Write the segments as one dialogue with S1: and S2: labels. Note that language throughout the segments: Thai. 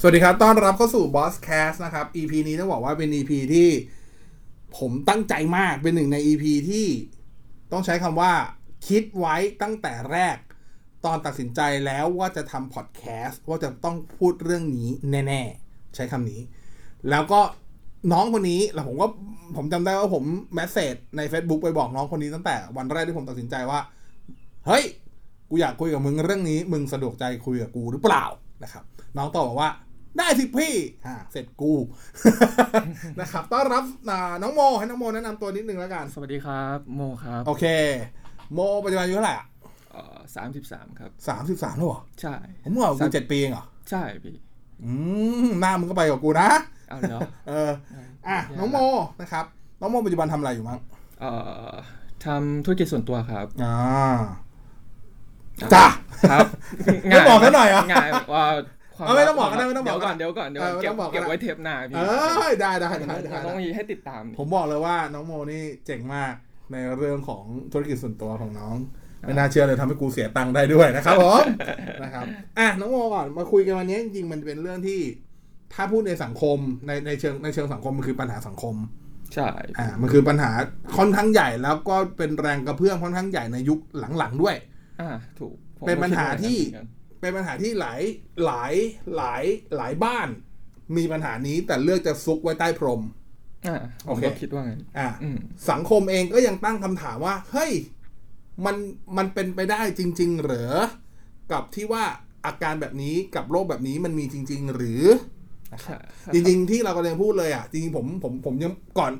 S1: สวัสดีครับ ต้อนรับเข้าสู่ Boss Cast นะครับ EP นี้ต้องบอกว่าเป็น EP ที่ผมตั้งใจมาก เป็นหนึ่งใน EP ที่ต้องใช้คำว่าคิดไว้ตั้งแต่แรก ตอนตัดสินใจแล้วว่าจะทำพอดแคสต์ว่าจะต้องพูดเรื่องนี้แน่ ๆ ใช้คำนี้ แล้วก็น้องคนนี้แล้วผมก็ผมจำได้ว่าผมแมสเซจใน Facebook ไปบอกน้องคนนี้ตั้งแต่วันแรกที่ผมตัดสินใจว่า เฮ้ย กูอยากคุยกับมึงเรื่องนี้ มึงสะดวกใจคุยกับกูหรือเปล่านะครับ น้องตอบบอกว่าได้สิพี่อ่าเสร็จกู นะครับต้อนรับอ่าน้องโมให้น้องโมแนะนำตัวนิดนึงแล้วกัน
S2: สวัสดีครับ โมครับ
S1: โอเค โมปัจจุบันอายุเท่าไหร่
S2: สามสิบสามครับ
S1: สามสิบสามแล้วเหรอ
S2: ใช่
S1: ผมบอกว่ากู
S2: สาม
S1: เจ็ดปีเองเหรอ
S2: ใช่พี่
S1: อืมหน้ามึงก็ไปกับกูนะ
S2: เอาเหรอ
S1: เอออ่ะน้องโมนะครับ น้องโมปัจจุบันทำอะไรอยู่มั้ง
S2: เอ่อทำธุรกิจส่วนตัวครับ
S1: อ่าจ้ะ
S2: ครับ
S1: ไม่บอกเขาหน่อยเหรอ
S2: ง่ายว่าควา
S1: เอาไม่ต้องบอกก็ได้
S2: ค
S1: ไม่
S2: วา
S1: ต้องบอก
S2: เดี๋ยวก่อนเดี๋ยวก่อนเดี๋ยวก่
S1: เออไม่ต้องบอ
S2: อนเก็บ
S1: กก็ได้
S2: เก็บไว้เทปหน้าพี่
S1: เอ้ยได้ได้ได้ได้
S2: ต้อง
S1: ได้
S2: มีให้ติดตาม
S1: ผมบอกเลยว่าน้องโมนี่เจ๋งมากในเรื่องของธุรกิจส่วนตัวของน้อง ไม่น่าเชื่อเลยทำให้กูเสียตังค์ได้ด้วยนะครับผม นะครับอ่ะน้องโมก่อนมาคุยกันวันนี้จริงๆมันเป็นเรื่องที่ ถ้าพูดในสังคมในในเชิงในเชิงสังคมมันคือปัญหาสังคม
S2: ใช่
S1: อ่ามันคือปัญหาค่อนข้างใหญ่แล้วก็เป็นแรงกระเพื่อมค่อนข้างใหญ่ในยุคหลังๆด้วย
S2: อ่าถูกผม
S1: เป็นปัญหา
S2: ก็คิดว่อย่ง
S1: ที่
S2: นั้น
S1: เป็นปัญหาที่หลายหลายหลายหลายบ้าน มีปัญหานี้แต่เลือกจะซุกไว้ใต้พรม
S2: อ่า
S1: โอ
S2: โอ
S1: เค
S2: เคคิดว่าไงน
S1: อ่า
S2: อืม
S1: สังคมเองก็ยังตั้งคำถามว่า เฮ้ย มันมันเป็นไปได้จริง ๆ เหรอ กับที่ว่าอาการแบบนี้กับโรคแบบนี้มันมีจริง ๆ หรือ
S2: ใช่
S1: จริง ๆ ที่เรากำลังพูดเลยอ่ะ จริง ๆ ผมผมผมยังก่อน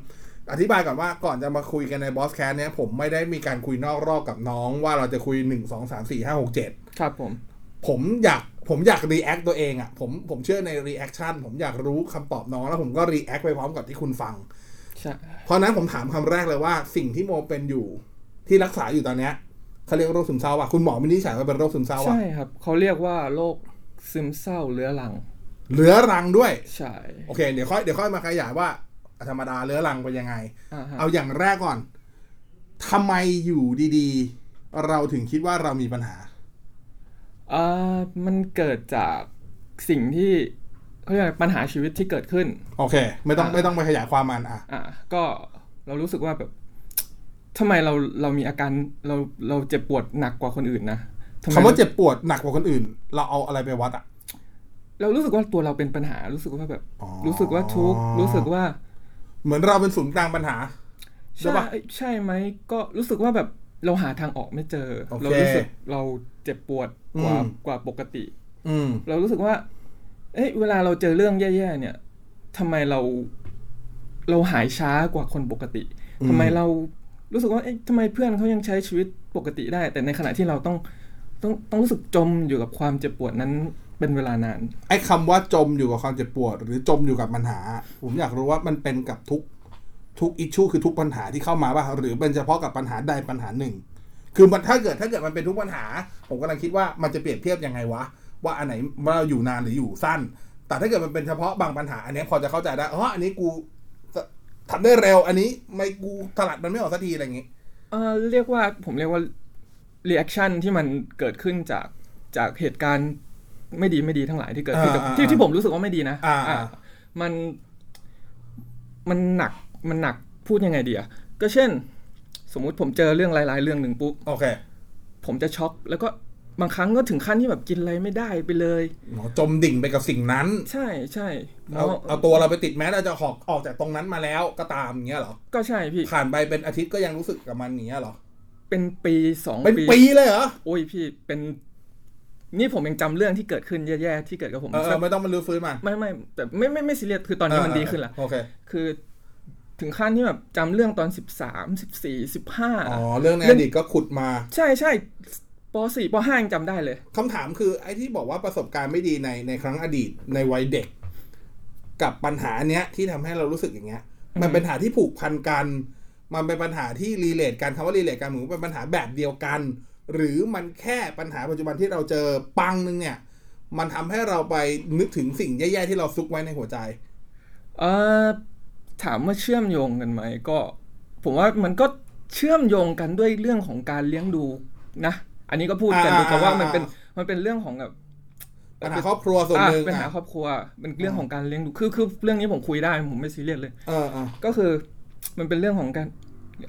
S1: อธิบายก่อนว่าก่อนจะมาคุยกันในบอสแคสเนี้ยผมไม่ได้มีการคุยนอกรอบกับน้องว่าเราจะคุย 1 2 3 4 5 6 7
S2: ครับผม
S1: ผมอยากผมอยากรีแอคตัวเองอะ่ะผมผมเชื่อในรีแอคชั่นผมอยากรู้คำตอบน้องแล้วผมก็รีแอคไปพร้อมกับที่คุณฟัง
S2: ใช่
S1: เพราะฉะนั้นผมถามคำแรกเลยว่าสิ่งที่โมเป็นอยู่ ที่รักษาอยู่ตอนเนี้ยเขาเรียกโรคซึมเศร้าอ่ะคุณหมอวินิจฉัยว่าเป็นโรคซึมเศร้าอ่ะ
S2: ใช่ครับเขาเรียกว่าโรคซึมเศร้าเรื้อรัง
S1: เรื้อรังด้วย
S2: ใช่
S1: โอเค เดี๋ยวค่อยเดี๋ยวค่อยมาขยายว่าธรรมดาเรื้อรังเป็นยังไง
S2: อ่าฮะ
S1: เอาอย่างแรกก่อนทำไมอยู่ดีๆ เราถึงคิดว่าเรามีปัญหา
S2: อ่ามันเกิดจากสิ่งที่เขาเรียกอะไรปัญหาชีวิตที่เกิดขึ้น
S1: โอเค ไม่ต้องไม่ต้องไปขยายความมันอ่ะ
S2: อ่ะก็เรารู้สึกว่าแบบทำไมเราเรามีอาการเราเราเจ็บปวดหนักกว่าคนอื่นนะทำไม
S1: คำว่าเจ็บปวดหนักกว่าคนอื่น เราเอาอะไรไปวัดอ่ะ
S2: เรารู้สึกว่าตัวเราเป็นปัญหา รู้สึกว่าแบบ
S1: อ๋อ
S2: รู้สึกว่าทุกข์รู้สึกว่า
S1: เหมือนเราเป็นศูนย์กลางปัญหา ใช่
S2: ใช่
S1: ปะ
S2: ใช่ไหมก็รู้สึกว่าแบบเราหาทางออกไม่เจอ
S1: โอเค
S2: เรารู้สึกเราเจ็บปวดกว่า
S1: อืม
S2: กว่าปกติ
S1: อืม
S2: เรารู้สึกว่า เอ้ยเวลาเราเจอเรื่องแย่ๆ เนี่ยทำไมเรา เราหายช้ากว่าคนปกติ
S1: อืม
S2: ทำไมเรารู้สึกว่า เอ้ยทำไมเพื่อนเขายังใช้ชีวิตปกติได้ แต่ในขณะที่เราต้อง ต้องต้องรู้สึกจมอยู่กับความเจ็บปวดนั้นเป็นเวลานาน
S1: ไอ้คำว่าจมอยู่กับความเจ็บปวด หรือจมอยู่กับปัญหา ผมอยากรู้ว่ามันเป็นกับทุกทุกอิชชูคือทุกปัญหาที่เข้ามาป่ะหรือเป็นเฉพาะกับปัญหาใดปัญหาหนึ่ง คือมันถ้าเกิดถ้าเกิดมันเป็นทุกปัญหา ผมกำลังคิดว่ามันจะเปรียบเทียบยังไงวะ ว่าอันไหนว่าเราอยู่นานหรืออยู่สั้น แต่ถ้าเกิดมันเป็นเฉพาะบางปัญหา อันเนี้ยพอจะเข้าใจได้อ๋ออันนี้กูทำได้เร็วอันนี้ไม่กูถลัดมันไม่ออกสักทีอะไรอย่างงี้
S2: เออเรียกว่าผมเรียกว่า reaction ที่มันเกิดขึ้นจากจากเหตุการณ์ไม่ดีไม่ดีทั้งหลายที่เกิดขึ้นกับ
S1: อ่าอ่า
S2: ที่ที่ผมรู้สึกว่าไม่ดีนะ
S1: อ่า
S2: ะ
S1: อ่า
S2: มันมันหนักมันหนักพูดยังไงดีอะก็เช่น สมมุติผมเจอเรื่องร้ายๆเรื่องหนึ่งปุ๊บ
S1: โอเค
S2: ผมจะช็อก แล้วก็บางครั้งก็ถึงขั้นที่แบบกินอะไรไม่ได้ไปเลย
S1: หมอจมดิ่งไปกับสิ่งนั้น
S2: ใช่ใช่แล้
S1: เอา
S2: ว
S1: เอาตัวเราไปติดแม้เราจะหอกออกจากตรงนั้นมาแล้วก็ตามอย่างเงี้ยเหรอ
S2: ก็ใช่พี่
S1: ผ่านไปเป็นอาทิตย์ก็ยังรู้สึกกับมันอย่างเงี้ยเหรอ
S2: เป็นปีสอง
S1: เป็นปีเลยเหรอ
S2: โอ้ยพี่เป็น นี่ผมยังจำเรื่องที่เกิดขึ้นแย่ๆที่เกิดกับผม
S1: เออเอ
S2: สั
S1: อก ไม่ต้องมาลื้อฟื้นมัน
S2: ไม่ไม่แต่ไม่ไม่ไม่ซีเรียสคือตอนนี้มันดีขึ้นละ
S1: โอเค
S2: คือ ถึงขั้นที่แบบจำเรื่องตอนสิบสามสิบสี่สิบห้า
S1: อ๋อ เรื่องในอดีตก็ขุดมา
S2: ใช่ใช่ปสี่ปห้ายังจำได้เลย
S1: คำถามคือไอ้ที่บอกว่าประสบการณ์ไม่ดีในในครั้งอดีตในวัยเด็ก กับปัญหาเนี้ยที่ทำให้เรารู้สึกอย่างเงี้ย มันเป็นปัญหาที่ผูกพันกัน มันเป็นปัญหาที่รีเลทกันคำว่ารีเลทกันเหมือนเป็นปัญหาแบบเดียวกัน หรือมันแค่ปัญหาปัจจุบันที่เราเจอปังนึงเนี่ย มันทำให้เราไปนึกถึงสิ่งแย่ๆที่เราซุกไว้ในหัวใจ
S2: เออถามว่าเชื่อมโยงกันไหมก็ ผมว่ามันก็เชื่อมโยงกันด้วยเรื่องของการเลี้ยงดูนะ อันนี้ก็พูดกัน
S1: อ่า
S2: เพราะว่ามัน
S1: อ่า
S2: เป็นมันเป็นเรื่องของแบบ
S1: ปัญหาครอบครัวส่วนหนึ่ง
S2: อ่ะปัญหา
S1: อ่ะ
S2: ครอบครัวเป็นเรื่องของการเลี้ยงดูคือคือเรื่องนี้ผมคุยได้ผมไม่ซีเรียสเลย
S1: เออเออ
S2: ก็คือมันเป็นเรื่องของการ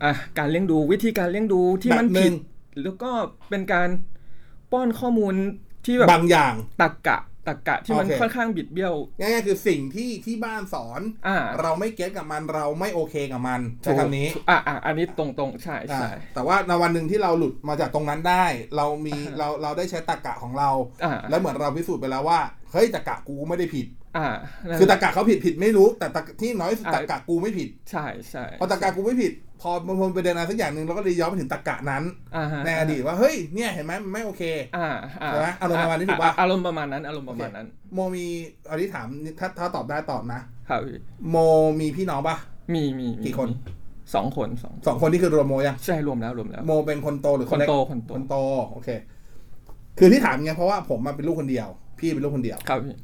S2: อ่ะการเลี้ยงดูวิธีการเลี้ยงดูที่มัน
S1: แบบห
S2: ผิ
S1: นึ่
S2: ด
S1: ง
S2: แล้วก็เป็นการป้อนข้อมูลที่แบบ
S1: บางอย่าง
S2: ตักกะตักกะที่มัน
S1: โอเค
S2: ค่อนข้างบิดเบี้ยว
S1: ง่ายๆคือสิ่งที่ที่บ้านสอน
S2: อ่า
S1: เราไม่เก็ตกับมันเราไม่โอเคกับมันใช้
S2: ถูก
S1: คำนี้
S2: อ่าอ่าอันนี้ตรงตรงๆใช่
S1: อ่า
S2: ใช่
S1: แต่ว่าในวันหนึ่งที่เราหลุดมาจากตรงนั้นได้ เรามี
S2: อ่า
S1: เราเราได้ใช้ตรรกะของเรา
S2: อ่า
S1: แล้วเหมือนเราพิสูจน์ไปแล้วว่าเฮ้ยตรรกะกูไม่ได้ผิด
S2: อ่านั่น
S1: คือตรรกะเขาผิดผิดไม่รู้ แต่ตรรกะที่น้อยที่สุดตรรกะกูไม่ผิด
S2: ใช่ใช่
S1: พอตรรกะกูไม่ผิด พอมันพนประเด็นอะไรสักอย่างหนึ่งเราก็เลยย้อนไปถึงตรรกะนั้น
S2: อ่าฮะ
S1: ในอดีตว่าเฮ้ยเนี่ยเห็นไหมมันไม่โอเค
S2: อ่าอ่า
S1: ใช่ไหมอารมณ์ประมาณนี้ถูกปะ
S2: อารมณ์ประมาณนั้น อารมณ์ประมาณนั้น
S1: โมมีอันนี้ถามถ้าถ้าตอบได้ตอบนะ
S2: ครับพี่
S1: โมมีพี่น้องปะ
S2: มีมีมี
S1: กี่คน
S2: มีสองคนสอง
S1: สองคนนี่คือรวมโมยัง
S2: ใช่รวมแล้วรวมแล้ว
S1: โมเป็นคนโตหรือ
S2: ค
S1: คนนเล็ก
S2: โตคนโต
S1: คนโตโอเค คือที่ถามไงเพราะว่าผมมาเป็นลูกคนเดียว พี่เป็นลูกคนเดียว
S2: ครับพี่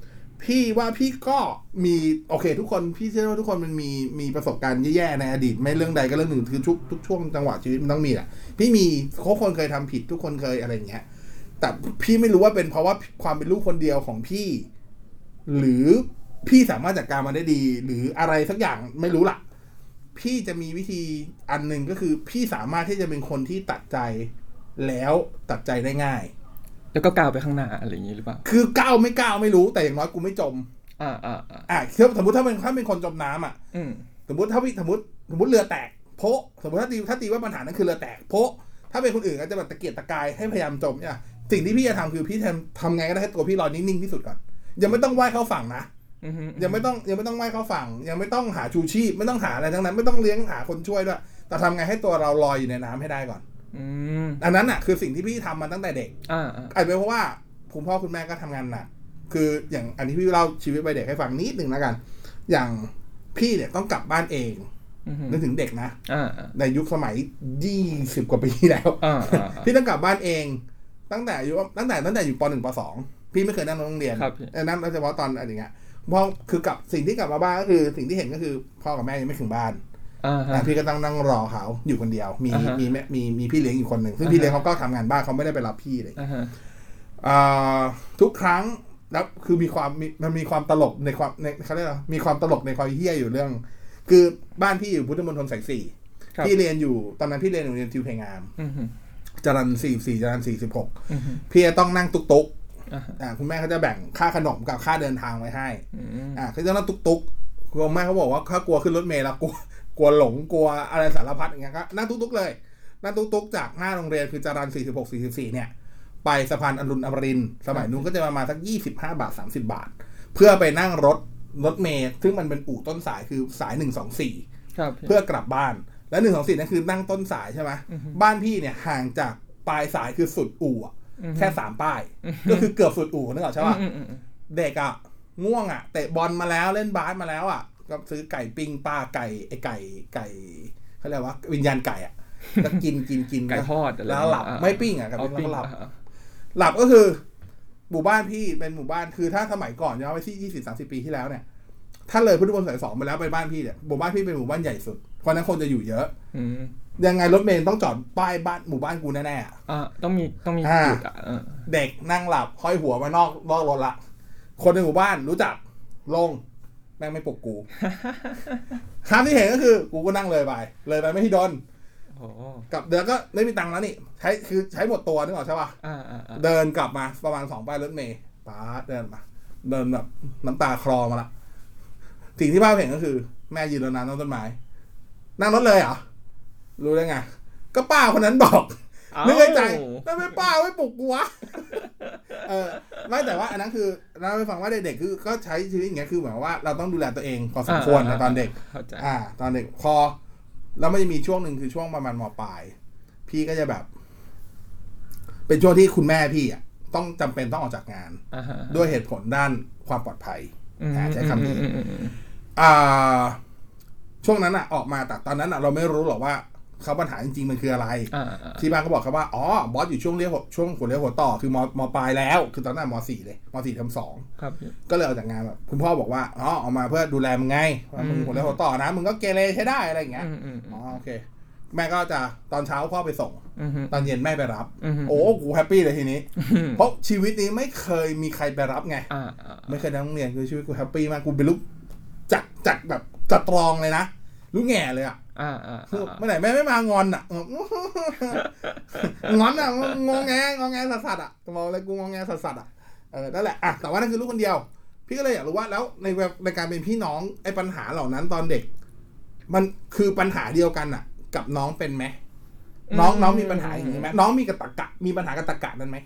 S1: พี่ว่าพี่ก็มีโอเค ทุกคนพี่เชื่อว่าทุกคนมันมีมีประสบการณ์แย่ๆในอดีต ไม่เรื่องใดก็เรื่องหนึ่งคือทุกทุกช่วงจังหวะชีวิตมันต้องมีแหละพี่มีทุกคนเคยทำผิดทุกคนเคยอะไรอย่างเงี้ย แต่พี่ไม่รู้ว่าเป็นเพราะว่าความเป็นลูกคนเดียวของพี่ หรือพี่สามารถจัดการมันได้ดี หรืออะไรสักอย่างไม่รู้ล่ะ พี่จะมีวิธีอันหนึ่งก็คือ พี่สามารถที่จะเป็นคนที่ตัดใจแล้วตัดใจได้ง่าย
S2: แล้วก็ก้าวไปข้างหน้าอะไรอย่างนี้หรือเปล่า
S1: คือก้าวไม่ก้าวไม่รู้แต่อย่างน้อยกูไม่จม
S2: อ่าอ่าอ่า
S1: อ่ะถ้าสมมติถ้าเป็นถ้าเป็นคนจมน้ำอ่ะ
S2: อืม
S1: สมมติถ้าพี่สมมติสมมติเรือแตกโพะสมมติถ้าตีถ้าตีว่าปัญหานั้นคือเรือแตกโพะถ้าเป็นคนอื่นก็จะแบบตะเกียกตะกายให้พยายามจมเนี่ย สิ่งที่พี่จะทำคือพี่ทำทำไงก็ได้ให้ตัวพี่ลอยนิ่งๆที่สุดก่อน ยังไม่ต้องว่ายเข้าฝั่งนะ
S2: อือฮึ
S1: ยังไม่ต้องยังไม่ต้องว่ายเข้าฝั่ง ยังไม่ต้องหาชูชีพ ไม่ต้องหาอะไรทั้งนั้น ไม่ต้องเลี้ยงหาคนช่วยด้วย แต่ทำไงให้ตัวเราลอยอยู่ในน้ำให้ได้ก่อน
S2: อืม
S1: อันนั้นอ่ะคือสิ่งที่พี่ทำมาตั้งแต่เด็ก
S2: อ่าอ่า
S1: อาจจะเป็นเพราะว่าคุณพ่อคุณแม่ก็ทำงานหนัก คืออย่างอันนี้พี่เล่าชีวิตวัยเด็กให้ฟังนิดหนึ่งแล้วกัน อย่างพี่เนี่ยต้องกลับบ้านเอง
S2: อือฮึ
S1: นึกถึงเด็กนะ
S2: อ่าอ่า
S1: ในยุคสมัยยี่สิบกว่าปีแล้ว
S2: อ่าอ่าอ่า
S1: พี่ต้องกลับบ้านเอง ตั้งแต่อายุตั้งแต่ตั้งแต่อยู่ปหนึ่งปสองพี่ไม่เคยนั่งรถโรงเรียน
S2: ครับพี่
S1: เออนั่งรถเฉพาะตอนอะไรอย่างเงี้ยเพอคือกลับสิ่งที่กลับมาบ้านก็คือสิ่งที่เห็นก็คือพ่อกับแม่ยังไม่ถึงบ้าน
S2: อ่าฮะ
S1: อ่ะพี่ก็ต้องนั่งรอเขาอยู่คนเดียว มี
S2: อ่าฮะ
S1: มีแม่มีมีพี่เลี้ยงอยู่คนหนึ่งซึ่ง
S2: อ่าฮะ
S1: พี่เลี้ยงเขาก็ทำงานบ้านเขาไม่ได้ไปรับพี่เลย
S2: อ่าฮะ
S1: อ่าทุกครั้งแล้วคือมีความมีมันมีความตลกในความในเขาเรียกว่ามีความตลกในความเฮี้ยอยู่เรื่อง คือบ้านพี่อยู่พุทธมณฑลสายสี่
S2: ครับ
S1: พี่เรียนอยู่ตอนนั้นพี่เรียนอยู่โรงเรียนทิวเพงาม
S2: อือฮึ
S1: จรันสี่สี่จรันสี่สิบหก
S2: อือฮึ
S1: พี่จะต้องนั่งตุกตุก
S2: อ่าฮะ
S1: อ่าคุณแม่เขาจะแบ่งค่าขนมกับค่าเดินทางไว้ให้
S2: อืม
S1: อ่าเขาจะนั่งตุกตุกคุณแม่เขาบอกว่าถ้ากลัวขึ้นรถเมล์แล้วกลัวกลัวหลงกลัวอะไรสารพัดอย่างเงี้ยก็นั่งตุกตุกเลยนั่งตุกตุกจากหน้าโรงเรียนคือจรันสี่สิบหกสี่สิบสี่เนี่ย ไปสะพานอรุณอมรินทร์สมัยนู้นก็จะประมาณสัก 25 บาท 30 บาท เพื่อไปนั่งรถรถเมล์ซึ่งมันเป็นอู่ต้นสายคือสาย 124
S2: ครับพี่
S1: เพื่อกลับบ้าน และ 124 นั่นคือนั่งต้นสายใช่ไหม
S2: อือฮึ
S1: บ้านพี่เนี่ยห่างจากปลายสายคือสุดอู่อะ
S2: อือฮึ
S1: แค่ 3 ป้าย ก็คือเกือบสุดอู่นึกออกใช่ปะ
S2: อืมอืมอืม
S1: เด็กอ่ะ ง่วงอ่ะเตะบอลมาแล้วเล่นบาสมาแล้วอ่ะ ก็ซื้อไก่ปิ้งปลาไก่ไอไก่ไก่เขาเรียกว่าวิญญาณไก่อ่ะก็กินกินกิน
S2: ไก่ทอดอะไร
S1: แล้วหลับ
S2: อ่า
S1: ไม่ปิ้งอ่ะกับ
S2: เอา
S1: แล้ว
S2: ปิ้ง
S1: ก็หลับ
S2: อ่าอ่า
S1: หลับก็คือหมู่บ้านพี่เป็นหมู่บ้านคือถ้าสมัยก่อนย้อนไปที่ยี่สิบสามสิบปีที่แล้วเนี่ย ถ้าเลยพุทธมณฑลสายสองไปแล้วไปบ้านพี่เนี่ยหมู่บ้านพี่เป็นหมู่บ้านใหญ่สุดเพราะฉะนั้นคนจะอยู่เยอะ
S2: อืม
S1: ยังไงรถเมล์ต้องจอดป้ายบ้านหมู่บ้านกูแน่ๆอะ
S2: อ่าต้องมีต้องมี
S1: อ่า
S2: จุดอ่ะเออ
S1: เด็กนั่งหลับห้อยหัวมานอกนอกรถละ คนในหมู่บ้านรู้จักลงแม่งไม่ปลุก กู ครั้งที่เห็นก็คือ กูก็นั่งเลยไป เลยไปไม่ที่ดน
S2: โอ้โห
S1: กลับเดือนก็ไม่มีตังค์แล้วนี่ใช้คือใช้หมดตัวนึกออกใช่ปะ
S2: อ่าอ่าอ่า
S1: เดินกลับมาประมาณสองป้ายรถเมย์ป้าดเดินมาเดินแบบน้ำตาคลอมาละสิ่งที่ภาพเห็นก็คือ แม่ยืนรดน้ำต้นต้นไม้นั่งรถเลยเหรอรู้ได้ไง ก็ป้าคนนั้นบอกนึกในใจแล้วไม่ป้าไม่ปลุกกูวะ เออไม่แต่ว่าอันนั้นคือเราไปฟังว่าเด็กๆคือก็ใช้ชีวิตอย่างเงี้ยคือเหมือนว่าเราต้องดูแลตัวเองพอสมควรนะตอนเด็ก
S2: เข้าใจ
S1: อ่า ตอนเด็กพอแล้วมันจะมีช่วงหนึ่งคือช่วงประมาณมปลาย พี่ก็จะแบบ เป็นช่วงที่คุณแม่พี่อ่ะต้องจำเป็นต้องออกจากงาน
S2: อ่าฮะ
S1: ด้วยเหตุผลด้านความปลอดภัย
S2: อืม
S1: อ่าใช้คำนี้
S2: อืมอืมอืมอืม
S1: อ่า ช่วงนั้นอ่ะ ออกมาแต่ตอนนั้นอ่ะ เราไม่รู้หรอกว่าเขาปัญหาจริงๆมันคืออะไร
S2: อ่าอ่า
S1: ที่บ้านก็บอกเขาว่าอ๋อบอสอยู่ช่วงเลี้ยวหัวช่วงหัวเลี้ยวหัวต่อคือมมปลายแล้ว คือตอนนั้นมสี่เลยมสี่เทอมสอง
S2: ครับพี่
S1: ก็เลยออกจากงานแบบคุณพ่อบอกว่าอ๋อออกมาเพื่อดูแลมึงไงว่ามึง
S2: อืม
S1: หัวเลี้ยวหัวต่อนะมึงก็เกเรใช้ได้อะไรอย่างเงี้ย
S2: อืมอืมอื
S1: อ๋อ
S2: ม
S1: โอเค แม่ก็จะตอนเช้าพ่อไปส่ง
S2: อือฮึ
S1: ตอนเย็นแม่ไปรับ
S2: อือฮึ
S1: โอ้กูแฮปปี้เลยทีนี้ เพราะชีวิตนี้ไม่เคยมีใครไปรับไง
S2: อ่าอ่า
S1: ไม่เคยนั่งโรงเรียนคือชีวิตกูแฮปปี้มากกูเป็นลูกจัดจัดแบบจัดตรองเลยนะลูกแง่เลยอ่ะ
S2: อ่าอ่า
S1: คือ
S2: อ่า
S1: เมื่อไหร่แม่ไม่มางอนอ่ะ งอนอ่ะงงแงงงแงสัสสัสอ่ะบอกเลยกูงงแงสัสสัสอ่ะเออนั่นแหละอ่ะแต่ว่านั่นคือลูกคนเดียว พี่ก็เลยอยากรู้ว่าแล้วในเวในการเป็นพี่น้องไอ้ปัญหาเหล่านั้นตอนเด็ก มันคือปัญหาเดียวกันอ่ะ กับน้องเป็นไหมน้องน้องมีปัญหาอย่างนี้ไหมน้องมีกระตะกะมีปัญหากระตะกะนั้นไหม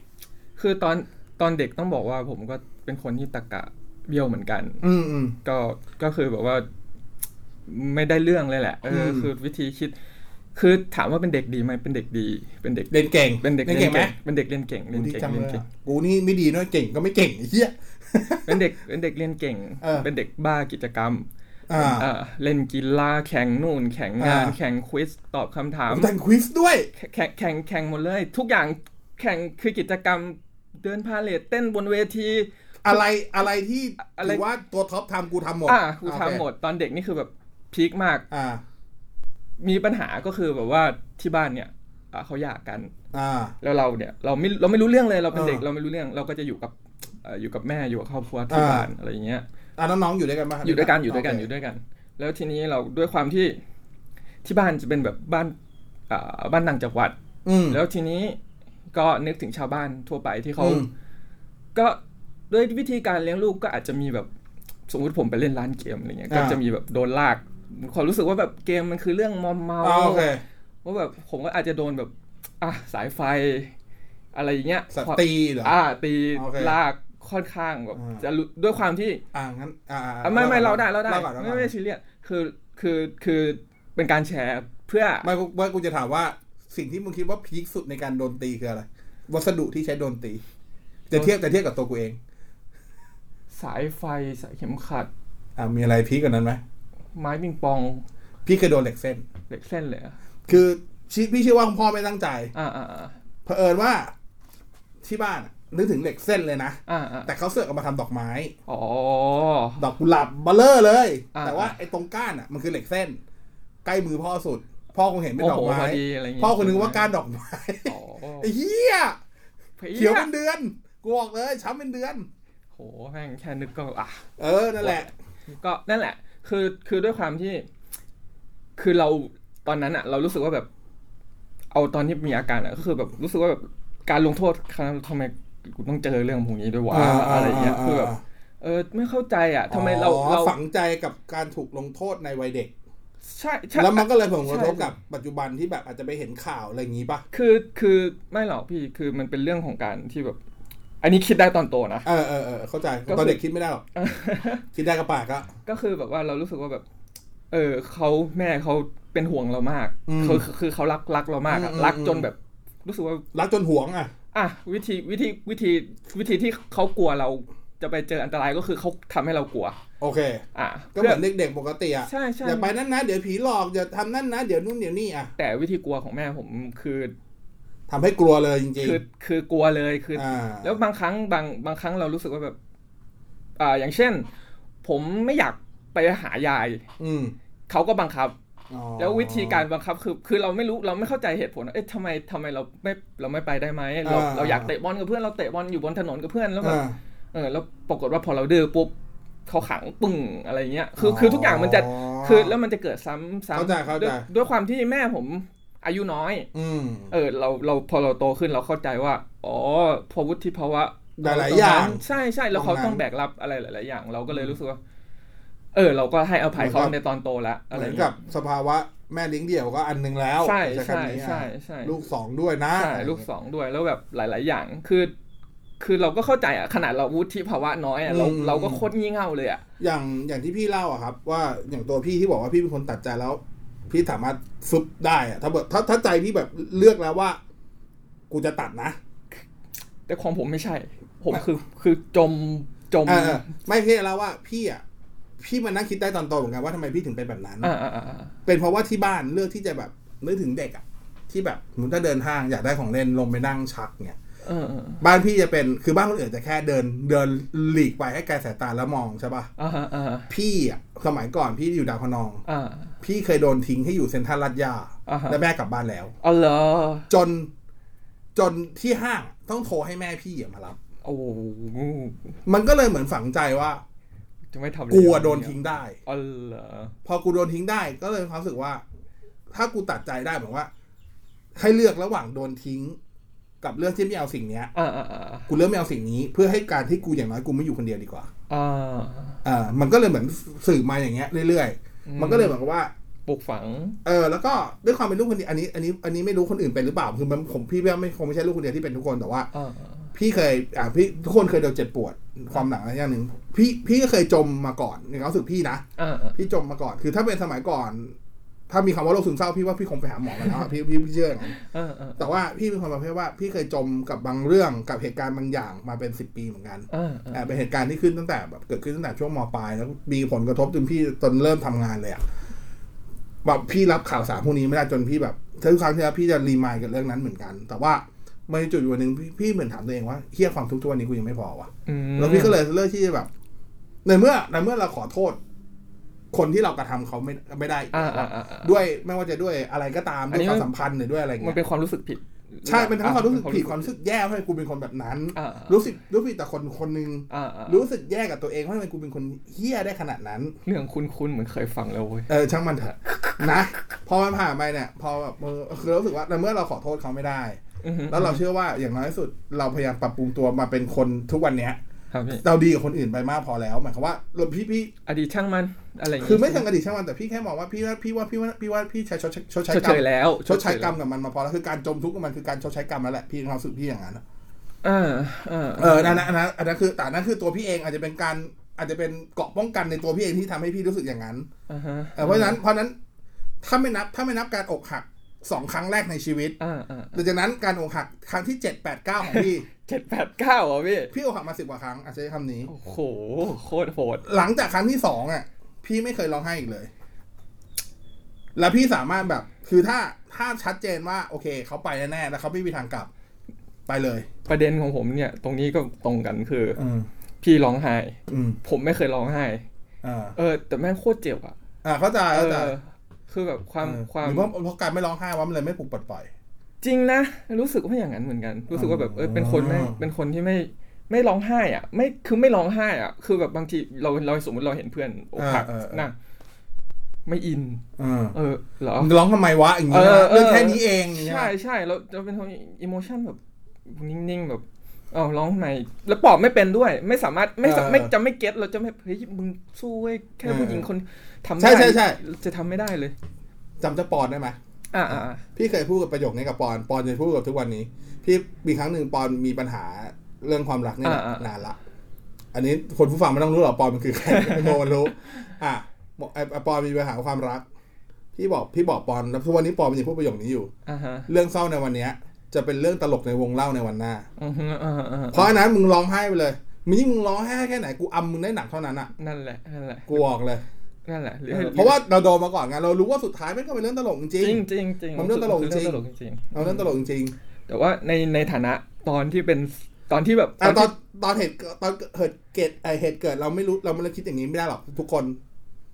S2: คือตอนตอนเด็กต้องบอกว่าผมก็เป็นคนที่ตะกะเบี้ยวเหมือนกัน
S1: อืมอืม
S2: ก็ก็คือแบบว่าไม่ได้เรื่องเลยแหละเอออ
S1: ม
S2: คือวิธีคิด คือถามว่าเป็นเด็กดีไหมเป็นเด็กดี เป็นเด็ก
S1: เล่นเก่ง
S2: เป็นเด็ก
S1: เล่นเก่งไหม
S2: เป็นเด็กเรียนเก่งเรียน
S1: ดี
S2: เก่ง
S1: จัง
S2: เรี
S1: เลย
S2: นเก่ง
S1: อะกูนี่ไม่ดีด้วยเก่งก็ไม่เก่งไอ้เหี้ย
S2: เป็นเด็กเป็นเด็กเรียนเก่ง
S1: เออ
S2: เป็นเด็กบ้ากิจกรรม
S1: อ่า
S2: เออเล่นกีฬาแข่งนู่น แข่งงาน
S1: อ่า
S2: แข่งควิสตอบคำถาม
S1: แต่งควิสด้วย
S2: แข่งแข่งแข่งหมดเลย ทุกอย่างแข่งคือกิจกรรมเดินพาเลทเต้นบนเวที
S1: อะไรอะไรที่
S2: อะไร
S1: ถือว่าตัวท็อปทำกูทำหมด
S2: อ่ะครู
S1: โอเ
S2: ทำหมดตอนเด็กนี่คือแบบพีคมาก
S1: อ่า
S2: มีปัญหาก็คือแบบว่าที่บ้านเนี่ยอ่ะเขาหย่ากัน
S1: อ่า
S2: แล้วเราเนี่ยเราไม่เราไม่รู้เรื่องเลยเราเป็น
S1: อ่า
S2: เด็กเราไม่รู้เรื่องเราก็จะอยู่กับเอ่ออยู่กับแม่อยู่กับครอบครัวที่
S1: อ่า
S2: บ้านอะไรอย่างเงี้ย
S1: อ่าน้องๆอยู่ด้วยกันปะ
S2: อยู่ด้วยกันอยู่ด้วยกัน
S1: โเค
S2: อยู่ด้วยกัน แล้วทีนี้เราด้วยความที่ที่บ้านจะเป็นแบบบ้านอ่าบ้านต่างจังหวัด
S1: อืม
S2: แล้วทีนี้ก็นึกถึงชาวบ้านทั่วไปที่เขา
S1: อืม
S2: ก็ด้วยวิธีการเลี้ยงลูกก็อาจจะมีแบบสมมติผมไปเล่นร้านเกมอะไรเงี้ย
S1: อ่า
S2: ก็จะมีแบบโดนลากความรู้สึกว่าแบบเกมมันคือเรื่องมอมเมา
S1: อ่าโอเค
S2: ว่าแบบผมก็อาจจะโดนแบบอ่ะสายไฟ อะไรอย่างเงี้ย
S1: สัตว์
S2: ความ
S1: ตีเหรอ
S2: อ่าตี
S1: โอเค
S2: ลากค่อนข้างแบบ
S1: อ่า
S2: จะรู้ด้วยความที่
S1: อ่างั้นอ่าอ่า
S2: อ่ะไม่ไม่เราได้เราได้
S1: ล่ก่อนเล่า
S2: ไม่
S1: ก่อน
S2: ไม่ซีเรียสคือคือคือเป็นการแชร์เพื่อ
S1: ไม่กูว่ากูจะถามว่าสิ่งที่มึงคิดว่าพีคสุดในการโดนตีคืออะไร วัสดุที่ใช้โดนตี จะเทียบจะเทียบกับตัวกูเอง
S2: สายไฟสายเข็มขัด
S1: อ่ามีอะไรพีคกว่านั้นไหม
S2: ไม้ปิงปอง
S1: พี่เคยโดนเหล็กเส้น
S2: เหล็กเส้นเลยอะ
S1: คือชีพี่เชื่อว่าคุณพ่อไม่ตั้งใจ
S2: อ่าอ่าอ่า
S1: เผอิญว่าที่บ้านอะนึกถึงเหล็กเส้นเลยนะ
S2: อ่าอ่า
S1: แต่เขาเสือกเอามาทำดอกไม้
S2: อ๋อ
S1: ดอกกุหลาบเบลเลอร์เลย
S2: อ่า
S1: แต่ว่าไอ้ตรงก้านอ่ะ มันคือเหล็กเส้น ใกล้มือพ่อสุด พ่อคงเห็นเป็น
S2: โอ้
S1: ดอ
S2: โห
S1: กไม้
S2: พอดีอะไรอย่างงี้
S1: พ่อคนนึงว่าก้านดอกไม้
S2: อ๋อ
S1: ไอ้เหี้ย
S2: พี่
S1: เขียวเป็นเดือนกูบอกเลยช้ำเป็นเดือน
S2: โหแม่งแค่นึกก็อ่ะ
S1: เออนั่นแหละ
S2: ก็นั่นแหละ คือคือด้วยความที่ คือเราตอนนั้นอะเรารู้สึกว่าแบบ เอาตอนที่มีอาการอะก็คือแบบรู้สึกว่าแบบการลงโทษครั้งทำไมกูต้องเจอเรื่องพวกนี้ด้วยวะ
S1: อ่า
S2: อะไรอย่างเงี้ย
S1: อ่า
S2: คือแบบเออไม่เข้าใจอะทำไมเรา
S1: อ๋อ
S2: เรา
S1: ฝังใจกับการถูกลงโทษในวัยเด็ก
S2: ใช่ใช่
S1: แล้วมันก็เลยผลกระทบ
S2: ใช่
S1: กับปัจจุบันที่แบบอาจจะไปเห็นข่าวอะไรอย่างงี้ป่ะ
S2: คือคือไม่หรอกพี่คือมันเป็นเรื่องของการที่แบบ อันนี้คิดได้ตอนโตนะ
S1: เออเออเออเข้าใจ
S2: ก็คือ
S1: ตอนเด็กคิดไม่ได้หรอกคิดได้ก็ปากอะ
S2: ก็คือแบบว่าเรารู้สึกว่าแบบ เออเขาแม่เขาเป็นห่วงเรามาก
S1: อืม
S2: เขาคือคือเขารักรักเรามากอะ
S1: อืมอืม
S2: รักจนแบบ รู้สึกว่า
S1: รักจนหวงอ่ะ
S2: อ่ะวิธีวิธีวิธีวิธีที่เขากลัวเราจะไปเจออันตรายก็คือเขาทำให้เรากลัว
S1: โอเค
S2: อ่ะ
S1: ก็เหมือน
S2: พื่
S1: เด็กๆปกติอ่ะ
S2: ใช่ใช่
S1: อย่าไปนั่นนะ เดี๋ยวผีหลอกอย่าทำนั่นนะ เดี๋ยวนู่นเดี๋ยวนี่อ่ะ
S2: แต่วิธีกลัวของแม่ผมคือ
S1: ทำให้กลัวเลยจริง
S2: คือคือกลัวเลยคือ
S1: ๆ
S2: อ
S1: อ่า
S2: แล้วบางครั้งบางบางครั้งเรารู้สึกว่าแบบ อ่าอย่างเช่น ผมไม่อยากไปหายาย
S1: อืม
S2: เขาก็บังคับ
S1: อ๋อ
S2: แล้ววิธีการบังคับคือ คือเราไม่รู้เราไม่เข้าใจเหตุผลว่าเอ๊ะทำไมทำไมเราไม่เราไม่ไปได้ไหมเราเราอยากเตะบอลกับเพื่อนเราเตะบอลอยู่บนถนนกับเพื่อนแล้วแบบ
S1: อ่า
S2: เออแล้วปรากฏว่าพอเราดื้อปุ๊บเขาขังปึ้งอะไรเงี้ยคือคือ
S1: อ๋อ
S2: ทุกอย่างมันจะคือแล้วมันจะเกิดซ้ำซ้
S1: เข้าใจเข้า
S2: ำ
S1: ใจ
S2: ด้วยด้วยความที่แม่ผมอายุน้อย
S1: อืม
S2: เออเราเราพอเราโตขึ้นเราเข้าใจว่า อ๋อพอวุฒิภาวะ
S1: หลายๆอย่าง
S2: ตรงนั้นใช่ใช่แล้วเขา
S1: ตรงนั้น
S2: ต้องแบกรับอะไรหลาย ๆ อย่าง เราก็เลยรู้สึกว่า เออ เราก็ให้อภัยเขา
S1: เหมือนกับ
S2: ในตอนโตละอะ
S1: เห
S2: ไร
S1: มือน
S2: เงี้
S1: กับ
S2: ย
S1: สภาวะแม่เลี้ยงเดี่ยวก็อันหนึงแล้ว
S2: ใช่
S1: จะ
S2: ใช่
S1: คำนี้อ่ะ
S2: ใช่ใช่
S1: ลูกสองด้วยนะ
S2: ใช่ลูกสองด้วยแล้วแบบหลาย ๆ อย่างคือ คือเราก็เข้าใจอ่ะขนาดเราวุฒิภาวะน้อยอ่ะเรา
S1: อืม
S2: เราก็โคตรงี่เง่าเลยอ่ะ
S1: อย่างอย่างที่พี่เล่าอะครับ ว่าอย่างตัวพี่ที่บอกว่าพี่เป็นคนตัดใจแล้ว พี่สามารถฟึบได้อะถ้าแบบถ้าถ้าใจพี่แบบเลือกแล้วว่า กูจะตัดนะ
S2: แต่ของผมไม่ใช่ ผมคือคือจมจม
S1: เออเออไม่ใช่แล้วว่าพี่อ่ะพี่มานั่งคิดได้ตอนโตเหมือนกันว่าทำไมพี่ถึงเป็นแบบนั้น
S2: อ่าอ่าอ่า
S1: เป็นเพราะว่าที่บ้านเลือกที่จะแบบนึกถึงเด็กอ่ะ ที่แบบสมมุติถ้าเดินห้างอยากได้ของเล่นลงไปนั่งชักเนี่ย
S2: เออเออ
S1: บ้านพี่จะเป็นคือบ้านคนอื่นจะแค่เดินเดินหลีกไปให้ไกลสายตาแล้วมองใช่ปะ
S2: อ่าฮะอ่าฮะ
S1: พี่อ่ะสมัยก่อนพี่อยู่ดาวพะนอง
S2: อ่า
S1: พี่เคยโดนทิ้งให้อยู่เซ็นทรัลลาดยา
S2: อ่าฮะ
S1: และแม่กลับบ้านแล้ว
S2: อ๋อเหรอ
S1: จนจนที่ห้างต้องโทรให้แม่พี่อะมารับ
S2: โอ้โห
S1: มันก็เลยเหมือนฝังใจว่า
S2: จะไม่ทำเลย
S1: กูอะโดนทิ้งได้
S2: อ๋อเหรอ
S1: พอกูโดนทิ้งได้ก็เลยมีความรู้สึกว่า ถ้ากูตัดใจได้เหมือนว่า ให้เลือกระหว่างโดนทิ้ง กับเรื่องที่ไม่เอาสิ่งเนี้ย
S2: อ่าอ่าอ่า
S1: กูเลือกไม่เอาสิ่งนี้ เพื่อให้การที่กูอย่างน้อยกูไม่อยู่คนเดียวดีกว่า
S2: อ่า
S1: อ่ามันก็เลยเหมือนสื่อมาอย่างเงี้ยเรื่อยๆ มันก็เลยเหมือนกับว่า
S2: ปลูกฝัง
S1: เออแล้วก็ด้วยความเป็นลูกคนเดียวอันนี้ อันนี้อันนี้ไม่รู้คนอื่นเป็นหรือเปล่าคือมันผมพี่ว่าไม่คงไม่ใช่ลูกคนเดียวที่เป็นทุกคนแต่ว่า
S2: อ่า
S1: พี่เคยอ่าพี่ทุกคนเคยโดนเจ็บปวดความหนักอะไรอย่างหนึ่งพี่พี่ก็เคยจมมาก่อนในความรู้สึกพี่นะ
S2: อ่าอ่า
S1: พี่จมมาก่อน คือถ้าเป็นสมัยก่อน ถ้ามีคำว่าโรคซึมเศร้าพี่ว่าพี่คงไปหาหมอมาแล้วอะ พี่พี่พี่เชื่ออย่างนั้น
S2: อ่าอ่า
S1: แต่ว่าพี่เป็นคนประเภทว่าพี่เคยจมกับบางเรื่องกับเหตุการณ์บางอย่างมาเป็นสิบปีเหมือนกัน
S2: อ่า
S1: อ่าเป็นเหตุการณ์ที่ขึ้นตั้งแต่แบบเกิดขึ้นตั้งแต่ช่วงมปลายแล้วมีผลกระทบจนพี่จนเริ่มทำงานเลยอะแบบพี่รับข่าวสารพวกนี้ไม่ได้จนพี่แบบทุกครั้งที่รับพี่จะรีมายกับเรื่องนั้นเหมือนกัน แต่ว่ามันจะจุดวันหนึ่งพี่พี่เหมือนถามตัวเองว่าเฮียความทุกข์ทุกวันนี้กูยังไม่พอวะ
S2: อืม
S1: แล้วพี่ก็เลยเลือกที่จะแบบในเมื่อในเมื่อเราขอโทษ คนที่เรากระทำเขาไม่ไม่ได้
S2: อ่าอ่าอ่าอ่า
S1: ด้วยไม่ว่าจะด้วยอะไรก็ตาม
S2: อั
S1: ด้
S2: น
S1: ว
S2: นี้
S1: ย
S2: มัน
S1: ความสัมพันธ์หรือด้วยอะไร
S2: มั
S1: เงี้
S2: นเป็
S1: ย
S2: นความรู้สึกผิด
S1: ใช่เป็นทั้งความรู้สึกผิด
S2: อ่
S1: ความรู้สึกแย่เพราะกูเป็นคนแบบนั้น
S2: อ่ารู้
S1: รู้สึกรู้สึกผิดแต่คนคนหนึง
S2: อ่าอ่า
S1: รู้สึกแย่กับตัวเองว่าทำไมกูเป็นคนเฮี้ยได้ขนาดนั้น
S2: เรื่องคุณคุณเหมือนเคยฟังแล้วเว้ย
S1: เออช่างมันเถอะ นะ พอมันผ่านไปเนี่ย พอแบบเออคือรู้สึกว่าในเมื่อเราขอโทษเขาไม่ได้
S2: อือฮึ
S1: แล้วเราเชื่อว่าอย่างน้อยที่สุดเราพยายามปรับปรุงตัวมาเป็นคนทุกวันเนี้ย
S2: ครับพี่
S1: เราดีกับคนอื่นไปมากพอแล้วหมายความว่าเราพี่พี่
S2: อดีตช่างมันอะไรอย่างงี้
S1: คือไม่เชิงอดีตช่างมันแต่พี่แค่มองว่าพี่ว่าพี่ว่าพี่ว่าพี่ว่าพี่ใช้ชดใช้ชดใช้
S2: ชด
S1: กร
S2: เช
S1: รม
S2: ยแล้ว
S1: ชดใช้กรรมกับมันมาพอแล้วคือการจมทุกข์กับมันคือการชดใช้กรรมแล้วแหละพี่ความรู้สึกพี่อย่างนั้นอะ
S2: อ่าอ่า
S1: เออนั่นนะอันนั้นอันนั้นคือแต่อันนั้นคือตัวพี่เองอาจจะเป็นการอาจจะเป็นเกราะป้องกันในตัวพี่เองที่ทำให้พี่รู้สึกอย่างนั้น
S2: อ่าฮะ
S1: เออเพราะฉะนั้นเพราะฉะนั้นถ้าไม่นับถ้าไม่นับการอกหักสองครั้งแรกในชีวิต
S2: อ่าอ่า
S1: หลังจากนั้นการอกหักครั้งที่เจ็ดแปดเก้าของ พี่
S2: เจ็ดแปดเก้าอ่ะพี่
S1: พี่อกหักมาสิบกว่าครั้งอาจจะใช้คำนี้
S2: โอ้โหโคตรโหด
S1: หลังจากครั้งที่สองอ่ะ พี่ไม่เคยร้องไห้อีกเลย แล้วพี่สามารถแบบ คือถ้าถ้าชัดเจนว่า โอเค เขาไปแน่ๆแล้วเขาไม่มีทางกลับ ไปเลย
S2: ประเด็นของผมเนี่ย ตรงนี้ก็ตรงกันคือ
S1: อืม
S2: พี่ร้องไห้
S1: อืม
S2: ผมไม่เคยร้องไห้
S1: อ่า
S2: เออ แต่แม่งโคตรเจ็บอ่ะ
S1: อ่าเข้าใจ
S2: เอ
S1: เข้าใจ
S2: อคือแบบความ
S1: เออ
S2: ความ
S1: หรือว่าเพราะการไม่ร้องไห้ว่ามันเลยไม่ปลุกปลดปล่อย
S2: จริงนะ รู้สึกว่าอย่างนั้นเหมือนกัน รู้สึกว่าแบบเออเป็นคนไม่
S1: อ๋อ
S2: เป็นคนที่ไม่ไม่ร้องไห้อะไม่คือไม่ร้องไห้อะคือแบบบางทีเราเราสมมติเราเห็นเพื่อนอกหักนะไม่อิน
S1: เออ
S2: เออเหรอ
S1: มึงร้องทำไมวะอย่างงี้
S2: เออ
S1: นะ
S2: เออ
S1: เรื่องแค่นี้เองอย่างเงี้ย
S2: ใช่ใช่เราเราเป็นคนอิโมชันแบบนิ่งๆแบบเออร้องทำไมแล้วปอบไม่เป็นด้วย ไม่สามารถไม่สาไม่จะไม่เก็ตเราจะไม่เฮ้ยมึงสู้เว้ยแค่ผู้หญิงคนทำไม่
S1: ใช่
S2: ได้
S1: ใช่ใช่
S2: จะทำไม่ได้เลย
S1: จำเจะปอนได้ไหม
S2: อ่าอ่าอ่า
S1: พี่เคยพูดกับประโยคนี้กับปอนปอนจะพูดกับทุกวันนี้ พี่มีครั้งหนึ่งปอนมีปัญหาเรื่องความรักเนี่ยนานละ อันนี้คนผู้ฟังไม่ต้องรู้หรอกปอนมันคือใคร ไอ้โมมันรู้ อ่ะบอกไอ้ไอ้ปอนมีปัญหาความรัก พี่บอกพี่บอกปอนแล้วทุกวันนี้ปอนมันยังพูดประโยคนี้อยู่
S2: อ่าฮะ
S1: เรื่องเศร้าในวันเนี้ย จะเป็นเรื่องตลกในวงเล่าในวันหน้า
S2: อือฮึอ่าฮะอ่าฮะ
S1: เพราะอันนั้นมึงร้องไห้ไปเลยมึงยิ่งมึงร้องไห้แค่ไหนกูอำมึงได้หนักเท่านั้นอ่ะ
S2: นั่นแหละนั่นแหละ
S1: กูบอกเลย
S2: นั่นแหละหอ
S1: เอ
S2: ให้
S1: อเพราะว่าเราโดนมาก่อนไงเรารู้ว่าสุดท้ายมันก็เป็นเรื่องตลกจริง
S2: จริงจริงจริง
S1: มันเรื่องตลก
S2: คื
S1: จริง
S2: เอตลกจริง
S1: เราเรื่องตลกจริง
S2: ๆแต่ว่าในในฐานะตอนที่เป็นตอนที่แบบ
S1: แต่ตอน
S2: ที่
S1: ตอนเหตุตอนเหตุเกิดเอ่อเหตุเกิดเราไม่รู้เราไม่ได้คิดอย่างนี้ไม่ได้หรอกทุกคน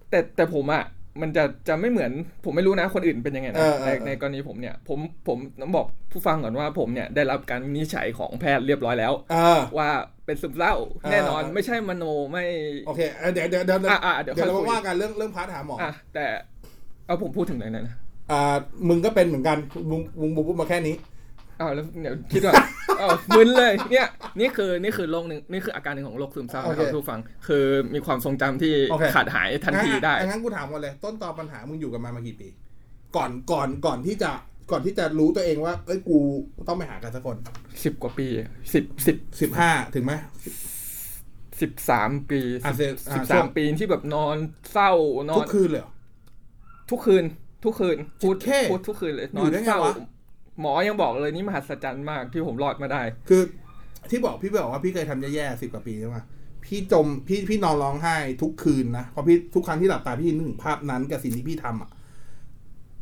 S2: แต่แต่ผมอ่ะมันจะจะไม่เหมือนผมไม่รู้นะคนอื่นเป็นยังไง
S1: เอ
S2: นะ
S1: อเออ
S2: ใน
S1: เออ
S2: ในกรณีผมเนี่ย ผมผมต้องบอกผู้ฟังก่อนว่าผมเนี่ยได้รับการวินิจฉัยของแพทย์เรียบร้อยแล้ว
S1: เออ
S2: ว่าเป็นซึมเศร้า
S1: เออ
S2: แน่นอน
S1: เออ
S2: ไม่ใช่มโนไม่
S1: โอเคเออเดี๋ยวเดี๋ยวเดี๋ยวเดี๋ยว
S2: อ่ะอ่ะเดี๋ยว
S1: เดี๋ยว
S2: ค่อย
S1: เรา
S2: คุย
S1: ว่ากันเรื่องเรื่องพาร์ทหาหมอ
S2: อ่ะแต่เอาผมพูดถึงไหนนะ
S1: อ่ามึงก็เป็นเหมือนกันมึงมึงบุบมาแค่นี้
S2: เอาวแล้วเดี๋ยวคิด ก่อน เอาวมึนเลยเนี่ย นี่คือนี่คือโรคหนึ่งนี่คืออาการหนึ่งของโรคซึมเศร้านะครับ
S1: โอเค
S2: ผู้ฟังคือมีความทรงจำที่
S1: โอเค
S2: ขาดหายทันทีได้
S1: อ่ะงั้นกูถามก่อนเลย ต้นตอปัญหามึงอยู่กับมันมากี่ปี ก่อนก่อนก่อนที่จะก่อนที่จะรู้ตัวเองว่าเอ้ยกูต้องไปหากันสักคน
S2: สิบกว่าปีสิบสิบ
S1: สิบห้าถึงไหม
S2: สิบสามปี
S1: อ่ะ10
S2: สิบ
S1: อ่ะช่
S2: สาว ม
S1: ง
S2: ปีที่แบบนอนเศร้านอ
S1: ทุ
S2: น
S1: กคืนเลยเหรอ
S2: ทุกคืน ทุกคืนพูด
S1: เจ็ดเค
S2: พูดทุกคืนเลยน
S1: อ
S2: อยู่น
S1: ได้ไง
S2: เศร้าว
S1: ะ
S2: หมอยังบอกเลยนี่มหัศจรรย์มากที่ผมรอดมาได้
S1: คือที่บอกพี่บอกว่าพี่เคยทำแย่ๆสิบกว่าปีใช่ไหมพี่จมพี่พี่นอนร้องไห้ทุกคืนนะเพราะพี่ทุกครั้งที่หลับตาพี่นึกถึงภาพนั้นกับสิ่งที่พี่ทำอ่ะ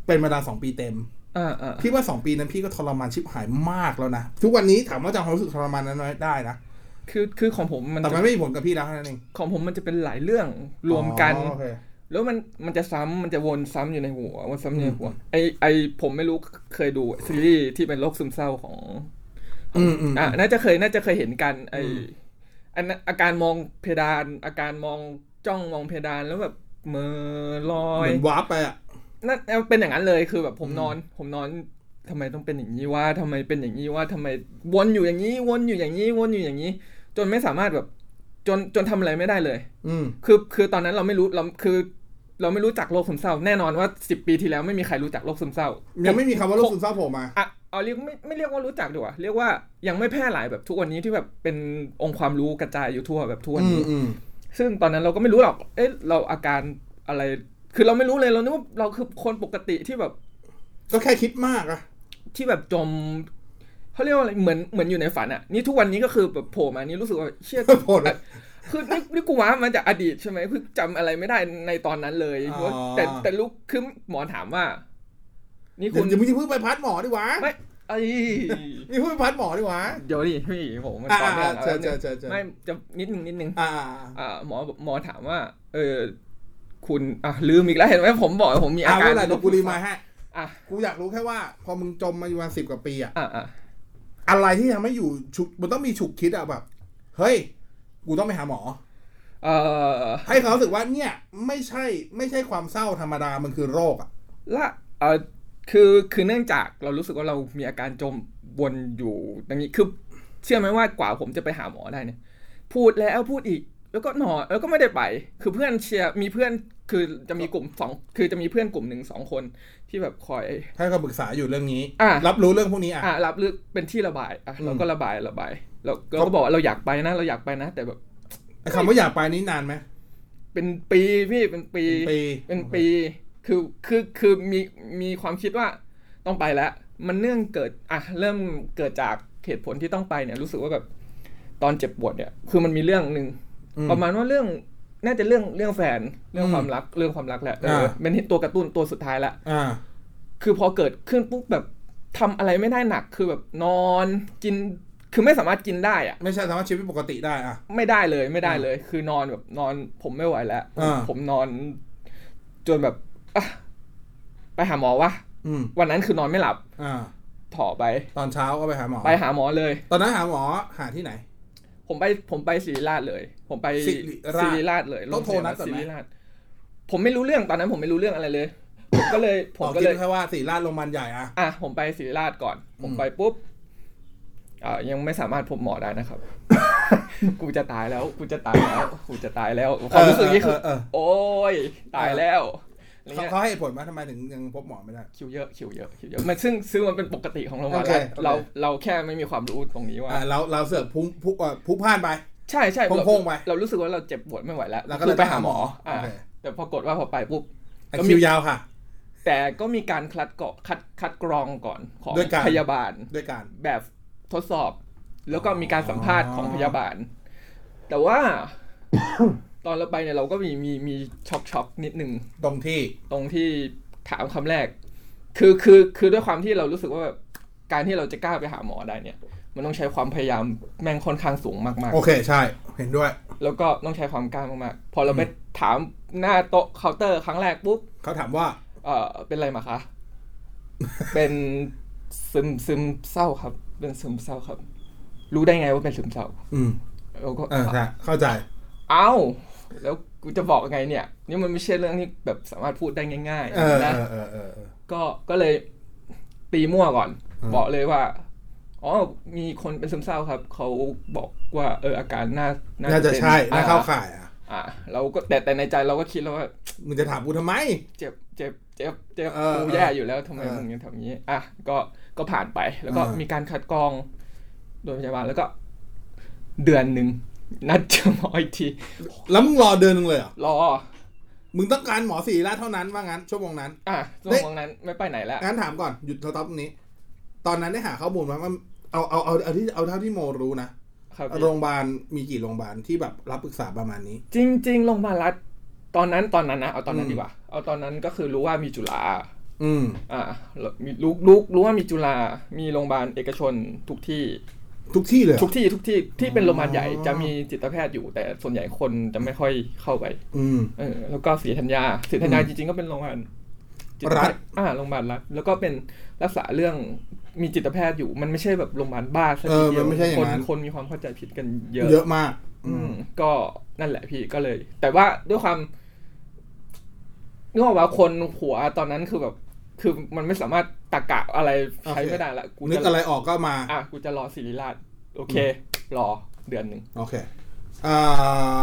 S1: เป็นเวลาสองปีเต็ม
S2: อ่าอ่า
S1: พี่ว่าสองปีนั้นพี่ก็ทรมานชิบหายมากแล้วนะทุกวันนี้ถามว่าจำความรู้สึกทรมานนั้นไว้ได้นะ
S2: คือคือของผมมัน
S1: แต่มันไม่มีผลกับพี่แล้วแค่นั้นเอง
S2: ของผมมันจะเป็นหลายเรื่องรวมกัน
S1: อ๋อโอเค
S2: แล้วมันมันจะซ้ำมันจะวนซ้ำอยู่ในหัววนซ้ำอยู่ในหัวไอไอผมไม่รู้เคยดูซีรีส์ที่เป็นโรคซึมเศร้าของ
S1: อืมอืม
S2: อ่ะน่าจะเคยน่าจะเคยเห็นกันไออันนั้นอาการมองเพดาน อาการมองจ้องมองเพดานแล้วแบบเหมือลอ
S1: เห
S2: ย
S1: มือนวาร์ปไปอ่ะ
S2: นั่นเป็นอย่างนั้นเลยคือแบบผมนอน ผมนอนทำไมต้องเป็นอย่างนี้ว่าทำไมเป็นอย่างนี้ว่าทำไมวนอยู่อย่างนี้วนอยู่อย่างนี้วนอยู่อย่างนี้ จนไม่สามารถแบบจนจนทำอะไรไม่ได้เลย
S1: อืม
S2: คือคือตอนนั้นเราไม่รู้เราคือ เราไม่รู้จักโรคซึมเศร้า แน่นอนว่าสิบปีที่แล้วไม่มีใครรู้จักโรคซึมเศร้า
S1: ยั
S2: ยัง
S1: ไม่มีคำว่าโรคซึมเศร้าโผล่มา
S2: อ่ะเอาเรียกไม่ไม่เรียกว่ารู้จักดีกว่า เรียกว่ายังไม่แพร่หลายแบบทุกวันนี้ที่แบบเป็นองค์ความรู้กระจายอยู่ทั่วแบบทุกวัน
S1: อืม
S2: นี้
S1: อืม
S2: ซึ่งตอนนั้นเราก็ไม่รู้หรอก เอ๊ะเราอาการอะไร คือเราไม่รู้เลยเรานึกว่าเราคือคนปกติที่แบบ
S1: ก็แค่คิดมากอ่ะ
S2: ที่แบบจมเขาเรียกว่าอะไรเหมือนเหมือนอยู่ในฝันอะนี่ทุกวันนี้ก็คือแบบโผล่มานี่รู้สึกว่าเชี่ย
S1: โผล่เลย
S2: คือนี่นี่กูว่ามาจากอดีตใช่ไหมคือจำอะไรไม่ได้ในตอนนั้นเลย
S1: อ๋อ
S2: ว่าแต่แต่ลูกคือหมอถามว่า นี่
S1: เดี๋ย
S2: คุ
S1: ว
S2: ณ
S1: เดี๋ยวมึงจะพึ่งไปพัดหมอดิวะ
S2: ไม่ไอ้ย
S1: นี่พึ่งไปพัดหมอดิวะ
S2: เดี๋ยวดิพี่ผมมัน
S1: อ่า
S2: ตอนเนี้ย
S1: ๆๆเจอเจอเจอเจอ
S2: ไม่จะนิดนึงนิดนึง
S1: อ่า
S2: อ่าหมอหมอถามว่า เออคุณอ่ะลืมอีกแล้วเห็นไหมผมบอกว่าผมมีอา
S1: เอา
S2: การ
S1: เวลาเดี๋ยวกูรีมาให้
S2: อ่ะ
S1: กูอยากรู้แค่ว่า พอมึงจมมาอยู่มาสิบกว่าปีอ่ะ
S2: อ่ะอ่ะ
S1: อะไรที่ทำให้อยู่ฉุกมันต้องมีฉุกคิดอะแบบ เฮ้ย กูต้องไปหาหมอ
S2: เออ
S1: ให้เขารู้สึกว่าเนี่ย ไม่ใช่ไม่ใช่ความเศร้าธรรมดามันคือโรคอะ
S2: ละเออคือคือเนื่องจากเรารู้สึกว่าเรามีอาการจมวนอยู่อย่างนี้คือเชื่อไหมว่ากว่าผมจะไปหาหมอได้เนี่ย พูดแล้วพูดอีกแล้วก็หนอแล้วก็ไม่ได้ไป คือเพื่อนเชียร์มีเพื่อนคือจะมีกลุ่มสองคือจะมีเพื่อนกลุ่มหนึ่งสองคนที่แบบคอย
S1: ให้เขาปรึกษาอยู่เรื่องนี้
S2: อ่ะ
S1: รับรู้เรื่องพวกนี้อะ
S2: อ่ะรับเลือกเป็นที่ระบายอ่ะ
S1: อืม
S2: เราก็ระบายระบายเราเราก็บอกว่าเราอยากไปนะ เราอยากไปนะ แต่แบบ
S1: ไอ้คำว่าอยากไปนี้นานไหม
S2: เป็นปีพี่เป็นปี
S1: ปี
S2: เป็นปีคือคือคือมีมีความคิดว่าต้องไปแล้ว มันเนื่องเกิดอ่ะเริ่มเกิดจากเหตุผลที่ต้องไปเนี่ยรู้สึกว่าแบบตอนเจ็บปวดเนี่ย คือมันมีเรื่องหนึ่ง
S1: อืม
S2: ประมาณว่าเรื่องน่าจะเรื่องเรื่องแฟนเรื่อง
S1: อืม
S2: ความรักเรื่องความรักแหละเอออา เป็นตัวกระตุ้นตัวสุดท้ายละ
S1: อ่า
S2: คือพอเกิดขึ้นปุ๊บแบบทำอะไรไม่ได้หนักคือแบบนอนกินคือไม่สามารถกินได้อะ
S1: ไม่ใช่สามารถชีวิตปกติได้อะ
S2: ไม่ได้เลยไม่ได้เลย คือนอนแบบนอนผมไม่ไหวแล้ว
S1: อ่า
S2: ผมนอน จนแบบอ่ะไปหาหมอวะ
S1: อืม
S2: วันนั้นคือนอนไม่หลับ
S1: อ่า
S2: ถอไป
S1: ตอนเช้าก็ไปหาหมอ
S2: ไปหาหมอเลย
S1: ตอนนั้นหาหมอหาที่ไหน
S2: ผมไปผมไปศิริราชเลย ผมไป
S1: ศิริราช
S2: ศิริราชเลย
S1: ต้องโทรนัดก่อน
S2: ศิ
S1: ไหม
S2: ริราชผมไม่รู้เรื่องตอนนั้นผมไม่รู้เรื่องอะไรเลย ผมก็เลยผม
S1: อ๋อ
S2: ก็เลย
S1: คิดแค่ว่าสี่ลาดโรงพยาบาลใหญ่อะ
S2: อ่ะผมไปศิริราชก่อน ผม
S1: อืม
S2: ไปปุ๊บอ่ายังไม่สามารถพบหมอได้ นะครับ กูจะตายแล้ว กูจะตายแล้ว กูจะตายแล้วความรู้สึกนี้คือ
S1: เเเออ
S2: โอ๊ยตายแล้วอะไร
S1: เขา
S2: เงี้ย
S1: เขาให้เหตุผลว่าทำไมถึงยังพบหมอไม่ได้
S2: คิวเยอะคิวเยอะคิวเยอะมันซึ่งซึ่งมันเป็นปกติของเรา
S1: โอเคโอเค
S2: แล้วเราเราแค่ไม่มีความรู้ตรงนี้ว่า
S1: อ่าเราเราเสือกพุ่งพุ่งเอ่อพุ่งพลาดไป
S2: ใช่ใช่เรา
S1: โพ่งๆไป
S2: เรารู้สึกว่าเราเจ็บปวดไม่ไหวแล้ว
S1: แล้วก็เลย
S2: คือไปหาหมอ
S1: ไปหาหมออ่โอ
S2: อ่า
S1: เค
S2: แต่ปรากฏว่าพอไปปุ๊บ
S1: ไอ้คิวยาวค่ะ
S2: แต่ก็มีการคัดเกาะคัดคัดกรองก่อนของ
S1: ด้วยกัน
S2: พยาบาล
S1: ด้วยกัน
S2: แบบทดสอบ แล้วก็มีการสัมภาษณ์
S1: อ๋อ
S2: ของพยาบาล แต่ว่า ตอนเราไปเนี่ยเราก็มีมีมีช็อกช็อกนิดนึง
S1: ตรงที่
S2: ตรงที่ถามคำแรก คือคือคือด้วยความที่เรารู้สึกว่าแบบการที่เราจะกล้าไปหาหมอได้เนี่ย มันต้องใช้ความพยายามแม่งค่อนข้างสูงมากๆ
S1: โอเคใช่ เห็นด้วย
S2: แล้วก็ต้องใช้ความกล้ามากๆ พอเราไปถามหน้าโต๊ะเคาน์เตอร์ครั้งแรกปุ๊บ
S1: เขาถามว่า
S2: เออเป็นอะไรมาคะ เป็นซึมซึมเศร้าครับ เป็นซึมเศร้าครับ รู้ได้ไงว่าเป็นซึมเศร้า
S1: อืม
S2: เราก็
S1: เออใช่เข้าใจ
S2: เอ้า แล้วกูจะบอกยังไงเนี่ย นี่มันไม่ใช่เรื่องที่แบบสามารถพูดได้ง่าย
S1: เออ
S2: ๆนะ
S1: เออเออเออเออ
S2: ก็ ก็เลยตีมั่วก่อน
S1: อืม
S2: บอกเลยว่า อ๋อ มีคนเป็นซึมเศร้าครับ เขาบอกว่า เออ อาการน่า
S1: น่าจะใช่น่าเข้าข่ายอ่ะ
S2: อ่าเราก็แต่แต่ในใจเราก็คิดแล้วว่า
S1: มึงจะถามกูทำไม
S2: เจ็บเจ็บเจ็บเจ็บ
S1: เออ
S2: กู
S1: เออ
S2: แย่อยู่แล้วทำไม
S1: เออ
S2: มึงยังทำอย่างนี้อ่ะก็ก็ผ่านไปแล้วก็
S1: อ่ามี
S2: มีการคัดกรองโดยพยาบาลแล้วก็ เดือนหนึ่งนัดเจอหมออีกที
S1: แล้วมึงรอเดือนหนึงเลยเหรอ
S2: รอ
S1: มึงต้องการหมอสี่ลาดเท่านั้นว่างั้น ชั่วโมงนั้น
S2: อ่ะช่วงนั้นไม่ไปไหนแล้ว
S1: งั้นถามก่อนหยุดสต็อปตรงนี้ ตอนนั้นได้หาข้อมูลมาว่าเอาเอาเอาเอาที่เอาเท่าที่โมรู้นะครับโรงพยาบาลมีกี่โรงพยาบาลที่แบบรับปรึกษาประมาณนี้
S2: จริงจริงๆโรงพยาบาลรัฐตอนนั้นตอนนั้นนะเอาตอนนั้
S1: อื
S2: น
S1: ม
S2: ดีกว่า เอาตอนนั้นก็คือรู้ว่ามีจุฬา
S1: อืม
S2: อ่ะมีรู้รู้รู้ว่ามีจุฬามีโรงพยาบาลเอกชนทุกที่
S1: ทุกที่เลยเหรอ
S2: ทุกที่ทุกที่ที่เป็นโรงพยาบาลใหญ่
S1: อ๋อ
S2: จะมีจิตแพทย์อยู่ แต่ส่วนใหญ่คนจะไม่ค่อยเข้าไป
S1: อืม
S2: เออแล้วก็ศรีธัญญาศรีธัญญาจริงๆก็เป็นโรงพยาบาลจิตแพ
S1: รั
S2: ท
S1: ฐ
S2: ย์อ่าโรงพยาบาลรัฐแล้วก็เป็นรักษาเรื่องมีจิตแพทย์อยู่ มันไม่ใช่แบบโรงพยาบาลบ้าซะ
S1: เอ
S2: ที
S1: อ
S2: เดี
S1: มั
S2: ยวน
S1: ไม่ใช่อย่าง
S2: คน
S1: นั้น
S2: คนมีความเข้าใจผิดกันเยอะ
S1: เยอะมาก
S2: อืมก็นั่นแหละพี่ก็เลย แต่ว่าด้วยความนึกออกว่าคนหัวตอนนั้นคือแบบ คือมันไม่สามารถตะกะอะไรใช้
S1: โอเค
S2: ไม่ได้ละกู
S1: นึก
S2: จะ
S1: อะไรออกก็มา
S2: อ่ะกูจะรอศิริราช โอเค รอเดือนหนึ่ง
S1: โอเคอ่า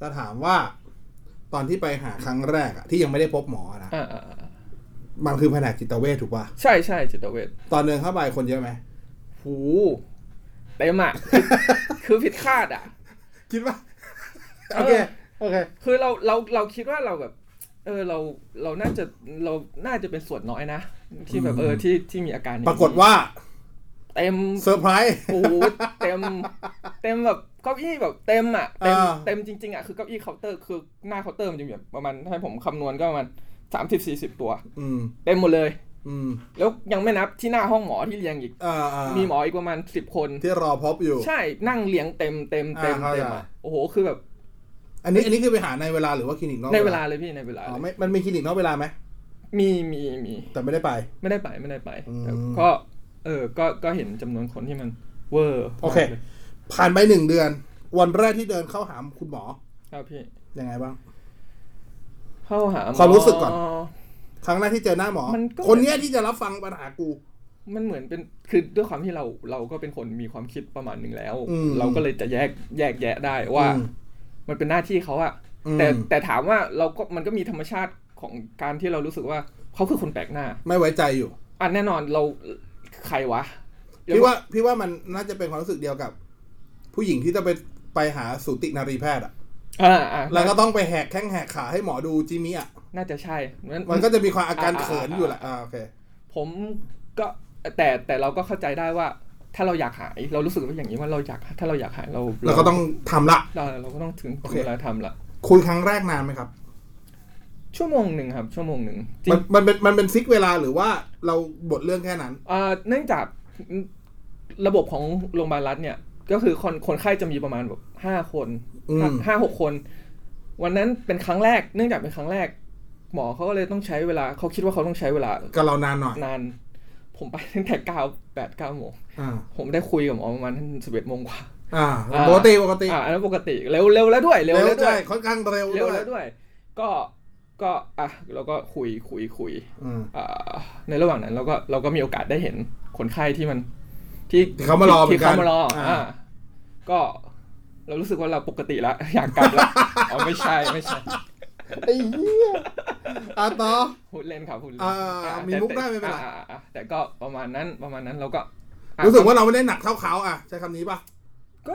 S1: จะถามว่า ตอนที่ไปหาครั้งแรกอะที่ยังไม่ได้พบหมอนะ
S2: อ่าอ่าอ่า
S1: มันคือแผนกจิตเวชถูกป่ะ
S2: ใช่ใช่จิตเวช
S1: ตอนเดินเข้าไปคนเยอะไหม
S2: หูเต็มอ่ะ คือคือผิดคาดอ่ะ
S1: คิดว่าโอ
S2: เออ
S1: เค โอเค
S2: คือเราเราเราคิดว่าเราแบบ เออเราเราน่าจะเราน่าจะเป็นส่วนน้อยนะ ที่แบบเออที่ที่มีอาการอย่ง
S1: ป
S2: นี้
S1: รากฏว่า
S2: เต็ม
S1: เซอร์ไพรส์
S2: โอ้โหเต็มเต็มแบบเก้าอี้แบบเต็มอ่ะเต็ม
S1: อ่า
S2: เต็มจริงๆอ่ะคือเก้าอี้เคาน์เตอร์คือหน้าเคาน์เตอร์มันจะมีแบบประมาณให้ผมคำนวณก็ประมาณสามสิบสี่สิบตัว
S1: อืม
S2: เต็มหมดเลย
S1: อืม
S2: แล้วยังไม่นับที่หน้าห้องหมอที่เรียงอีก
S1: อ่าอ่า
S2: มีหมออีกประมาณสิบคน
S1: ที่รอพบอยู่
S2: ใช่นั่งเรียงเต็มเต็มเต็ม
S1: อ่าเข้าใจ
S2: เต็มอ่ะโอ้โหคือแบบ
S1: อันนี้ อันนี้คือไปหาในเวลาหรือว่าคลินิกนอก
S2: ในเวลาเลยพี่ในเวลา
S1: อ๋อ
S2: เลย
S1: ไม่ มันมีคลินิกนอกเวลาไหม
S2: มีมีมี
S1: แต่ไม่ได้ไป
S2: ไม่ได้ไปไม่ได้ไป
S1: อืม
S2: แต่ก็เออก็ก็เห็นจำนวนคนที่มันเวอร์
S1: โอเค
S2: มากลย
S1: ผ่านไปหนึ่งเดือน วันแรกที่เดินเข้าหาคุณหมอ
S2: ครับพี่
S1: ยังไงบ้าง
S2: เข้าหาหอ
S1: ความรู้สึกก่อน ครั้งแรกที่เจอหน้าหมอ
S2: มันก็
S1: คนเนี้ยที่จะรับฟังปัญหากู
S2: มันเหมือนเป็นคือด้วยความที่เราเราก็เป็นคนมีความคิดประมาณหนึ่งแล้ว
S1: อืม
S2: เราก็เลยจะแยกแยกแยะได้ว่า
S1: อืม
S2: มันเป็นหน้าที่เขาอะ
S1: อืม
S2: แต่แต่ถามว่าเราก็มันก็มีธรรมชาติของการที่เรารู้สึกว่าเขาคือคนแปลกหน้า
S1: ไม่ไว้ใจอยู่
S2: อ่ะแน่นอนเราใครวะ
S1: พี่ว่า พี่ว่ามันน่าจะเป็นความรู้สึกเดียวกับ ผู้หญิงที่จะไปไปหาสูตินารีแพทย์อะ
S2: อ่าอ่า
S1: แล้วก็ต้องไปแหกแข้งแหกขาให้หมอดูจิมี่อ่ะ
S2: น่าจะใช่งั้น
S1: มันก็จะมีความอาการ
S2: อ่า
S1: เขินอยู่แหละ อ่าโอเค
S2: ผมก็แต่แต่เราก็เข้าใจได้ว่า ถ้าเราอยากหาย เรารู้สึกว่าอย่างนี้ว่าเราอยากถ้าเราอยากหายเรา
S1: แล้วก็ต้องทำละ
S2: เราเราก็ต้องถึง
S1: โอเค
S2: เวลาทำละ
S1: คุยครั้งแรกนานไหมครับ
S2: ชั่วโมงหนึ่งครับ ชั่วโมงหนึ่งจริง
S1: มันมันเป็นมันเป็นฟิกเวลาหรือว่าเราบทเรื่องแค่นั้น
S2: อ่าเนื่องจากระบบของโรงพยาบาลรัฐเนี่ย ก็คือคนคนไข้จะมีประมาณแบบห้าคน
S1: อืม
S2: ห้าห้าหกคน วันนั้นเป็นครั้งแรก เนื่องจากเป็นครั้งแรก หมอเขาก็เลยต้องใช้เวลาเขาคิดว่าเขาต้องใช้เวลา
S1: กับเรานานหน่อย
S2: นาน ผมไปตั้งแต่เก้าแปดเก้าโมง
S1: อ่า
S2: ผมได้คุยกับหมอประมาณสิบเอ็ดโมงกว่า
S1: อ่า
S2: อ่า
S1: ปกติปกติ
S2: อ่าอันนั้นปกติเร็วเร็วแล้วด้วยเร็วแล้วด้
S1: ใช่
S2: วย
S1: ค่อนข้างเร็ว
S2: เร็
S1: ด้
S2: ว
S1: วย
S2: แล้วด้วย ก็ก็อ่ะเราก็คุยคุยคุย
S1: อืม
S2: เอ่อในระหว่างนั้นเราก็เราก็มีโอกาสได้เห็นคนไข้ที่มัน ที่
S1: ที่เขามารอ
S2: ที่ที่เขา
S1: เหมือนกัน
S2: มารอ
S1: อ่า
S2: อ่าก็เรารู้สึกว่าเราปกติแล้ว อยากกลับ แล้วอ๋อไม่ใช่ไม่ใช่
S1: ไอ้เหี้ยอ่ะต่อ
S2: พูดเล่นครับพูดเล่น
S1: อ่า
S2: อ่า
S1: มี
S2: แต่
S1: มุกได้
S2: แต่
S1: ไม่เป็นไร
S2: อ่าอ่าอ่าแต่ก็ประมาณนั้นประมาณนั้นเราก็อ่ะ
S1: รู้สึกว่าเราไม่ได้หนักเท่าเขาอ่ะใช้คำนี้ป่ะ
S2: ก็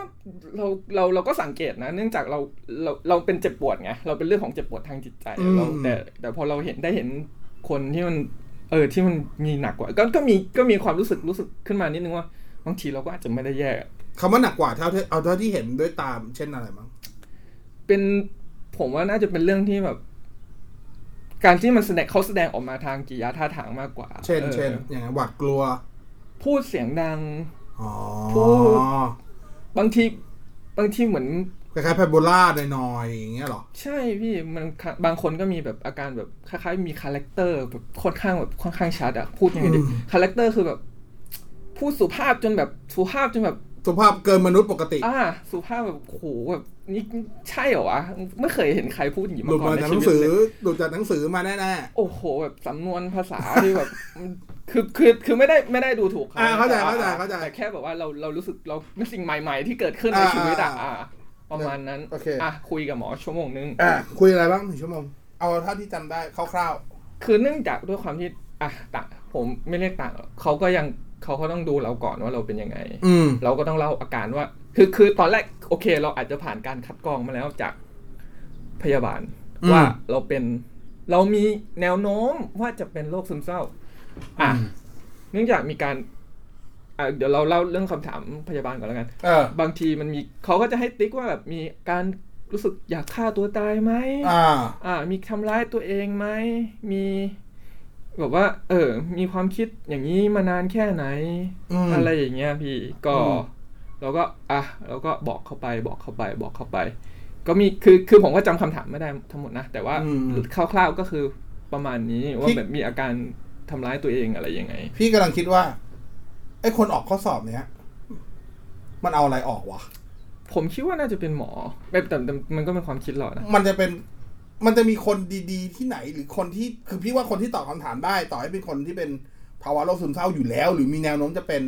S2: เราเราเราก็สังเกตนะ เนื่องจากเราเราเราเป็นเจ็บปวดไงเราเป็นเรื่องของเจ็บปวดทางจิตใจ
S1: อืม
S2: เราแต่ แต่พอเราเห็นได้เห็นคนที่มัน เออที่มันมีหนักกว่า ก็ก็มีก็มีความรู้สึกรู้สึกขึ้นมานิดนึงว่าบางทีเราก็อาจจะไม่ได้แย่
S1: คำว่าหนักกว่าเท่าที่เอาเท่าที่เห็นด้วยตามเช่นอะไรมั้ง
S2: เป็นผมว่าน่าจะเป็นเรื่องที่แบบ การที่มันแสดงเขาแสดงออกมาทางกิริยาท่าทางมากกว่า
S1: เช่น
S2: ออ
S1: เช่นอย่างนั้นหวาดกลัว
S2: พูดเสียงดัง
S1: อ๋อ
S2: พูด บางทีบางทีเหมือน
S1: คล้ายๆแพโบล่าหน่อยๆอย่างเงี้ยเหรอ
S2: ใช่พี่มันบางคนก็มีแบบอาการแบบคล้ายๆมีคาแรคเตอร์แบบค่อนข้างแบบค่อนข้างชัดอะพูดยังไงดี
S1: อืม
S2: คาแรคเตอร์คือแบบพูดสุภาพจนแบบสุภาพจนแบบ
S1: สภาพเกินมนุษย์ปกติ
S2: อ่าสุภาพแบบโหแบบนี่ใช่เหรอวะไม่เคยเห็นใครพูดอย่างนี้
S1: หลุด
S2: มาก่
S1: มา
S2: อ
S1: น จากห
S2: ในชี
S1: นัง
S2: วิต
S1: สือ
S2: เลย
S1: หลุดจากหนังสือมาแน่
S2: โอ้โหแบบสำนวนภาษา ที่แบบมันคือคือคือไม่ได้ไม่ได้ดูถูก
S1: ๆ อ่าเข้าใจเข้าใจเข้าใจ
S2: แต่แค่แบบว่าเราเรารู้สึกเราเป็นสิ่งใหม่ๆ ที่เกิดขึ้นใน
S1: อ่า
S2: ชีวิตอ่ะ
S1: อ่า
S2: อ่าประมาณนั้น
S1: โอเค
S2: อ่ะคุยกับหมอชั่วโมงนึง
S1: อ่าคุยอะไรบ้างหนึ่งชั่วโมง เอาเท่าที่จำได้คร่าว
S2: คือเนื่องจากด้วยความที่อ่ะต่างผมไม่เรียกต่างหรอกเขาก็ยังเขาก็ต้องดูเราก่อนว่าเราเป็นยังไง
S1: ๆ อืม
S2: เราก็ต้องเล่าอาการว่า คือคือตอนแรกโอเค เราอาจจะผ่านการคัดกรองมาแล้วจากพยาบาล
S1: อืม
S2: ว่าเราเป็น เรามีแนวโน้มว่าจะเป็นโรคซึมเศร้า อ่ะ เนื่องจากมีการอ่ะเดี๋ยวเราเล่าเรื่องคำถามพยาบาลก่อนแล้วกัน
S1: เออบ
S2: างทีมันมีเขาก็จะให้ติ๊กว่าแบบมีการรู้สึกอยากฆ่าตัวตายไหม
S1: อ่า
S2: อ่า มีทำร้ายตัวเองไหมมี แบบว่า เออ มีความคิดอย่างนี้มานานแค่ไหน
S1: อืม
S2: อะไรอย่างเงี้ยพี่ก็
S1: อืม
S2: เราก็อ่ะเราก็บอกเข้าไปบอกเข้าไปบอกเข้าไป ก็มีคือคือผมก็จำคำถามไม่ได้ทั้งหมดนะ แต่ว่า
S1: อืม
S2: คร่าวๆก็คือประมาณนี้ว่าแบบมีอาการทำร้ายตัวเองอะไรยังไง
S1: พี่กำลังคิดว่าไอ้คนออกข้อสอบเนี้ยมันเอาอะไรออกวะ
S2: ผมคิดว่าน่าจะเป็นหมอแบบแต่แต่มันก็เป็นความคิดเรานะ
S1: มันจะเป็นมันจะมีคนดีๆ ที่ไหนหรือคนที่คือพี่ว่าคนที่ตอบคำถามได้ ต่อให้เป็นคนที่เป็นภาวะโรคซึมเศร้าอยู่แล้ว หรือมีแนวโน้มจะเป็น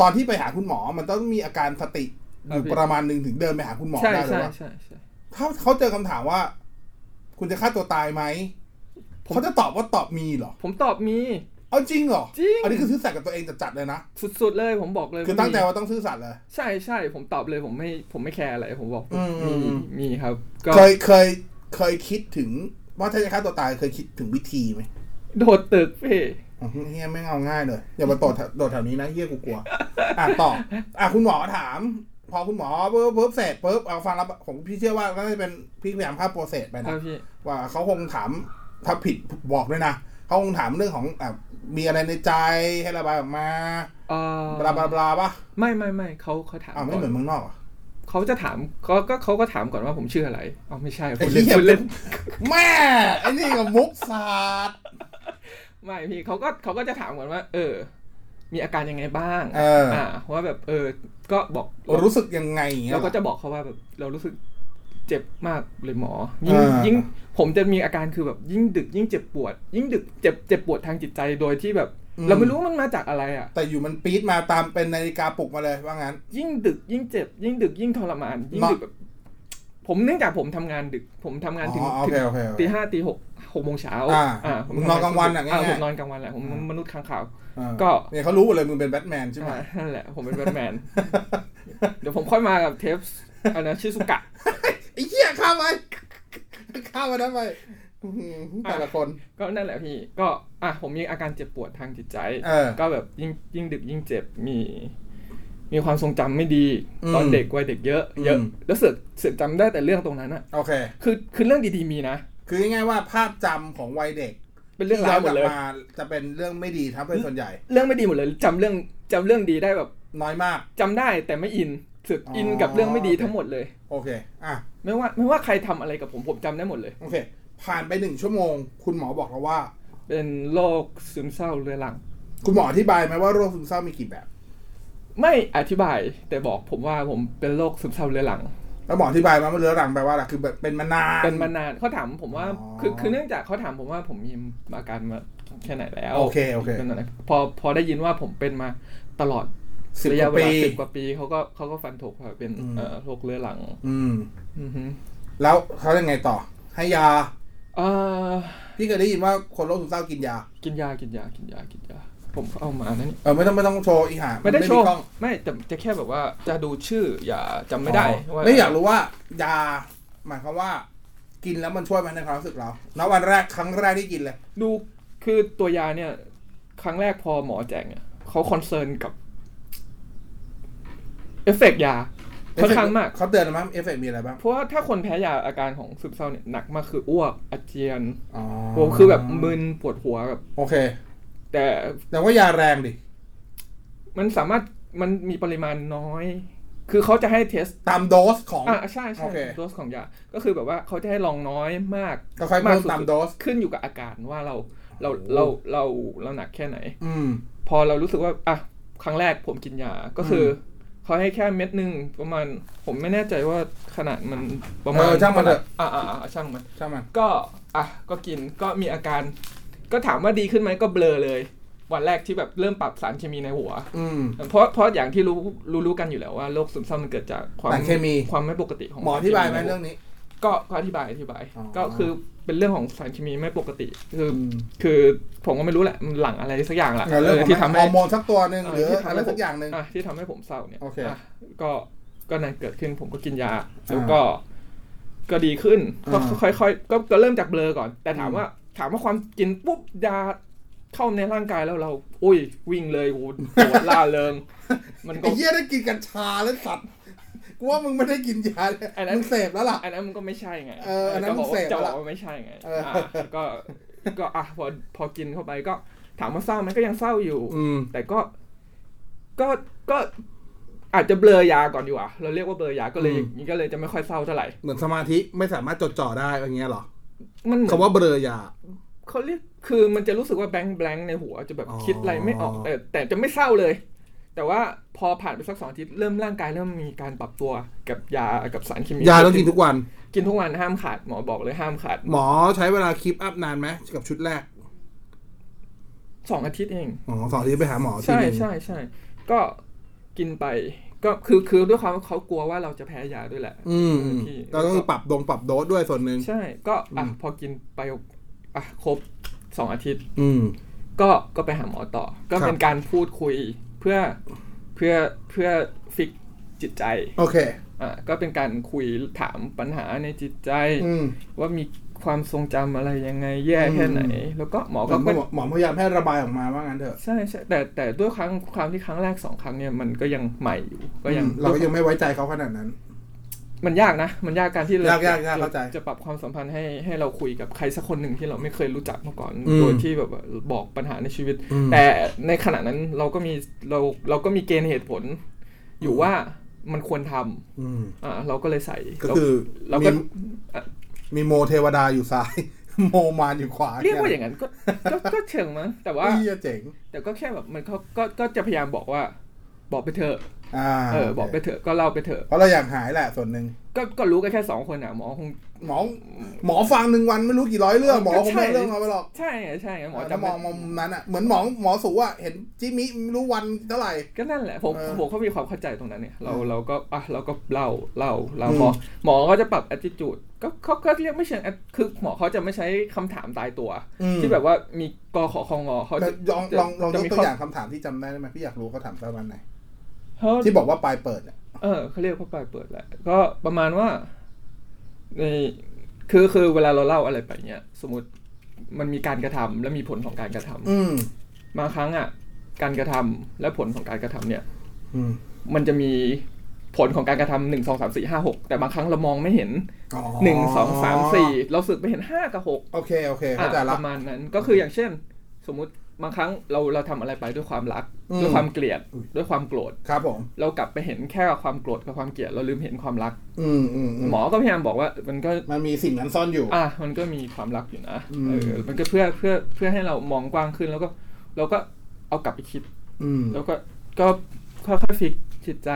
S1: ตอนที่ไปหาคุณหมอ มันต้องมีอาการสติอยู่
S2: ครับพี่
S1: ประมาณหนึ่งถึงเดินไปหาคุณหมอ
S2: ใช่
S1: ได้เล
S2: ใช่
S1: ยว่า
S2: ใช่ใช่
S1: ถ้าเขาเจอคำถามว่า คุณจะฆ่าตัวตายไหมเขาจะตอบว่าตอบมีเหรอ
S2: ผมตอบมี
S1: เอาจริงเหรอ
S2: จริง
S1: อันนี้คือซื่อสัตย์กับตัวเองจัดๆเลยนะ
S2: สุดๆเลยผมบอกเลย
S1: คือ
S2: ว่า
S1: ตั้งใจ
S2: มี
S1: ว่าต้องซื่อสัตย์เลย
S2: ใช่ใช่ผมตอบเลยผมไม่ผมไม่แคร์อะไรผมบอก
S1: อืมอื
S2: มี
S1: มอืม
S2: มีครับ ก็
S1: เคยเคยเคยคิดถึงว่าถ้าจะฆ่าตัวตายเคยคิดถึงวิธีไหม
S2: โดดตึกพี่
S1: อ๋อเฮียไม่งเอาง่ายเลยอย่ามาโดดแถวโดดแถวนี้นะเฮียกูกลัว อ่ะต่ออ่ะคุณหมอถาม พอคุณหมอเพิ่มเพิ่มเสร็จเพิ่มเอาฟังแล้วผมพี่เชื่อว่าน่าจะเป็นพี่พยายามภาพโปรเซสไป
S2: ค
S1: นะ
S2: รับพี่
S1: ว่าเขาคงถามถ้าผิดบอกด้วยนะเขาคงถามเรื่องของอ่ะมีอะไรในใจให้ระบายออกมา
S2: เอ่อ
S1: บลาบลาบลาป่ะ
S2: ไม่ไม่ไม่เขาเขาถาม
S1: อ้าวไม่
S2: ก่อ
S1: เหมือน
S2: น
S1: เมืองนอกเหรอ
S2: เขาจะถามเขาก็เขาก็ถามก่อนว่าผมชื่ออะไรอ๋อไม่ใช่
S1: ไอ้
S2: คุณเล่
S1: เหี้
S2: น
S1: ย
S2: คุณเล่น
S1: แม่ไอ้นี่กับมุกศาสตร์
S2: ไม่พี่เขาก็เขาก็จะถามก่อนว่า เออ มีอาการยังไงบ้าง
S1: เออ
S2: อ่าว่าแบบเออ ก็บอก
S1: รู้สึกยังไงอย่างเงี้ย
S2: เรา
S1: เหร
S2: ก็
S1: อ
S2: จะบอกเขาว่าแบบเรารู้สึกเจ็บมากเลยหมอ ยิ่ง
S1: อ่ายิ่
S2: ยิ่งผมจะมีอาการคือแบบยิ่งดึก ยิ่งเจ็บปวด ยิ่งดึกเจ็บเจ็บปวดทางจิตใจโดยที่แบบ เราไม่รู้ว่ามันมาจากอะไรอ่ะ
S1: แต่อยู่มันปี๊ดมาตามเป็นนาฬิกาปลุกมาเลยว่างั้น
S2: ยิ่งดึกยิ่งเจ็บ ยิ่งดึกยิ่งทรมาน ยิ่ง
S1: เนาะ
S2: ดึกแบบผมเนื่องจากผมทำงานดึก ผมทำงานถึง
S1: อ๋อโอ
S2: ถึง
S1: เคโอเคโอเค
S2: ตีห้าตีหกหกโมงเช้า
S1: อ่า
S2: ผม
S1: มึงนอนกลางวันอะ
S2: อ่า
S1: ง่ายๆ
S2: ผมนอนกลางวันแหละผมผมมนุษย์ค้างข่าว
S1: อ่า
S2: ก็
S1: เนี่ยเขารู้หมดเลยมึงเป็นแบทแมนใช่ไหม
S2: อ่านั่นแหละ ผมเป็นแบทแมน เดี๋ยวผมค่อยมากับเทปอันนั้นชื่อสุกะ
S1: ไอ้เหี้ยข้ามไป ข้ามไปได้ไปอื้อหือแต่ละคน
S2: ก็นั่นแหละพี่ก็อ่ะผมมีอาการเจ็บปวดทางจิตใจ
S1: เออ
S2: ก็แบบยิ่งยิ่งดึกยิ่งเจ็บมี มีความทรงจำไม่ดี
S1: อืม
S2: ตอนเด็กวัยเด็กเยอะ เยอะ
S1: อืม
S2: แล้วเสือกเสือกจำได้แต่เรื่องตรงนั้นอะ
S1: โอเค
S2: คือคือเรื่องดีๆมีนะ
S1: คือง่ายๆว่าภาพจำของวัยเด็ก
S2: เป็นเรื่
S1: ที่
S2: อง
S1: ย้
S2: ราว
S1: อน
S2: หม
S1: กลั
S2: ด
S1: บ
S2: เลย
S1: มาจะเป็นเรื่องไม่ดีทั้งเป็นส่วนใหญ่
S2: เรื่องไม่ดีหมดเลยจำเรื่องจำเรื่องดีได้แบบ
S1: น้อยมาก
S2: จำได้แต่ไม่อินเสือกอิน
S1: อ๋อ
S2: กับเรื่องไม่ดีทั้งหมดเลย
S1: โอเค อ่ะ
S2: ไม่ว่าไม่ว่าใครทำอะไรกับผมผมจำได้หมดเลย
S1: โอเค ผ่านไปหนึ่งชั่วโมง คุณหมอบอกเราว่า
S2: เป็นโรคซึมเศร้าเรื้อรัง
S1: คุณหมออธิบายไหมว่าโรคซึมเศร้ามีกี่แบบ
S2: ไม่อธิบายแต่บอกผมว่าผมเป็นโรคซึมเศร้าเรื้อรัง
S1: แล้วหมออธิบายมาว่าเรื้อรังแปลว่าอะไรคือแบบเป็นมานาน
S2: เป็นมานานเขาถามผมว่า
S1: อ๋อ
S2: คือคือเนื่องจากเขาถามผมว่าผมมีอาการมาแค่ไหนแล้ว
S1: โอเคโอเค
S2: ป็นมานานพอพอได้ยินว่าผมเป็นมาตลอด
S1: สิบ
S2: ระ
S1: ก
S2: ยะ
S1: ว่า
S2: เว
S1: ปี
S2: ลาสิบกว่าปีเขาก็เขาก็ฟันธงว่าเป็น
S1: อืม
S2: เอ่อโรคเรื้อรัง
S1: อืม
S2: อือฮึ
S1: แล้วเขายังไงต่อ ให้ยา
S2: เอ่อ
S1: พี่เคยได้ยินว่าคนโรคซึมเศร้ากินยา
S2: กินยากินยากินยากินยาผมเอามานะนี่
S1: เออไม่ต้องไม่ต้องโชว์อีหา
S2: ไม่ได้โชว์
S1: กล้อง
S2: ไม่แต่จะแค่แบบว่าจะดูชื่ออย่าจำไม่ได้
S1: อ๋อ
S2: ว่า
S1: ไม่อยากรู้ว่ายา หมายความว่า กินแล้วมันช่วยไหมในความรู้สึกเราณวันแรกครั้งแรกที่กินเลย
S2: ดูคือตัวยาเนี่ย ครั้งแรกพอหมอแจกเนี่ยเขาคอนเซิร์นกับเอฟเฟกยาค่อนข้างมาก
S1: เขาเตือนมั้ยเอฟเฟกมีอะไรบ้าง
S2: เพราะว่าถ้าคนแพ้ยาอาการของซึมเศร้าเนี่ยหนักมากคืออ้วกอาเจียน
S1: อ๋อ
S2: โอ้คือแบบมึนปวดหัวแบบ
S1: โอเค
S2: แต่
S1: แต่ว่ายาแรงดิ
S2: มันสามารถมันมีปริมาณน้อย คือเขาจะให้เทส
S1: ตามโดสของ
S2: อ่ะใช่ใช่
S1: โอเค
S2: โดสของยา ก็คือแบบว่าเขาจะให้ลองน้อยมาก
S1: ก็ค่อย
S2: มาก
S1: เพิ่ม
S2: สุด
S1: ตามโดส
S2: ขึ้นอยู่กับอาการว่าเราเรา
S1: โอ้
S2: เราเราเราหนักแค่ไหน
S1: อืม
S2: พอเรารู้สึกว่าอ่ะครั้งแรกผมกินยาก็คืออเขาให้แค่เม็ดหนึ่งประมาณ ผมไม่แน่ใจว่าขนาดมันประมาณ
S1: เออช่างมันเถอะ
S2: อ่าอ่าช่างมัน
S1: ใช่มัน
S2: ก็อ่ะก็กินก็มีอาการ ก็ถามว่าดีขึ้นไหมก็เบลอเลย วันแรกที่แบบเริ่มปรับสารเคมีในหัว
S1: อืม
S2: เพราะเพราะอย่างที่รู้รู้รู้กันอยู่แล้วว่าโรคซึมเศร้ามันเกิดจากความ
S1: สารเคมี
S2: ความไม่ปกติของ
S1: หมออธิบายไหม
S2: สค
S1: เรื่องนี้
S2: ก็ก็อธิบายอธิบาย
S1: อ๋อ
S2: ก็คือเป็นเรื่องของสารเคมีไม่ปกติคืออ
S1: อืม
S2: คือผมก็ไม่รู้แหละมันหลังอะไรสักอย่างแหละ
S1: เรื่อง
S2: เอ
S1: ข
S2: อ
S1: อง
S2: ที่
S1: ฮ
S2: ทำให้
S1: อร์โมนสักตัวหนึ่ง
S2: เออ
S1: หรือ
S2: ที่ทำ
S1: อะ
S2: ให้
S1: ไรสักอย่างหนึ่ง
S2: อ่ะที่ทำให้ผมเศร้าเนี่ย
S1: โอเค
S2: อ่ะก็ก็นั่นเกิดขึ้นผมก็กินยา แล้วก็ก็ดีขึ้นก็
S1: อ่า
S2: ค่อยๆก็ก็เริ่มจากเบลอก่อน แต่ถาม
S1: อืม
S2: ว่า ถามว่าความกินปุ๊บยาเข้าในร่างกายแล้วเรา อุ้ย วิ่งเลยโหโดดล่าเริง มันก็
S1: ไอ้เหี้ยได้กินกัญชาแล้วสัตว์ กูว่ามึงไม่ได้กินยาเลย
S2: อันนั้น
S1: มึงเสพแล้วล่ะ
S2: อันนั้นมันก็ไม่ใช่ไง
S1: เอออันนั้น
S2: จะบก
S1: มันเสพ
S2: จะบอ
S1: ละ
S2: กว่าไม่ใช่ไง
S1: เอออ่
S2: ะก็ ก็อ่ะพอพอกินเข้าไปก็ถามว่าเศร้าไหมก็ยังเศร้าอยู่
S1: อืม
S2: แต่ก็ก็ก็อาจจะเบลอยาก่อนดีกว่าเราเรียกว่าเบลอยาก็เลย
S1: อืม
S2: นี่ก็เลยจะไม่ค่อยเศร้าเท่าไหร่
S1: เหมือนสมาธิไม่สามารถจดจ่อได้อะไรเงี้ยเหรอ
S2: มันเหมือน
S1: คำว่าเบลอยา
S2: เขาเรียกคือมันจะรู้สึกว่าแบงค์แบงในหัวจะแบบ
S1: อ๋อ
S2: คิดอะไรไม่ออกแต่แต่จะไม่เศร้าเลย แต่ว่าพอผ่านไปสักสองอาทิตย์เริ่มร่างกายเริ่มมีการปรับตัวกับยากับสารเคมี
S1: ยาต้องกินทุกวัน
S2: กินทุกวันห้ามขาดหมอบอกเลยห้ามขาด
S1: หมอใช้เวลาคลิปอัพนานไหมกับชุดแรก
S2: สองอาทิตย์เอง
S1: อ๋อสองอาที่ไปหาหมอที
S2: ใช่
S1: นึง
S2: ใช่ใช่ก็กินไป ก็คือคือด้วยความว่าเขากลัวว่าเราจะแพ้ยาด้วยแหละ
S1: อืม
S2: อืมพี่
S1: เราต้องปรับดงปรับโดสด้วยส่วนหนึ่ง
S2: ใช่ก็อ่ะพอกินไปอ่ะครบสองอาทิตย์
S1: อืม
S2: ก็ก็ไปหาหมอต่อ ก็เป็
S1: ค
S2: น
S1: รับ
S2: การพูดคุยเพื่อเพื่อเพื่อฟิกจิตใจ
S1: โอเค
S2: อ่าก็เป็นการคุยถามปัญหาในจิตใจ
S1: อืม
S2: ว่ามีความทรงจำอะไรยังไงแย่แค่ไหน
S1: อืม
S2: แล้วก็หมอ
S1: หม
S2: ก็ก็
S1: อหมอพยายามให้ระบายออกมาว่างั้นเถอะ
S2: ใช่ใช่แต่แต่ด้วยครั้งความที่ครั้งแรกสองครั้งเนี่ยมันก็ยังใหม่อยู่ก็ยัง
S1: อืมเราก็ยังไม่ไว้ใจเขาขนาดนั้น
S2: มันยากนะ มันยากการที่เรา
S1: ยากยากยาก
S2: จะ
S1: เข้าใจ
S2: จะปรับความสัมพันธ์ให้ให้เราคุยกับใครสักคนหนึ่งที่เราไม่เคยรู้จักมาก่อน
S1: อืม
S2: โดยที่แบบว่าบอกปัญหาในชีวิต
S1: อืม
S2: แต่ในขณะนั้นเราก็มีเราเราก็มีเกณฑ์เหตุผล อยู่ว่ามันควรท
S1: อืม
S2: ำอ่าเราก็เลยใส่
S1: ก็คือ
S2: เรา
S1: มี
S2: ก็อ่ะ
S1: มีโมเทวดาอยู่ซ้าย โมมารอยู่ขวา
S2: เรียกว่าอย่างนั้นก็ก็ ก็เชิงมั้งแต่ว่า
S1: เหี้ยเจ๋ง
S2: แต่ก็แค่แบบมันเขาก็ก็จะพยายามบอกว่า บอกไปเถอะ
S1: อ่า
S2: เออ บอกไปเถอะก็เล่าไปเถอะ
S1: เพราะเราอยากหายแหละส่วนหนึ่ง
S2: ก็ก็รู้กันแค่สองคนอ่ะหมอคง
S1: หมอหมอฟังหนึ่งวันไม่รู้กี่ร้อยเรื่องหมอ
S2: ก็
S1: คง
S2: ใช่
S1: ไม่เรื่องเอาไปหรอก
S2: ใช่ไงใช่ไงหมอ
S1: ถ้าม
S2: จำเป็
S1: องมอ
S2: น
S1: งมุมนั้นอ่ะเหมือนหมอหมอสูอ่ะเห็นจิมิไม่รู้วันเท่าไหร่
S2: ก็นั่นแหละผม
S1: เออ
S2: ผมเขามีความเข้าใจตรงนั้นเนี่ยเรา
S1: อืม
S2: เราก็อ่ะเราก็เล่าเล่าเล่า
S1: อืม
S2: หมอหมอก็จะปรับ attitude ก็เขาก็เรียกไม่เชิง att- คือหมอเขาจะไม่ใช้คำถามตายตัว
S1: อืม
S2: ที่แบบว่ามีกขอคงอเขา
S1: แล้ว
S2: จะ
S1: ลองลองลองย
S2: จะ
S1: ก
S2: มี
S1: ตัว
S2: ข้
S1: อย่างคำถามที่จำได้ไหมพี่อยากรู้เขาถามประมาณไหน
S2: เขา
S1: ที่บอกว่าปลายเปิดอะ
S2: เออเขาเรียกว่าปลายเปิดแหละ ก็ประมาณว่าในคือคือเวลาเราเล่าอะไรไปเนี้ยสมมติมันมีการกระทำและมีผลของการกระทำ
S1: อืม
S2: บางครั้งอ่ะการกระทำและผลของการกระทำเนี่ย
S1: อืม
S2: มันจะมีผลของการกระทำหนึ่งสองสามสี่ห้าหกแต่บางครั้งเรามองไม่เห็น
S1: อ๋อ
S2: หนึ่งสองสามสี่เราสึกไปเห็นห้ากับหก
S1: โอเคโอเค
S2: อ่ะ
S1: เข้าใจละ
S2: ประมาณนั้นก็คืออย่างเช่น สมมุติบางครั้งเราเราทำอะไรไปด้วยความรัก
S1: อืม
S2: ด้วยความเกลียดด้วยความโกรธ
S1: ครับผม
S2: เรากลับไปเห็นแค่ความโกรธกับความเกลียดเราลืมเห็นความรัก
S1: อืมอืมอืม
S2: หมอก็พยายามบอกว่ามันก็
S1: มันมีสิ่งนั้นซ่อนอยู่
S2: อ่ะมันก็มีความรักอยู่นะ
S1: อืม
S2: เออมันก็เพื่อเพื่อเพื่อให้เรามองกว้างขึ้นแล้วก็เราก็เอากลับไปคิด
S1: อืม
S2: แล้วก็ก็ค่อยๆฟิกจิตใจ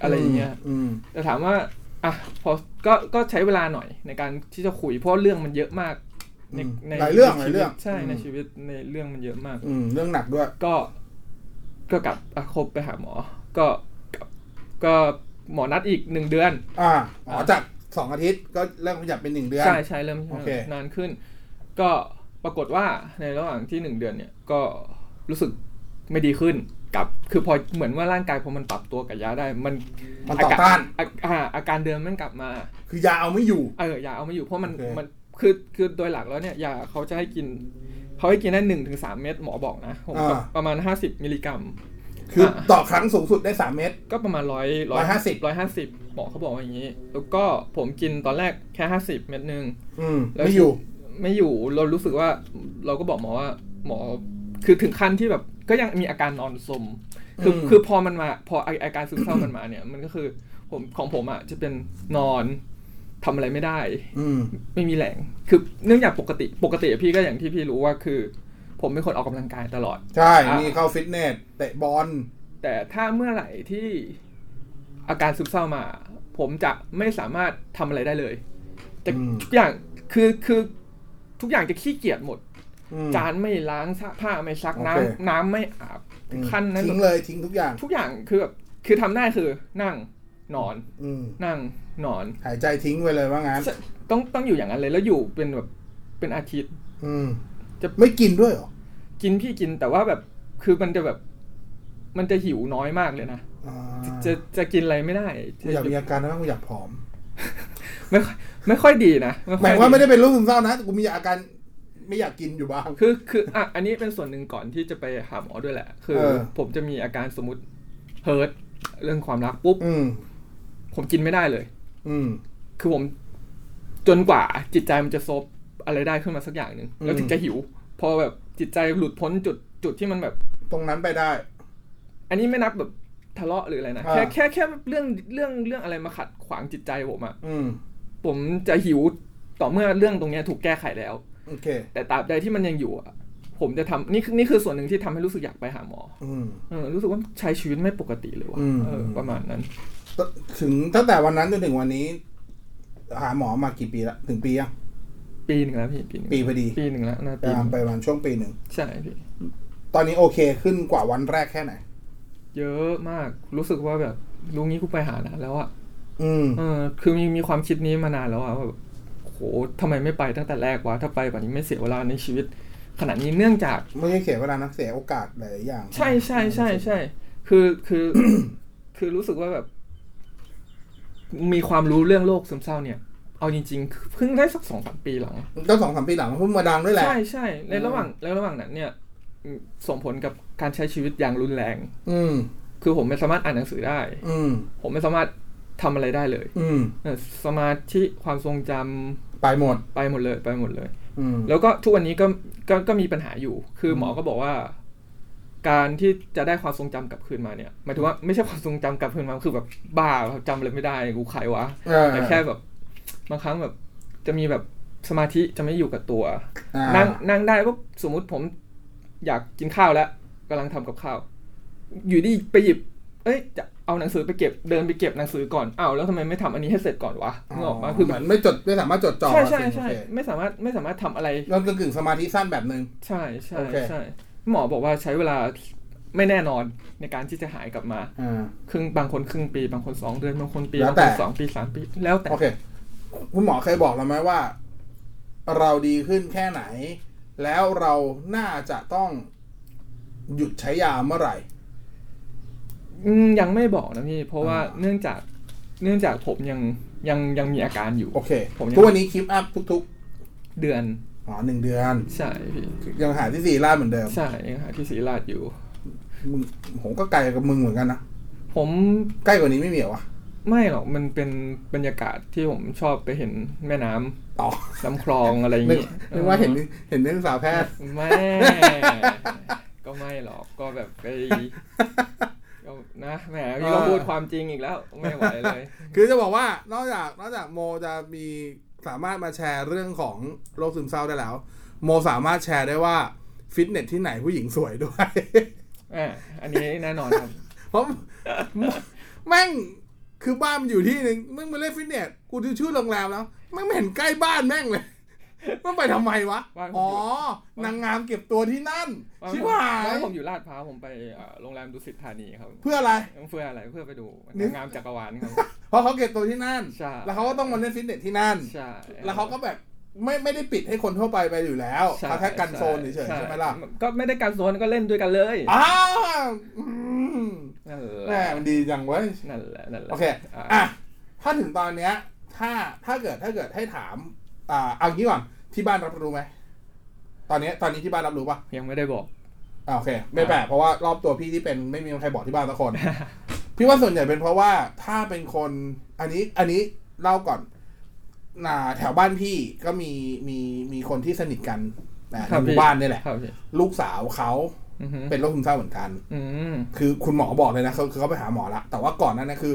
S2: อะไรอย่างเงี้ย
S1: อืม
S2: แต่ถามว่า อ่ะ พอ ก็ ก็ใช้เวลาหน่อยในการที่จะคุย เพราะเรื่องมันเยอะมาก ใน ใน
S1: หลายเรื่องหลาย
S2: ชีวิ
S1: เรื่
S2: ต
S1: อง
S2: ใช่ ในชีวิต ในเรื่องมันเยอะมาก
S1: อืมเรื่องหนักด้วย
S2: ก็ ก็กลับอะคบไปหาหมอ ก็กลับก็หมอนัดอีกหนึ่งเดือน
S1: อ่าอ๋อจากสองอาทิตย์ก็เริ่มขยับเป็นหนึ่งเดือน
S2: ใช่ใช่เริ่ม
S1: โอเค
S2: นานขึ้น ก็ปรากฏว่าในระหว่างที่หนึ่งเดือนเนี่ย ก็รู้สึกไม่ดีขึ้น กับ คือพอเหมือนว่าร่างกายพอมันปรับตัวกับยาได้ มัน
S1: มันต่อต้าน
S2: อากอ่าอาการเดิมมันกลับมา
S1: คือยาเอาไม่อยู่
S2: เออยาเอามาอยู่เพราะมัน
S1: โอเค
S2: มันคือคือโดยหลักแล้วเนี่ยยาเขาจะให้กินเขาให้กินได้หนึ่งถึงสามเม็ดหมอบอกนะผมก็
S1: อ่า
S2: ประมาณห้าสิบมิลลิกรัม
S1: คือ
S2: อ่ะ
S1: ต่อครั้งสูงสุดได้สามเม็ด
S2: ก็ประมาณร้อย
S1: 150
S2: ร้อยห้าสิบหมอเขาบอกว่าอย่างนี้ แล้วก็ผมกินตอนแรกแค่ห้าสิบเม็ดหนึ่ง
S1: อืม
S2: แล้ว
S1: ไม่อยู่
S2: ไม่อยู่เรารู้สึกว่าเราก็บอกหมอว่า หมอคือถึงขั้นที่แบบก็ยังมีอาการนอนสมคือ
S1: อืม
S2: คือพอมันมาพอไอ้อาการซึมเศร้ามันมาเนี่ยมันก็คือผมของผมอ่ะจะเป็นนอนทำอะไรไม่ได้
S1: อืม
S2: ไม่มีแรง คือเนื่องจากปกติ ปกติอะพี่ก็อย่างที่พี่รู้ว่าคือ ผมเป็นคนออกกำลังกายตลอด
S1: ใช่
S2: อ่ะ
S1: มีเข้าฟิตเนสเตะบอล
S2: แต่ถ้าเมื่อไหร่ที่อาการซึมเศร้ามา ผมจะไม่สามารถทำอะไรได้เลยจะ
S1: อืม
S2: ทุกอย่าง คือคือทุกอย่างจะขี้เกียจหมด
S1: อืม
S2: จานไม่ล้างซักผ้าไม่ซักน้ำ
S1: โอเค
S2: น้ำไม่อาบถึงขั้นนั้น
S1: ทิ้งเลยทิ้งทุกอย่าง
S2: ทุกอย่างคือแบบคือทำได้คือนั่งนอน
S1: อืม
S2: นั่งนอน
S1: หายใจทิ้งไปเลยว่างั้น
S2: ต้องต้องอยู่อย่างนั้นเลยแล้วอยู่เป็นแบบเป็นอาทิตย์
S1: อืม
S2: จะ
S1: ไม่กินด้วยเหรอ
S2: กินพี่กินแต่ว่าแบบคือมันจะแบบ มันจะหิวน้อยมากเลยนะ
S1: อ่า
S2: จะจะจะกินอะไรไม่ได้
S1: กูอยากมีอาการนะกูอยากผอม
S2: ไม่ค่อยไม่ค่อยดีนะ
S1: ห
S2: ค่
S1: มา
S2: อย
S1: ว่าไม่ได้เป็นโรคซึมเศร้านะแต่กูมีอาการไม่อยากกินอยู่บ้าง
S2: คือคืออ่ะอันนี้เป็นส่วนหนึ่งก่อนที่จะไปหาหมอด้วยแหละ คือ
S1: เออ
S2: ผมจะมีอาการสมมติเฮิร์ตเรื่องความรักปุ๊บ
S1: อืม
S2: ผมกินไม่ได้เลย
S1: อืม
S2: คือผมจนกว่าจิตใจมันจะซบ อะไรได้ขึ้นมาสักอย่างหนึ่ง
S1: อืม
S2: แล้วถึงจะหิว พอแบบจิตใจหลุดพ้นจุดจุดที่มันแบบ
S1: ตรงนั้นไปได้
S2: อันนี้ไม่นับแบบทะเลาะหรืออะไรนะ
S1: อ่า
S2: แค่แค่แค่เรื่องเรื่องเรื่องอะไรมาขัดขวางจิตใจผมอะ
S1: อืม
S2: ผมจะหิวต่อเมื่อเรื่องตรงเนี้ยถูกแก้ไขแล้ว
S1: โอเค
S2: แต่ตราบใดที่มันยังอยู่อะผมจะทำนี่คือนี่คือส่วนหนึ่งที่ทำให้รู้สึกอยากไปหาหมอ
S1: อืม
S2: เออรู้สึกว่าใช้ชีวิตไม่ปกติเลยว่ะ
S1: อืม
S2: เออประมาณนั้น
S1: ตถึงตั้งแต่วันนั้นจนถึงวันนี้ หาหมอมากี่ปีละ ถึงปียัง
S2: ปีหนึ่งแล้วพี่ปีหนึ่ง
S1: ปีพอดี
S2: ปีหนึ่งแล้วนะ
S1: ไปมาณไป
S2: ปีหนึ่ง
S1: ประมาณช่วงปีหนึ่ง
S2: ใช่พี่
S1: ตอนนี้โอเคขึ้นกว่าวันแรกแค่ไหน
S2: เยอะมากรู้สึกว่าแบบรู้งี้กูไปหานานแล้วอะ
S1: อืม
S2: เออคือมีมีความคิดนี้มานานแล้วอะว่าแบบโหทำไมไม่ไปตั้งแต่แรกวะถ้าไปแบบนี้ไม่เสียเวลาในชีวิต ขนาดนี้เนื่องจาก
S1: ไม่ใช่เสียเวลานะเสียโอกาสหลายๆอย่าง
S2: ใช่ใช่ใช่ใช่คือคือ คือรู้สึกว่าแบบ มีความรู้เรื่องโรคซึมเศร้าเนี่ย เอาจริงๆเพิ่งได้สักสองสามปีหลัง
S1: ก็สองสามปีหลังมันเพิ่งมาดังด้วยแหละ
S2: ใช่ใช่ในระหว่างในระหว่างนั้นเนี่ยส่งผลกับการใช้ชีวิตอย่างรุนแรง
S1: อืม
S2: คือผมไม่สามารถอ่านหนังสือได้
S1: อืม
S2: ผมไม่สามารถทำอะไรได้เลย
S1: อืม
S2: เออสมาธิความทรงจำ
S1: ไปหมด
S2: ไปหมดเลยไปหมดเลย
S1: อืม
S2: แล้วก็ทุกวันนี้ก็ก็ก็มีปัญหาอยู่ คือหมอก็บอกว่า การที่จะได้ความทรงจำกลับคืนมาเนี่ยหมายถึงว่าไม่ใช่ความทรงจำกลับคืนมาคือแบบบ้าจำอะไรไม่ได้กูใครวะ
S1: เออ
S2: แต่แค่แบบบางครั้งแบบ จะมีแบบสมาธิจะไม่อยู่กับตัว
S1: อ่า
S2: นั่งนั่งได้ปุ๊บสมมุติผมอยากกินข้าวแล้วกำลังทำกับข้าว อยู่ดีไปหยิบ เอ้ยจะเอาหนังสือไปเก็บเดินไปเก็บหนังสือก่อนอ้าวแล้วทำไมไม่ทำอันนี้ให้เสร็จก่อนวะนึกออกมาคือ
S1: เห
S2: แบ
S1: มือบ นไม่จดไม่สามารถจดจ่อ
S2: ใช่ใช่
S1: กับสิ่ง
S2: ใช่
S1: โอเค
S2: ไม่สามารถไม่สามารถทำอะไร
S1: เรากึ่งๆสมาธิสั้นแบบหนึ่ง
S2: ใช่ใช่
S1: โอเค
S2: ใช่หมอบอกว่าใช้เวลาไม่แน่นอนในการที่จะหายกลับมา
S1: อ่า
S2: ครึ่งบางคนครึ่งปี บางคนสองเดือนบางคนปี
S1: แล้
S2: บาว ง
S1: แต่
S2: คนสองปีสามปี แล้วแต่
S1: โอเค คุณหมอเคยบอกเราไหมว่า เราดีขึ้นแค่ไหน แล้วเราน่าจะต้องหยุดใช้ยาเมื่อไหร่
S2: อืมยังไม่บอกนะพี่ เพราะว่าเนื่องจากเนื่องจากผมยังยังยังมีอาการอยู่
S1: โอเค
S2: ผมยัง
S1: ทุกวันนี้คลิปอัพทุก
S2: เดือน
S1: ๆอ๋อหนึ่งเดือน
S2: ใช่พี่
S1: ยังหาที่สี่ล่าเหมือนเดิม
S2: ใช่ยังหาที่ศรีราชอยู่
S1: มึงผมก็ไกลกับมึงเหมือนกันนะ
S2: ผม
S1: ใกล้กว่านี้ไม่มีเหรอวะ
S2: ไม่หรอกมันเป็นบรรยากาศที่ผมชอบไปเห็นแม่น้ำ
S1: ต่อ
S2: น้ำคลองอะไรอย่าง
S1: นึก
S2: งี้
S1: นึกว่าเห็นเห็นนักศึกษาแพทย์
S2: ไม่ ก็ไม่หรอกก็แบบไป ก็นะแหมพี่ก็
S1: เออ
S2: พูดความจริงอีกแล้วไม่ไหวเลย
S1: คือจะบอกว่านอกจากนอกจากโมจะมีสามารถมาแชร์เรื่องของโรคซึมเศร้าได้แล้ว โมสามารถแชร์ได้ว่าฟิตเนสที่ไหนผู้หญิงสวยด้วย
S2: อ่ะอันนี้แน่นอนครับ
S1: เพราะแม่งคือบ้านมันอยู่ที่หนึ่งแม่งมาเล่นฟิตเนสกูดูชื่อโรงแรมแล้วแม่งไม่เห็นใกล้บ้านแม่งเลย มันไปทำไมวะ
S2: บ้านผมอยู่
S1: อ๋อนางงามเก็บตัวที่นั่น ชิบหาย
S2: แล้วผมอยู่ลาดพร้าวผมไปเอ่อโรงแรมดุสิตธานีครับ
S1: เพื่ออะไร
S2: เพื่ออะไรเพื่อไปดู
S1: นึ
S2: นาก งงามจักรวาลครับ
S1: เพราะเขาเก็บตัวที่นั่น
S2: ใช่
S1: แล้วเขาก็ต้องมาเล่นฟิตเนสที่นั่น
S2: ใช่
S1: แล้วเขาก็แบบไม่ไม่ได้ปิดให้คนทั่วไปไปอยู่แล้ว
S2: ใช่
S1: เขาแค่กันโซนเฉยๆใช่ไหมล่ะ
S2: ก็ไม่ได้กันโซนก็เล่นด้วยกันเลย
S1: อ้าวอืม
S2: นั่นแห
S1: แม่
S2: ละ
S1: มันดีจังเว้ย
S2: นั่นแหละนั่นแหละ
S1: โอเค
S2: อ่ะ
S1: อ่ะ ถ้าถึงตอนเนี้ย ถ้าถ้าเกิดถ้าเกิดให้ถาม อ่าเอางี้ก่อนที่บ้านรับรู้ไหมตอนเนี้ยตอนนี้ที่บ้านรับรู้ปะ
S2: ยังไม่ได้บอก
S1: อ่าโอเค ไม่แปลกเพราะว่ารอบตัวพี่ที่เป็นไม่มีใครบอกที่บ้านสักคน พี่ว่าส่วนใหญ่เป็นเพราะว่าถ้าเป็นคน อันนี้อันนี้เล่าก่อนน่าแถวบ้านพี่ก็มีมีมีคนที่สนิทกันนะใน
S2: ครับ
S1: ห
S2: พี่
S1: มู่บ้านนี่แหละ
S2: ครับพี่
S1: ลูกสาวเขา
S2: อือหือ
S1: เป็นโรคซึมเศร้าเหมือนกัน
S2: อืม
S1: คือคุณหมอบอกเลยนะเขาคือเขาไปหาหมอละแต่ว่าก่อนหนั้นนะคือ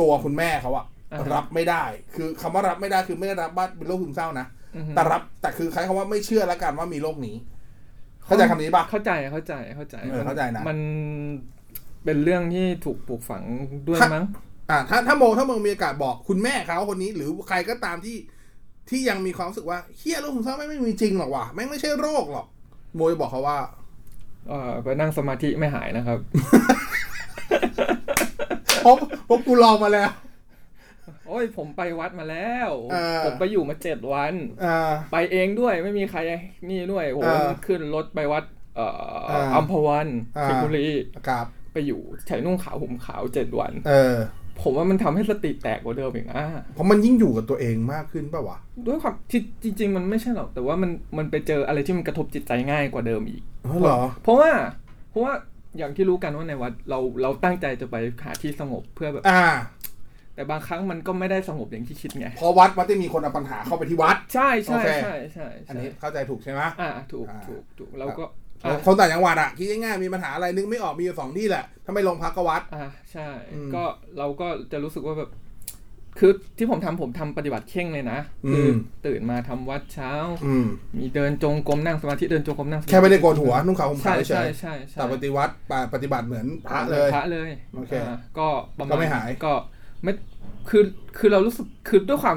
S1: ตัวคุณแม่เขาอะ
S2: อ่าฮะ
S1: รับไม่ได้ คือคำว่ารับไม่ได้คือไม่ได้รับว่าเป็นโรคซึมเศร้านะ
S2: อือหือ
S1: แต่รับแต่คือใช้คำว่าไม่เชื่อละกันว่ามีโรคนี้ เข้าใจคำนี้ปะ
S2: เข้าใจเข้าใจเข้าใจ
S1: เออเข้าใจนะ
S2: มันเป็นเรื่องที่ถูกปลูกฝังด้วยมั้ง
S1: อ่าถ้าถ้าโมถ้าโมมีโอกาสบอกคุณแม่เขาคนนี้ หรือใครก็ตามที่ที่ยังมีความรู้สึกว่าเฮียโรคซึมเศร้าไม่งไม่มีจริงหรอกว่ะแม่งไม่ใช่โรคหรอกโมจะบอกเขาว่า
S2: เอ่อไปนั่งสมาธิไม่หายนะครับ
S1: เพราะเพราะกูลองมาแล้ว
S2: โอ้ยผมไปวัดมาแล้ว
S1: เออ
S2: ผมไปอยู่มาเจ็ดวัน
S1: อ่า
S2: ไปเองด้วยไม่มีใครนี่ด้วยผม
S1: เออ
S2: ขึ้นรถไปวัด เอ่อ
S1: เอออั
S2: อัมพวัน
S1: เออ
S2: สิงห์บุรี
S1: ครับ
S2: ไปอยู่ใส่นุ่งขาวห่มขาวเจ็ดวัน
S1: เออ
S2: ผมว่ามันทำให้สติแตกกว่าเดิมอีกอ่ะ
S1: เพราะมันยิ่งอยู่กับตัวเองมากขึ้นป่าวะ
S2: ด้วยความที่จริง ๆ มันไม่ใช่หรอก แต่ว่ามันมันไปเจออะไรที่มันกระทบจิตใจง่ายกว่าเดิมอีก
S1: เออเหรอ
S2: เพราะว่าเพราะว่าอย่างที่รู้กันว่าในวัดเราเราตั้งใจจะไปหาที่สงบเพื่อแบบ
S1: อ่า
S2: แต่บางครั้งมันก็ไม่ได้สงบอย่างที่คิดไง
S1: เพราะวัดวัดที่มีคนเอาปัญหาเข้าไปที่วัด
S2: ใช่ใช่
S1: โอเค
S2: ใช่ใช่
S1: อั
S2: ใช่
S1: นนี้เข้าใจถูกใช่ไหม
S2: อ่าถูก
S1: อ่า
S2: ถูกถูกเราก็อ่ะ
S1: คนต่างจังหวัดอะคิดง่ายๆมีปัญหาอะไรนึกไม่ออกมีอยู่สองที่แหละถ้าไม่ลงพักก็วัด
S2: อ่าใช่
S1: อืม
S2: ก็เราก็จะรู้สึกว่าแบบ คือที่ผมทำผมทำปฏิบัติเข่งเลยนะคืออ
S1: ม
S2: ตื่นมาทำวัดเช้า
S1: อืม
S2: มีเดินจงกรมนั่งสมาธิเดินจงกรมนั่งสมาธิ
S1: แค่ไม่ได้โกนหัวนุ่งขาวห่ม
S2: ใช่
S1: ขาวเฉ
S2: ใช่
S1: ย
S2: ใช่ใช่
S1: แต่ปฏิวัติปฏิบัติเหมือนพระเลย
S2: พระเลย
S1: โอเค
S2: าก็ประมาณ
S1: ก็ไม่หาย
S2: ก็ไม่คือคือเรารู้สึกคือด้วยความ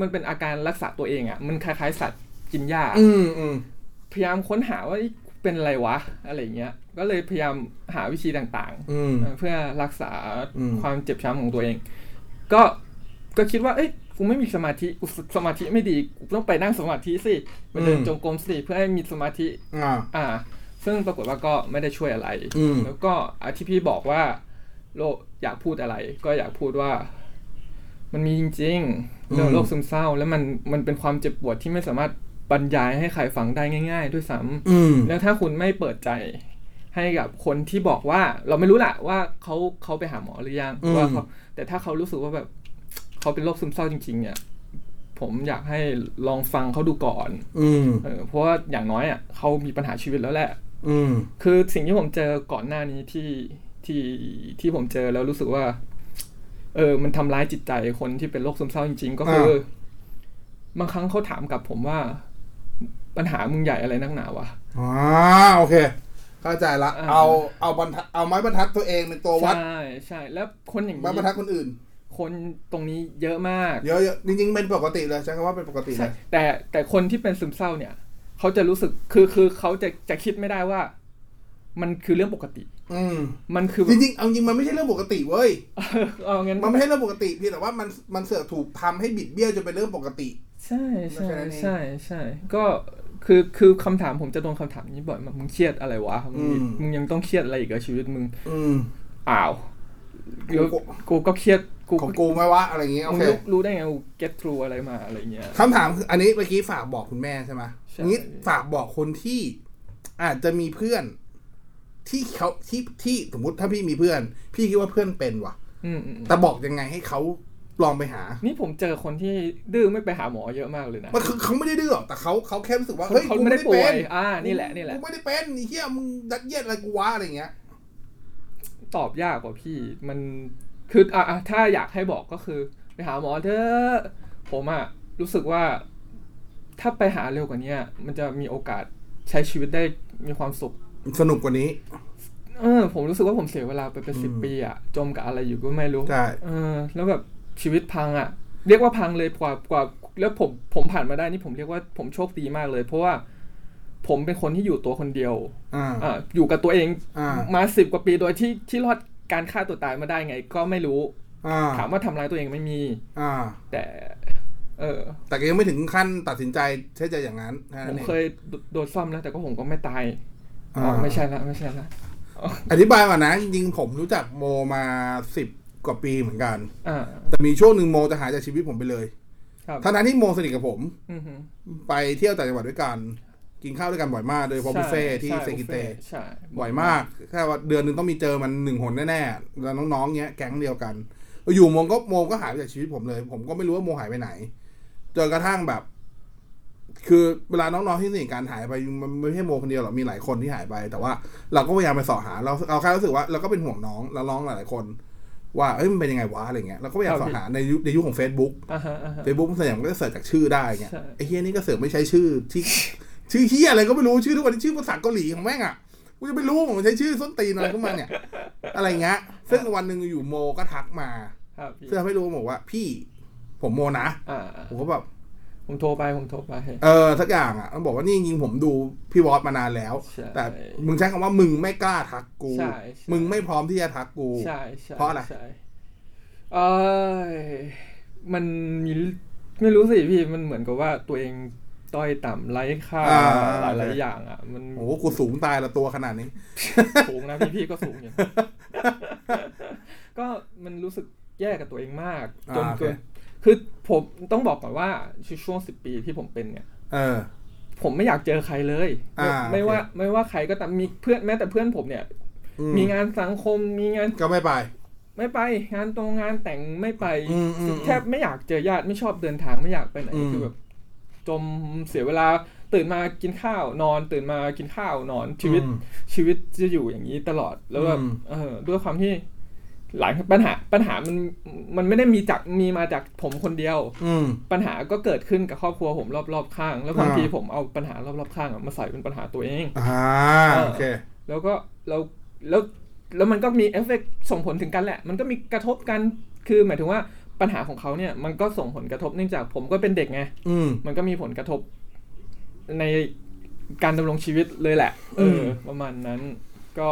S2: มันเป็นอาการรักษาตัวเองอ่ะมันคล้ายๆสัตว์กินหญ้า
S1: อืมอืม
S2: พยายามค้นหาว่าเอ้ยเป็นอะไรวะ อะไรอย่างเงี้ย ก็เลยพยายามหาวิธีต่าง
S1: อืม
S2: ๆเอ่อเพื่อรักษา
S1: อืม
S2: ความเจ็บช้ำของตัวเอง ก็ก็คิดว่า เอ้ยกูไม่มีสมาธิกูสมาธิไม่ดีกูต้องไปนั่งสมาธิสิไปเดินจงกรมสิเพื่อให้มีสมาธิ
S1: อ่า
S2: อ่า ซึ่งปรากฏว่าก็ไม่ได้ช่วยอะไร
S1: อืม
S2: แล้วก็อ่ะที่พี่บอกว่า โลกอยากพูดอะไร ก็อยากพูดว่า มันมีจริงๆเรื่องโรคซึมเศร้า แล้วมันมันเป็นความเจ็บปวดที่ไม่สามารถบรรยายให้ใครฟังได้ง่าย ๆ ด้วยซ้ำ
S1: อืม
S2: แล้วถ้าคุณไม่เปิดใจให้กับคนที่บอกว่า เราไม่รู้ล่ะว่าเขาเขาไปหาหมอหรือยัง
S1: อืม
S2: ว่าเขาแต่ถ้าเขารู้สึกว่าแบบ เขาเป็นโรคซึมเศร้าจริง ๆ เนี่ย ผมอยากให้ลองฟังเขาดูก่อน
S1: อืม
S2: เออเพราะว่าอย่างน้อยอ่ะเขามีปัญหาชีวิตแล้วแหละ
S1: อืม
S2: คือสิ่งที่ผมเจอก่อนหน้านี้ที่ที่ที่ผมเจอแล้วรู้สึกว่า เออ มันทำร้ายจิตใจคนที่เป็นโรคซึมเศร้าจริง ๆ ก็คืออา บางครั้งเขาถามกับผมว่า ปัญหามึงใหญ่อะไรนักหนาวะ
S1: อ่าโอเค เข้าใจละ
S2: อ่า
S1: เอาเอาบรรทัดเอาไม้บรรทัดตัวเองเป็นตัววัด
S2: ใช่ใช่แล้วคนอย่าง
S1: ไม้บรรทัดคนอื่น
S2: คนตรงนี้เยอะมาก
S1: เยอะๆจริงๆเป็นปกติเลยใช้คำว่าเป็นปกติเล
S2: ใช่
S1: ย
S2: แต่แต่คนที่เป็นซึมเศร้าเนี่ยเขาจะรู้สึกคือคือเขาจะจะคิดไม่ได้ว่า มันคือเรื่องปกติ
S1: อืม
S2: มันคือ
S1: จริงๆเอาจริงมันไม่ใช่เรื่องปกติเว้ย
S2: เอางั้น
S1: มันไม่ใช่เรื่องปกติเพียงแต่ว่ามันมันเสือกถูกทำให้บิดเบี้ยวจนเป็นเรื่องปกติ
S2: ใช่ใช่
S1: เพราะฉะนั้นเอง
S2: ใช่ใช่ก็คือคือคำถามผมจะโดนคำถามนี้บ่อยมากมึงเครียดอะไรวะมึง
S1: อืม
S2: มึงยังต้องเครียดอะไรอีกเหรอชีวิตมึง
S1: อืม
S2: อ้าว
S1: กู
S2: แล้วกูก็เครียดกู
S1: ของกูไหมวะอะไรอย่างเงี้ยโอ
S2: มึง
S1: เค
S2: รู้รู้ได้ไงกู get through อะไรมาอะไรเงี้ย
S1: คำถามคืออันนี้เมื่อกี้ฝากบอกคุณแม่ใช่ไหม
S2: ใช่
S1: นี้ฝากบอกคนที่อาจจะมีเพื่อนที่เขาที่ที่สมมติถ้าพี่มีเพื่อน พี่คิดว่าเพื่อนเป็นว่ะ
S2: อืมอืมอืม
S1: แต่บอกยังไงให้เขาลองไปหา
S2: นี่ผมเจอคนที่ดื้อไม่ไปหาหมอเยอะมากเลยนะ
S1: มันคือเขาไม่ได้ดื้อหรอกแต่เขาเขาแค่รู้สึกว่าเฮ้ย
S2: เขา
S1: กู
S2: ไม่
S1: ไม่
S2: ได้
S1: ได้
S2: ป่
S1: เป็
S2: วน ย อ่า นี่แหละ นี่แหละ
S1: กูไม่ได้เป็นไอ้เฮียมึงดัดเยียดอะไรกูวะอะไรอย่างเงี้ย
S2: ตอบยากกว่าพี่ มัน คืออ่ะอ่ะถ้าอยากให้บอกก็คือ ไปหาหมอเถอะ ผมอะรู้สึกว่า ถ้าไปหาเร็วกว่าเนี้ยมันจะมีโอกาสใช้ชีวิตได้มีความสุข
S1: สนุกกว่านี้
S2: เออ ผมรู้สึกว่าผมเสียเวลาไปเป็นสิบปีอะจมกับอะไรอยู่ก็ไม่รู้
S1: ใช่
S2: เออ แล้วแบบชีวิตพังอะเรียกว่าพังเลยกว่ากว่า แล้วผมผมผ่านมาได้นี่ผมเรียกว่าผมโชคดีมากเลย เพราะว่าผมเป็นคนที่อยู่ตัวคนเดียว
S1: อ่า
S2: อ่ะอยู่กับตัวเอง
S1: อ่า
S2: มาสิบกว่าปีโดยที่ที่รอดการฆ่าตัวตายมาได้ไง ก็ไม่รู้
S1: อ่า
S2: ถามว่าทำร้ายตัวเองไม่มี
S1: อ่า
S2: แต่ เออ
S1: แต่ก็ยังไม่ถึงขั้นตัดสินใจใช่ใจอย่างนั้นนะ
S2: ผม
S1: นี่
S2: เคยโดโดนซ่อมแล้วแต่ก็ผมก็ไม่ตาย
S1: อ่า
S2: อ๋อไม่ใช่ละไม่ใช่ละ
S1: อธิบายก่อนนะ จริงๆผมรู้จักโมมาสิบกว่าปีเหมือนกัน
S2: อ่า
S1: แต่มีช่วงหนึ่งโมจะหายจากชีวิตผมไปเลย
S2: ครับ
S1: ทั้งนั้นที่โมสนิทกับผม
S2: อือหือ
S1: ไปเที่ยวต่างจังหวัดด้วยกัน กินข้าวด้วยกันบ่อยมาก โดยเฉพาะบุฟเฟ่ต์ที่
S2: ใช่
S1: เซกิเต
S2: บุฟฟ่ต์ใช่
S1: บ่อยมาก แค่ว่าเดือนหนึ่งต้องมีเจอมันหนึ่งหนแน่ๆ แล้วน้องๆ เงี้ยแก๊งเดียวกัน อยู่โมงก็โมก็หายไปจากชีวิตผมเลย ผมก็ไม่รู้ว่าโมหายไปไหน จนกระทั่งแบบ คือเวลาน้องๆที่สนิทกันหายไปมันไม่ใช่โมคนเดียวหรอก มีหลายคนที่หายไป แต่ว่าเราก็พยายามไปสอหา เราเราแค่รู้สึกว่าเราก็เป็นห่วงน้องแล้วน้องหลายๆคน ว่าเอ้ยมันเป็นยังไงวะอะไรเงี้ย เราก็พยายามสอหาในยุคในยุคของ Facebook
S2: อ่าฮะอ่าฮะ
S1: Facebook ส่วนใหญ่มันก็จะเสิร์ชจากชื่อได้เงี้ย
S2: ใช่
S1: ไอ้เฮียนี่ก็เสิร์ชไม่ใช้ชื่อที่ ชื่อเฮียอะไรก็ไม่รู้ชื่อทุกวันนี้ชื่อภาษาเกาหลีของแม่งอ่ะกูจะไปรู้ของมันใช้ชื่อส้นตีนอะไรขึ้นมาเนี่ย อะไรเงี้ยซึ่งวันหนึ่งอยู่โมก็ทักมา
S2: ครับพี่
S1: เพื่อให้รู้บอกว่า พี่ผมโมนะ
S2: อ่า
S1: ผมก็แบบ
S2: ผมโทรไปผมโทรไป
S1: เออสักอย่างอ่ะมันบอกว่านี่จริงๆผมดูพี่วอตมานานแล้ว
S2: ใช่
S1: แต่มึงใช้คำว่ามึงไม่กล้าทักกู
S2: ใช่ใช่
S1: มึงไม่พร้อมที่จะทักกู
S2: ใช่ใช่
S1: เพราะอะไร
S2: ใช่เอยมันมีไม่รู้สิพี่มันเหมือนกับว่าตัวเองต้อยต่ำไร้ค่า
S1: อ่า
S2: หลายๆอย่างอ่ะ มัน
S1: โอ้โหกูสูงตายละตัวขนาดนี้
S2: สู งนะพี่พี่ก็สูงอยู่ ก็มันรู้สึกแย่กับตัวเองมากจน
S1: อ่าโอเค
S2: เกินคือผมต้องบอกก่อนว่าช่วงสิบปีที่ผมเป็นเนี่ย
S1: เออ
S2: ผมไม่อยากเจอใครเลยไม่
S1: อ่า
S2: ไม่
S1: โอเค
S2: ว่าไม่ว่าใครก็ตามมีเพื่อนแม้แต่เพื่อนผมเนี่ย
S1: อื
S2: มีงานสังคมมีงาน
S1: ก็ไม่ไป
S2: ไม่ไปงานตรงงานแต่งไม่ไป
S1: อืมอืม
S2: แทบไม่อยากเจอญาติไม่ชอบเดินทางไม่อยากไปไหน
S1: อืม
S2: คือแบบ จมเสียเวลาตื่นมากินข้าวนอน ตื่นมากินข้าวนอนชีวิต
S1: อืม
S2: ชีวิตจะอยู่อย่างนี้ตลอดแล้วแบบ
S1: อืม
S2: เออด้วยความที่หลายปัญหาปัญหามันมันไม่ได้มีจากมีมาจากผมคนเดียว
S1: อืม
S2: ปัญหาก็เกิดขึ้นกับครอบครัวผมรอบๆข้าง แล้วบาง
S1: อ่า
S2: ทีผมเอาปัญหารอบๆข้างอะมาใส่เป็นปัญหาตัวเอง
S1: อ่าโอเค
S2: แล้วก็แล้วแล้วแล้วมันก็มีเอฟเฟกส่งผลถึงกันแหละ มันก็มีกระทบกันคือหมายถึงว่าปัญหาของเขาเนี่ยมันก็ส่งผลกระทบเนื่องจากผมก็เป็นเด็กไง
S1: อืม
S2: มันก็มีผลกระทบในการดำรงชีวิตเลยแหละ เออ
S1: ม
S2: อประมาณนั้นก็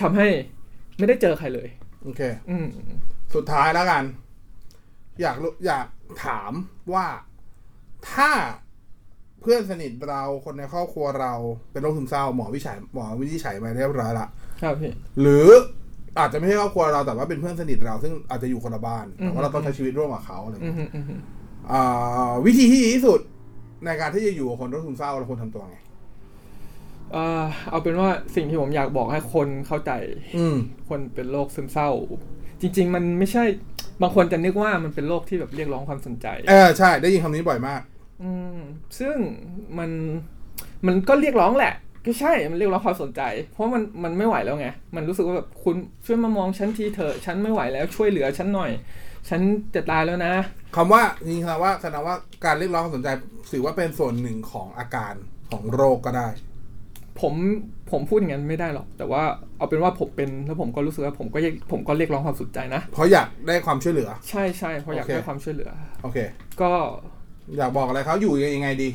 S2: ทำให้ไม่ได้เจอใครเลย
S1: โอเค
S2: อืม
S1: สุดท้ายแล้วกัน อยากรู้อยากถามว่าถ้าเพื่อนสนิทเราคนในครอบครัวเราเป็นโรคซึมเศร้าหมอวิจัยหมอวินิจฉัยมาเรียบร้อยละ
S2: ครับพี่
S1: หรืออาจจะไม่ใช่ครอบครัวเราแต่ว่าเป็นเพื่อนสนิทเราซึ่งอาจจะอยู่คนละบ้านแต่ว่าเราต้องใช้ชีวิตร่วมกับเขาอะไรอย่าง
S2: อื
S1: เงี้ย
S2: มอืมอืม
S1: อ่าวิธีที่ดีที่สุด ในการที่จะอยู่กับคนโรคซึมเศร้าเราควรทำตัวไง
S2: เอ่อเอาเป็นว่าสิ่งที่ผมอยากบอกให้คนเข้าใจ
S1: อืม
S2: คนเป็นโรคซึมเศร้า จริง ๆ มันไม่ใช่บางคนจะนึกว่ามันเป็นโรคที่แบบเรียกร้องความสนใจ
S1: เออใช่ ได้ยินคำนี้บ่อยมาก
S2: อืมซึ่งมันมันก็เรียกร้องแหละ ก็ใช่ มันเรียกร้องความสนใจ เพราะมันมันไม่ไหวแล้วไง มันรู้สึกว่าแบบคุณช่วยมามองฉันทีเถอะ ฉันไม่ไหวแล้วช่วยเหลือฉันหน่อย ฉันจะตายแล้วนะ
S1: คำว่าจริงๆแสดงว่าแสดงว่าการเรียกร้องความสนใจถือว่าเป็นส่วนหนึ่งของอาการของโรคก็ได้
S2: ผมผมพูดอย่างนั้นไม่ได้หรอก แต่ว่าเอาเป็นว่าผมเป็นแล้วผมก็รู้สึกว่าผมก็เรียกผมก็เรียกร้องความสนใจนะ
S1: เพราะอยากได้ความช่วยเหลือ
S2: ใช่ใช่เพราะอยาก
S1: โอเค
S2: ได้ความช่วยเหลือ
S1: โอเค
S2: ก็
S1: อยากบอกอะไรเขาอยู่ยังไงดี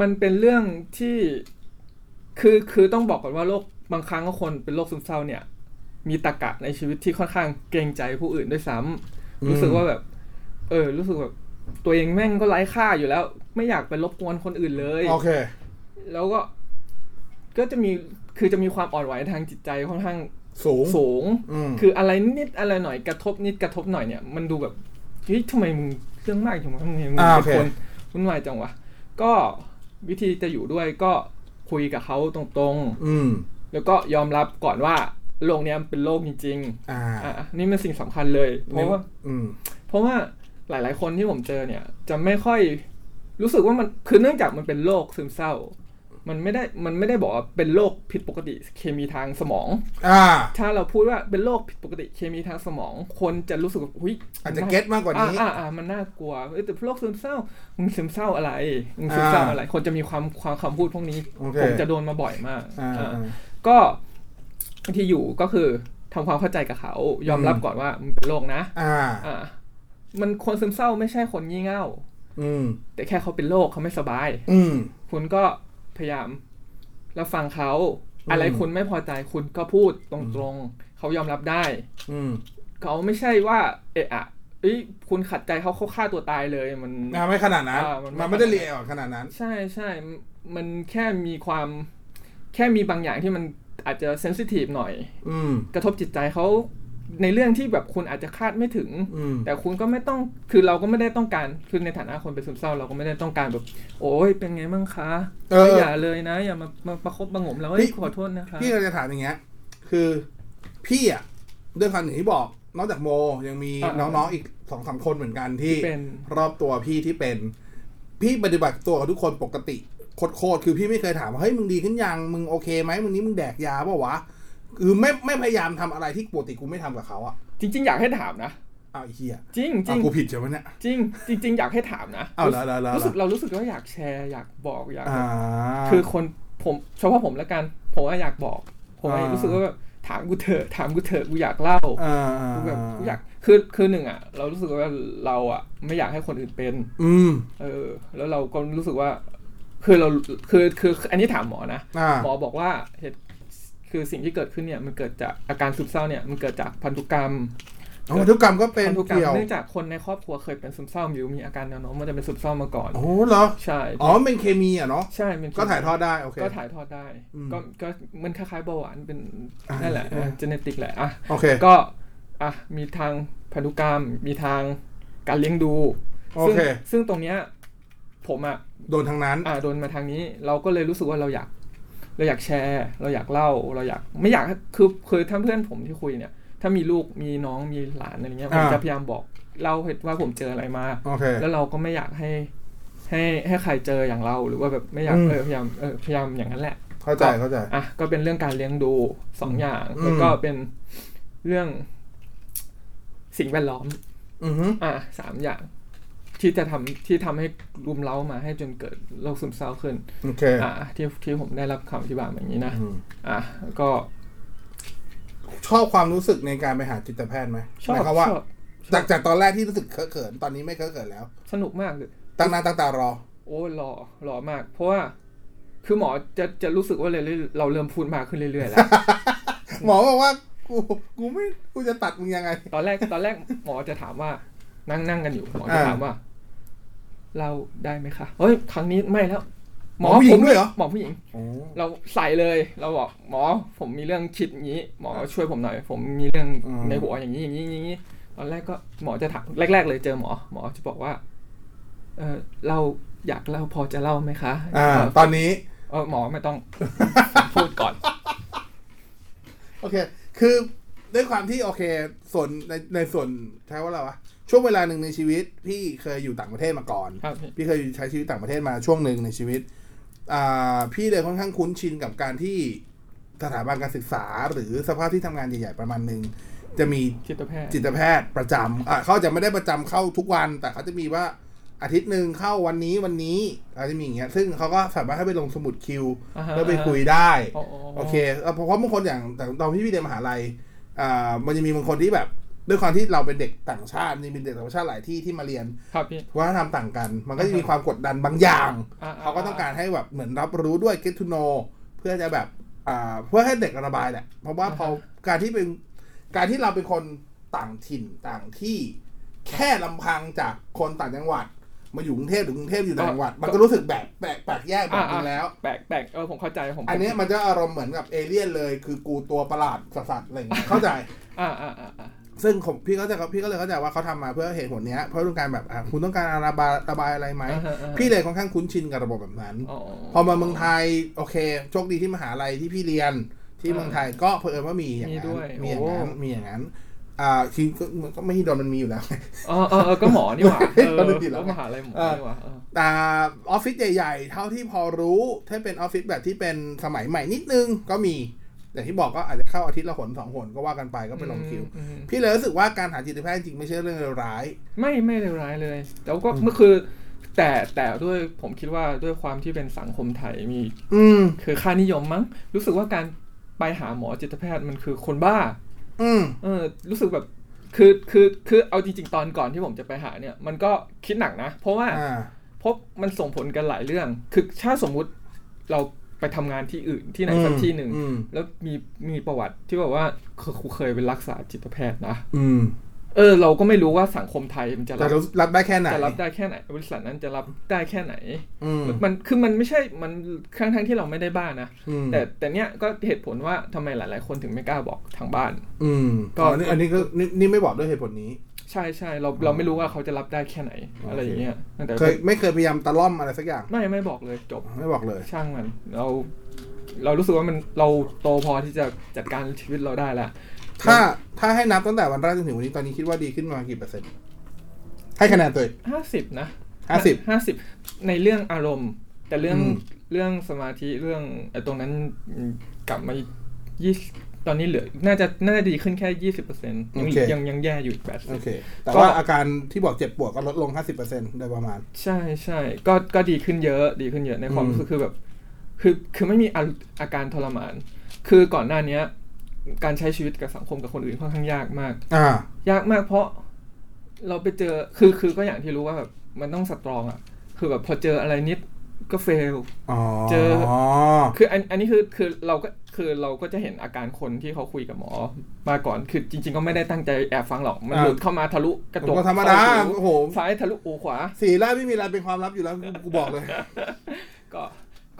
S2: มันเป็นเรื่องที่คือคือต้องบอกก่อนว่าโรคบางครั้งคนเป็นโรคซึมเศร้าเนี่ย มีตะกะในชีวิตที่ค่อนข้างเกรงใจผู้อื่นด้วยซ้ำ
S1: อืม
S2: รู้สึกว่าแบบ เออ รู้สึกแบบ ตัวเองแม่งก็ไร้ค่าอยู่แล้ว ไม่อยากไปรบกวนคนอื่นเลย
S1: โอเค
S2: แล้วก็ ก็จะมีคือจะมีความอ่อนไหวทางจิตใจค่อนข้าง
S1: สูง
S2: สูง
S1: อืม
S2: คืออะไรนิดอะไรหน่อยกระทบนิดกระทบหน่อยเนี่ยมันดูแบบเฮ้ยทำไมมึงเครื่องมากจังวะทำไมมึง
S1: อ่า
S2: เป็
S1: โอเค
S2: นคนวุ่นวายจังวะก็วิธีจะอยู่ด้วยก็คุยกับเขาตรง
S1: อืม
S2: ๆ แล้วก็ยอมรับก่อนว่าโรคเนี้ยมันเป็นโรคจริง
S1: อ่า
S2: ๆอ่ะนี่เป็นสิ่งสำคัญเลย เพราะว่า
S1: อืม
S2: เพราะว่าหลาย ๆ คนที่ผมเจอเนี่ย จะไม่ค่อยรู้สึกว่ามันคือเนื่องจากมันเป็นโรคซึมเศร้า มันไม่ได้มันไม่ได้บอกว่าเป็นโรคผิดปกติเคมีทางสมอง
S1: อ่า
S2: ถ้าเราพูดว่าเป็นโรคผิดปกติเคมีทางสมอง คนจะรู้สึกว่าอุ้ย
S1: อาจจะเก็ตมากกว่านี้
S2: อ่าอ่ามันน่ากลัวเอ้ยแต่โรคซึมเศร้ามึงซึมเศร้าอะไรมึงซึมเศร้าอะไร คนจะมีความความคำพูดพวกนี้
S1: โอเค
S2: ผมจะโดนมาบ่อยมาก
S1: อ่า
S2: อ่า
S1: อ่า
S2: ก็ที่อยู่ก็คือทำความเข้าใจกับเขา ยอมรับ
S1: อืม
S2: ก่อนว่ามึงเป็นโรคนะ
S1: อ่า
S2: อ่า มันคนซึมเศร้าไม่ใช่คนงี่เง่า
S1: อืม
S2: แต่แค่เขาเป็นโรคเขาไม่สบาย
S1: อืม
S2: คุณก็พยายามรับฟังเขา
S1: อืม
S2: อะไรคุณไม่พอใจคุณก็พูดตรงๆ เขายอมรับได้
S1: อืม
S2: เขาไม่ใช่ว่า เอะอะเอ้ยคุณขัดใจเขาเขาฆ่าตัวตายเลยมัน
S1: อ่าไม่ขนาดนั้น
S2: อ่ามันไม่
S1: มันไม่ได้เรียกขนาดนั้น
S2: ใช่ใช่มมันแค่มีความ แค่มีบางอย่างที่มันอาจจะเซนซิทีฟหน่อย
S1: อืม
S2: กระทบจิตใจเขาในเรื่องที่แบบคุณอาจจะคาดไม่ถึง
S1: อืม
S2: แต่คุณก็ไม่ต้องคือเราก็ไม่ได้ต้องการคือในฐานะคนเป็นซึมเศร้าเราก็ไม่ได้ต้องการแบบ โอ้ยเป็นไงบ้างคะ
S1: เออ
S2: อย่าเลยนะ อย่ามามาประคบประหงมเราเอ้ยขอโทษนะคะ
S1: พี่เราจะถามอย่างเงี้ย คือพี่อ่ะด้วยความอย่างที่บอก นอกจากโม ยังมีน้องๆอีกสองสามคนเหมือนกันที่
S2: เป็น
S1: รอบตัวพี่ที่เป็น พี่ปฏิบัติตัวกับทุกคนปกติโคตรๆคือพี่ไม่เคยถามว่าเฮ้ยมึงดีขึ้นยังมึงโอเคไหมมึงนี้มึงแดกยาเปล่าวะคือไม่ไม่พยายามทำอะไรที่ปกติกูไม่ทำกับเขาอะ
S2: จริง ๆ อยากให้ถามนะ
S1: อ้าวไอ้เฮีย
S2: จริงจริ
S1: อ้าว
S2: ง
S1: กูผิดใช่ไหมเนี่ย
S2: จริงจริง ๆ อยากให้ถามนะ
S1: อ้าวแล้วแล้วแล้ว
S2: รู้สึกเรารู้สึกว่าอยากแชร์อยากบอกอยาก
S1: อ่า
S2: คือคนผมเฉพาะผมละกัน ผมว่าอยากบอก ผมว่า
S1: อ่ารู้
S2: รู้สึกว่าแบบถามกูเถอะถามกูเถอะกูอยากเล่า
S1: อ่า
S2: กูแบบกูอยากคือคือหนึ่งอ่ะ เรารู้สึกว่าเราอ่ะ ไม่อยากให้คนอื่นเป็น
S1: อืม
S2: เออ แล้วเราก็รู้สึกว่า คือเราคือคืออันนี้ถามหมอนะ
S1: อ่า
S2: หมอบอกว่าเหตุคือสิ่งที่เกิดขึ้นเนี่ย มันเกิดจากอาการซึมเศร้าเนี่ยมันเกิดจากพันธุกรรม
S1: เอาพันธุกรรมก็เป็น
S2: พันธุกรรม
S1: เกี่ยว
S2: เนื่องจากคนในครอบครัวเคยเป็นซึมเศร้าอยู่มีอาการแนวโน้มว่าจะเป็นซึมเศร้ามาก่อน
S1: โอ้โหเหรอ
S2: ใช่
S1: อ๋อมันเป็นเคมีอ่ะเนาะ
S2: ใช่มัน
S1: ก็ถ่ายทอดได้โอเค
S2: ก็ถ่ายทอดได้
S1: อืม
S2: ก็ก็มันคล้ายๆเบาหวานเป็น
S1: อ่า
S2: นั่นแหละ
S1: อ่า
S2: เจเนติกแหละอ่ะ
S1: โอเค
S2: ก็อ่ะมีทางพันธุกรรม มีทางการเลี้ยงดู
S1: โอ
S2: ซึ่ง
S1: เค
S2: ซึ่งตรงเนี้ยผมอ่ะ
S1: โดนทางนั้น
S2: อ่ะโดนมาทางนี้ เราก็เลยรู้สึกว่าเราอยาก เราอยากแชร์ เราอยากเล่า เราอยากไม่อยากคือคือถ้าเพื่อนผมที่คุยเนี่ย ถ้ามีลูกมีน้องมีหลานอะไรเงี้ยผม
S1: อ่า
S2: จะพยายามบอกเล่าให้ว่าผมเจออะไรมา
S1: โอเค
S2: แล้วเราก็ไม่อยากให้ ให้ให้ใครเจออย่างเราหรือว่าแบบไม่อยาก
S1: อืม
S2: เออพยายามเออพยายามอย่างนั้นแหละ
S1: เข้าใจเข้าใจ
S2: อ่ะก็เป็นเรื่องการเลี้ยงดูสองอย่าง
S1: อืม
S2: แล้วก็เป็นเรื่องสิ่งแวดล้อม
S1: อือฮึ
S2: อ่ะสามอย่าง ที่จะทำที่ทำให้รุมเร้ามาให้จนเกิดโรคซึมเศร้าขึ้น
S1: โอเค
S2: อ่ะที่ที่ผมได้รับคำอธิบายแบบนี้นะ
S1: อืม
S2: อ่ะก็
S1: ชอบความรู้สึกในการไปหาจิตแพทย์ไหม
S2: ช
S1: ห
S2: อบ
S1: มายความว่า
S2: ชอบ
S1: จากจากตอนแรกที่รู้สึกเคอะเขินตอนนี้ไม่เคอะเขินแล้ว
S2: สนุกมากเลย
S1: ตั้งหน้าตั้งตารอ
S2: โอ้หล่อหล่อมาก เพราะว่า คือหมอจะจะรู้สึกว่าเรื่อยๆเราเริ่มพูดมากขึ้นเรื่อยๆแล้ว
S1: หมอบอกว่ากูกูไม่กูจะตัดมึงยังไง
S2: ตอนแรกตอนแรกหมอจะถามว่า นั่งนั่งกันอยู่หมอจะ
S1: อ่า
S2: ถามว่า เราได้ไหมคะเฮ้ยครั้งนี้ไม่แล้ว
S1: หมอผู้หญิงด้วยเหรอ
S2: หมอผู้หญิง เราใส่เลย เราบอกหมอผมมีเรื่องคิดอย่างนี้ หมอช่วยผมหน่อย ผมมีเรื่อง
S1: อืม
S2: ในหัวอย่างนี้อย่างนี้อย่างนี้ตอนแรกก็หมอจะถามแรก ๆ เลยเจอหมอ หมอจะบอกว่า เออเราอยากเล่าพอจะเล่าไหมคะ
S1: อ่า
S2: เออ
S1: ตอนนี้
S2: เออหมอไม่ต้อง พูดก่อน
S1: โอเค คือด้วยความที่โอเค ส่วนในในส่วนใช้ว่าอะไรวะ ช่วงเวลาหนึ่งในชีวิต พี่เคยอยู่ต่างประเทศมาก่อน
S2: ครับพี่
S1: พี่เคยใช้ชีวิตต่างประเทศมาช่วงหนึ่งในชีวิต อ่า พี่เลยค่อนข้างคุ้นชินกับการที่สถาบันการศึกษา หรือสภาพที่ทำงานใหญ่ๆประมาณหนึ่งจะมี
S2: จิตแพทย์
S1: จิตแพทย์ประจำอ่ะเขาจะไม่ได้ประจำเข้าทุกวัน แต่เขาจะมีว่าอาทิตย์หนึ่งเข้าวันนี้วันนี้เขาจะมีอย่างเงี้ย ซึ่งเขาก็สามารถให้ไปลงสมุดคิว
S2: อ่าฮะ
S1: แล้วไปคุยได้
S2: อ๋อ
S1: โอเคแล้วเพราะเพราะบางคนอย่างแต่ตอนที่พี่เรียนมหาลัยอ่ามันจะมีบางคนที่แบบ ด้วยความที่เราเป็นเด็กต่างชาติมีเด็กต่างชาติหลายที่ที่มาเรียน
S2: ครับพี่
S1: วัฒนธรรมต่างกัน มันก็จะมีความกดดันบางอย่าง
S2: อ่ะ
S1: เขาก็ต้องการให้แบบเหมือนรับรู้ด้วย get to know เพื่อจะแบบอ่าเพื่อให้เด็กระบายแหละ เพราะว่าพอการที่เป็นการที่เราเป็นคนต่างถิ่นต่างที่ แค่ลำพังจากคนต่างจังหวัด มาอยู่กรุงเทพหรือกรุงเทพอยู่ต่างจังหวัด มันก็รู้สึกแบบแปลกแปลกแยกแบบนึงแล้ว
S2: แปลกแปลกเออผมเข้าใจผม
S1: อันเนี้ยมันจะอารมณ์เหมือนกับเอเลี่ยนเลยคือกูตัวประหลาดสัสๆอะไรอย่างเงี้ยเข้า ใจ
S2: อ่าอ่าอ่าอ่า
S1: ซึ่งผมพี่ก็จะพี่ก็เลยเข้าใจว่าเขาทำมาเพื่อเหตุผลเนี้ยเพราะต้องการแบบอ่ะคุณต้องการระบายระบายอะไรไหม
S2: อ่าฮะอ่าฮะ
S1: พี่เลยค่อนข้างคุ้นชินกับระบบแบบนั้น
S2: อ๋อ
S1: พอมาเมืองไทยโอเคโชคดีที่มหาลัยที่พี่เรียนที่เมืองไทยก็เผอิญว่ามีอย่างนั้
S2: มีด้
S1: น
S2: วย
S1: มีอย่างนั้น
S2: โอ้
S1: มีอย่างนั้นอ่าทีก็มันก็ไม่ฮิดอนมันมีอยู่แล้ว
S2: เออเออเออก็หมอนี่หว่า เออ
S1: ก็ดูดีแล้ว
S2: แล้วมหาลัยหมอนี่หว่าเออ
S1: แต่ออฟฟิศใหญ่ๆ เท่าที่พอรู้ถ้าเป็นออฟฟิศแบบที่เป็นสมัยใหม่นิดนึงก็มีอย่างที่บอกก็อาจจะเข้าอาทิตย์ละหนสองหนก็ว่ากันไปก็ไปลงคิว
S2: อืม
S1: พี่เลยรู้สึกว่าการหาจิตแพทย์จริงไม่ใช่เรื่องเลวร้าย
S2: ไม่ไม่เลวร้ายเลย แต่ก็เมื่อคือ แต่แต่ด้วยผมคิดว่าด้วยความที่เป็นสังคมไทยมี
S1: อืม
S2: คือค่านิยมมั้ง รู้สึกว่าการไปหาหมอจิตแพทย์มันคือคนบ้า
S1: อืม
S2: เออรู้สึกแบบคือคือคือเอาจริง ๆ ตอนก่อนที่ผมจะไปหาเนี่ย มันก็คิดหนักนะ เพราะว่า
S1: อ่า
S2: เพราะมันส่งผลกันหลายเรื่อง คือถ้าสมมุติเราไปทำงานที่อื่นที่ไหนสัก
S1: อืม
S2: ที่หนึ่ง
S1: อืม
S2: แล้วมีมีประวัติที่แบบว่าเคยเคยไปรักษาจิตแพทย์นะ
S1: อืม
S2: เออเราก็ไม่รู้ว่าสังคมไทยมันจะ
S1: จะ
S2: รับ
S1: รู้รับได้แค่ไหน
S2: จะรับได้แค่ไหนบริษัทนั้นจะรับได้แค่ไหน
S1: อืม
S2: มันคือมันไม่ใช่มันทั้งทั้งที่เราไม่ได้บ้านนะ
S1: อืม
S2: แต่แต่เนี้ยก็เหตุผลว่าทำไมหลาย ๆ คนถึงไม่กล้าบอกทางบ้าน
S1: อืม
S2: ก็
S1: ก็อันนี้อันนี้ก็นี่นี่ไม่บอกด้วยเหตุผลนี้
S2: ใช่ใช่เราเราไม่รู้ว่าเขาจะรับได้แค่ไหน อะไรอย่างเงี้ยแต่
S1: เคยไม่เคยพยายามตะล่อมอะไรสักอย่าง
S2: ไม่ไม่บอกเลยจบ
S1: ไม่บอกเลย
S2: ช่างมัน เรา เรารู้สึกว่ามันเราโตพอที่จะจัดการชีวิตเราได้ละ
S1: ถ้าถ้าให้นับตั้งแต่วันแรกจนถึงวันนี้ตอนนี้คิดว่าดีขึ้นประมาณกี่เปอร์เซ็นต์ ให้คะแนนตัวเอง
S2: ห้าสิบนะ
S1: 50
S2: ห้าสิบในเรื่องอารมณ์ แต่เรื่อง
S1: อืม
S2: เรื่องสมาธิเรื่องไอ้ตรงนั้นอืมกลับมายี่สิบตอนนี้เหลือ น่าจะน่าจะดีขึ้นแค่ยี่สิบเปอร์เซ็นต์ยัง
S1: โอเค
S2: ยังยังแย่อยู่อีกแปดสิ
S1: โอบ เค แต่
S2: ก็
S1: ว่าอาการที่บอกเจ็บปวดก็ลดลง 50%โดยประมาณ
S2: ใช่ใช่ก็ก็ดีขึ้นเยอะดีขึ้นเยอะในความ
S1: อืม
S2: รู้สึกคือแบบ คือคือไม่มีอาอาการทรมาน คือก่อนหน้าเนี้ย การใช้ชีวิตกับสังคมกับคนอื่นค่อนข้างยากมาก
S1: อ่า
S2: ยากมากเพราะเราไปเจอคือคือก็อย่างที่รู้ว่าแบบมันต้องสตรองอ่ะ คือแบบพอเจออะไรนิดก็เฟล
S1: อ๋อ
S2: เจอ คืออันอันนี้คือคือเราก็คือเราก็จะเห็นอาการคนที่เขาคุยกับหมอมาก่อนคือจริง ๆ ก็ไม่ได้ตั้งใจแอบฟังหรอกมันหลุดเข้ามาทะลุกระจ
S1: ผม
S2: ก
S1: ก็ธรรมดา
S2: เข้หู
S1: โอ้โห
S2: ซ้ายทะลุหูขวา
S1: สีแรกไม่มีอะไรเป็นความลับอยู่แล้ว กูบอกเลย
S2: ก็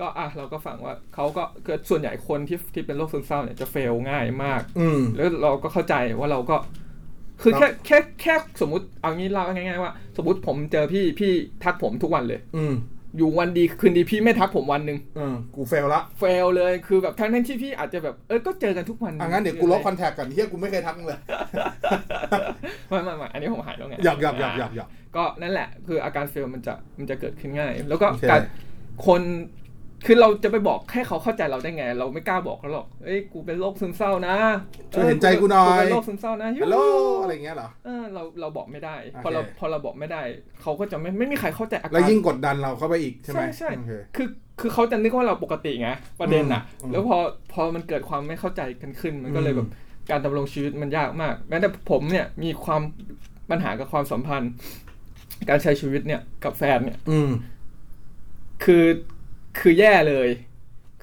S2: ก็อ่ะเราก็ฟังว่าเขาก็คือส่วนใหญ่คนที่ที่เป็นโรคซึมเศร้าเนี่ยจะเฟลง่ายมาก
S1: อืม
S2: แล้วเราก็เข้าใจว่าเราก็ คือ
S1: ครั
S2: แค่
S1: บ
S2: แค่แค่สมมติเอางี้เล่าง่ายๆว่า สมมติผมเจอพี่พี่ทักผมทุกวันเลย
S1: อืม
S2: อยู่วันดีคืนดีพี่ไม่ทักผมวันหนึ่ง
S1: เออกูเฟลละ
S2: เฟลเลยคือแบบทั้งทั้งที่พี่อาจจะแบบเออก็เจอกันทุกวัน
S1: อ่ะงั้นเดี๋ยวกูลบคอนแทคก่อนเฮียกูไม่เคยทักมึงเลย
S2: ไม่ไม่ไม่อันนี้ผมหายแล้วไง
S1: หยอกหยอกหยอกหยอกหยอก
S2: ก็นั่นแหละ คืออาการเฟลมันจะมันจะเกิดขึ้นง่าย แล้วก็
S1: โอเค
S2: การคนคือเราจะไปบอกให้เขาเข้าใจเราได้ไง เราไม่กล้าบอกเขาหรอกเอ้ยกูเป็นโรคซึมเศร้านะ
S1: ช่วยเห็นใจกูหน่อย
S2: กูเป็นโรคซึมเศร้านะยู
S1: ฮัลโหลอะไรอย่างเงี้ยเหรอ
S2: เออเราเราบอกไม่ได้
S1: โอเค
S2: พอเราพอเราบอกไม่ได้ เขาก็จะไม่ไม่มีใครเข้าใจอาการ
S1: แล้วยิ่งกดดันเราเข้าไปอีกใช่ไหม
S2: ใช่ใช่
S1: โอเค
S2: คือคือเขาจะนึกว่าเราปกติไงประเด็นอ่ะ
S1: อืม
S2: แล้วพอพอมันเกิดความไม่เข้าใจกันขึ้น มันก็
S1: อืม
S2: เลยแบบการดำรงชีวิตมันยากมาก แม้แต่ผมเนี่ยมีความปัญหากับความสัมพันธ์ การใช้ชีวิตเนี่ยกับแฟนเนี่ย
S1: อืม
S2: คือคือแย่เลย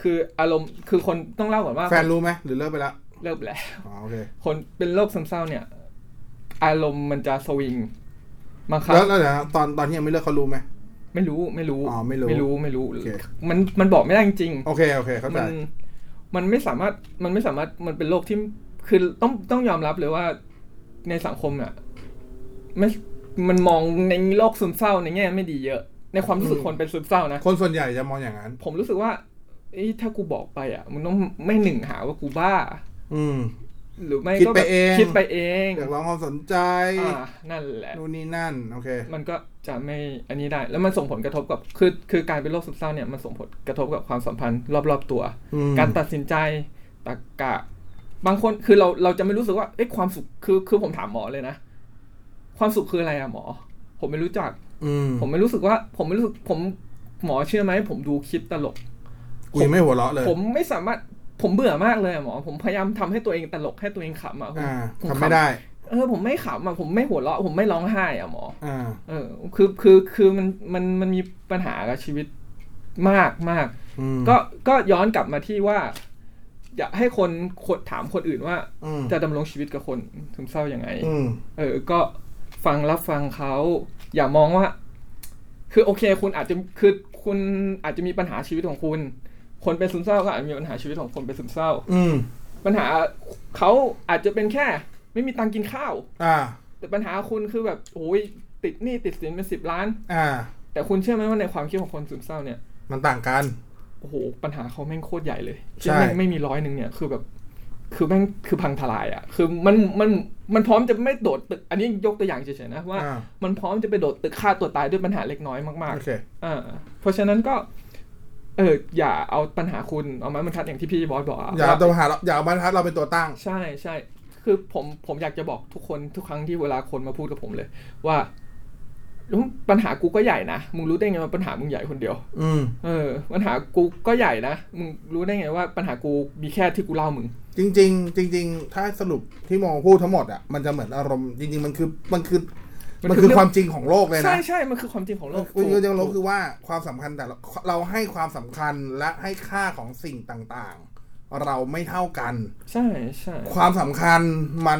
S2: คืออารมณ์คือคนต้องเล่าก่อนว่า
S1: แฟนรู้ไหมหรือเลิกไปละ
S2: เลิกแล้ว
S1: อ๋อโอเค
S2: คนเป็นโรคซึมเศร้าเนี่ย อารมณ์มันจะสวิงบางครั้
S1: แล้ว
S2: ง
S1: แล้วเดี๋ยวนะตอนตอนที่ยังไม่เลิกเขารู้ไหม
S2: ไม่รู้ไม่รู้
S1: อ๋อไม่รู้
S2: ไม่รู้ไม่รู้
S1: โอเค
S2: มันมันบอกไม่ได้จริง
S1: โอเคโอเคเข้า
S2: ๆ
S1: ใจ
S2: มันมันไม่สามารถมันไม่สามารถมันเป็นโรคที่คือต้องต้องยอมรับเลยว่าในสังคมเนี่ยไม่มันมองในโรคซึมเศร้าในแง่ไม่ดีเยอะ ในความรู้สึกคนเป็นซึมเศร้านะ
S1: คนส่วนใหญ่จะมองอย่างนั้น
S2: ผมรู้สึกว่าเอ้ยถ้ากูบอกไปอ่ะมึงต้องไม่หนึ่งหาว่ากูบ้า
S1: อืม
S2: หรือไม่
S1: คิด
S2: ก็
S1: ไป
S2: แบบ
S1: เอง
S2: คิดไปเอง
S1: อยากร้องความสนใจ
S2: อ่านั่นแหละ
S1: นู่นนี่นั่นโอเค
S2: มันก็จะไม่อันนี้ได้ แล้วมันส่งผลกระทบกับคือคือการเป็นโรคซึมเศร้าเนี่ยมันส่งผลกระทบกับความสัมพันธ์รอบๆตัว
S1: อืม
S2: การตัดสินใจตรรกะ บางคนคือเราเราจะไม่รู้สึกว่าเอ้ยความสุขคือคือผมถามหมอเลยนะ ความสุขคืออะไรอะหมอ ผมไม่รู้จัก
S1: อืม
S2: ผมไม่รู้สึกว่า ผมไม่รู้สึกผมหมอเชื่อไหมผมดูคลิปตลก
S1: กูยังไม่หัวเราะเลย
S2: ผมไม่สามารถผมเบื่อมากเลยอะหมอ ผมพยายามทำให้ตัวเองตลกให้ตัวเองขำอ่ะผม
S1: อ่า
S2: ผม
S1: ทำไม่ได้
S2: เออผมไม่ขำอ่ะผมไม่หัวเราะผมไม่ร้องไห้อ่ะหมอ
S1: อ่า
S2: เออคือคือคือมันมันมันมีปัญหากับชีวิตมากมาก
S1: อืม
S2: ก็ก็ย้อนกลับมาที่ว่า อยากให้คนคนถามคนอื่นว่า
S1: อืม
S2: จะดำรงชีวิตกับคนซึมเศร้ายังไง
S1: อืม
S2: เออ ก็ฟังรับฟังเขา อย่ามองว่า คือโอเค คุณอาจจะคือคุณอาจจะมีปัญหาชีวิตของคุณ คนเป็นซึมเศร้าก็อาจจะมีปัญหาชีวิตของคนเป็นซึมเศร้า
S1: อืม
S2: ปัญหาเขาอาจจะเป็นแค่ ไม่มีตังค์กินข้าว
S1: อ่า
S2: แต่ปัญหาคุณคือแบบโอ้ยติดหนี้ติดสินเป็นสิบล้าน
S1: อ่า
S2: แต่คุณเชื่อไหมว่าในความคิดของคนซึมเศร้าเนี่ย
S1: มันต่างกัน
S2: โอ้โหปัญหาเขาแม่งโคตรใหญ่เลย
S1: ใช่
S2: ที่แม่งไม่มีร้อยหนึ่งเนี่ยคือแบบ คือแม่งคือพังทลายอ่ะ คือมันมันมันพร้อมจะไม่โดดตึก อันนี้ยกตัวอย่างเฉยๆนะว่า
S1: อ่า
S2: มันพร้อมจะไปโดดตึกฆ่าตัวตายด้วยปัญหาเล็กน้อยมาก
S1: โอเค
S2: ๆเออเพราะฉะนั้นก็ เอออย่าเอาปัญหาคุณเอาไม้บรรทัดอย่างที่พี่บอสบอกอะ
S1: อย่าเอา
S2: ว่า
S1: ตัวหาเราอย่าเอาบรรทัดเราเป็นตัวตั้ง
S2: ใช่ใช่คือผมผมอยากจะบอกทุกคนทุกครั้งที่เวลาคนมาพูดกับผมเลย ว่าปัญหากูก็ใหญ่นะมึงรู้ได้ไงว่าปัญหามึงใหญ่คนเดียว
S1: อืม
S2: เออปัญหากูก็ใหญ่นะมึงรู้ได้ไงว่าปัญหากูมีแค่ที่กูเล่ามึง
S1: จริง ๆ จริง ๆ ถ้าสรุปที่มองพูดทั้งหมดอ่ะ มันจะเหมือนอารมณ์ จริง ๆ มันคือ มันคือ
S2: มั
S1: มัน
S2: นคื
S1: คือ
S2: อ
S1: ความจริงของโลกเลยนะ
S2: ใช่ใช่มันคือความจริงของโลก
S1: คุณก็จะรู้
S2: ถู
S1: คื
S2: ก
S1: อว่าความสำคัญแต่ละเราให้ความสำคัญและให้ค่าของสิ่งต่างๆ เราไม่เท่ากัน
S2: ใช่ใช่
S1: ความสำคัญมัน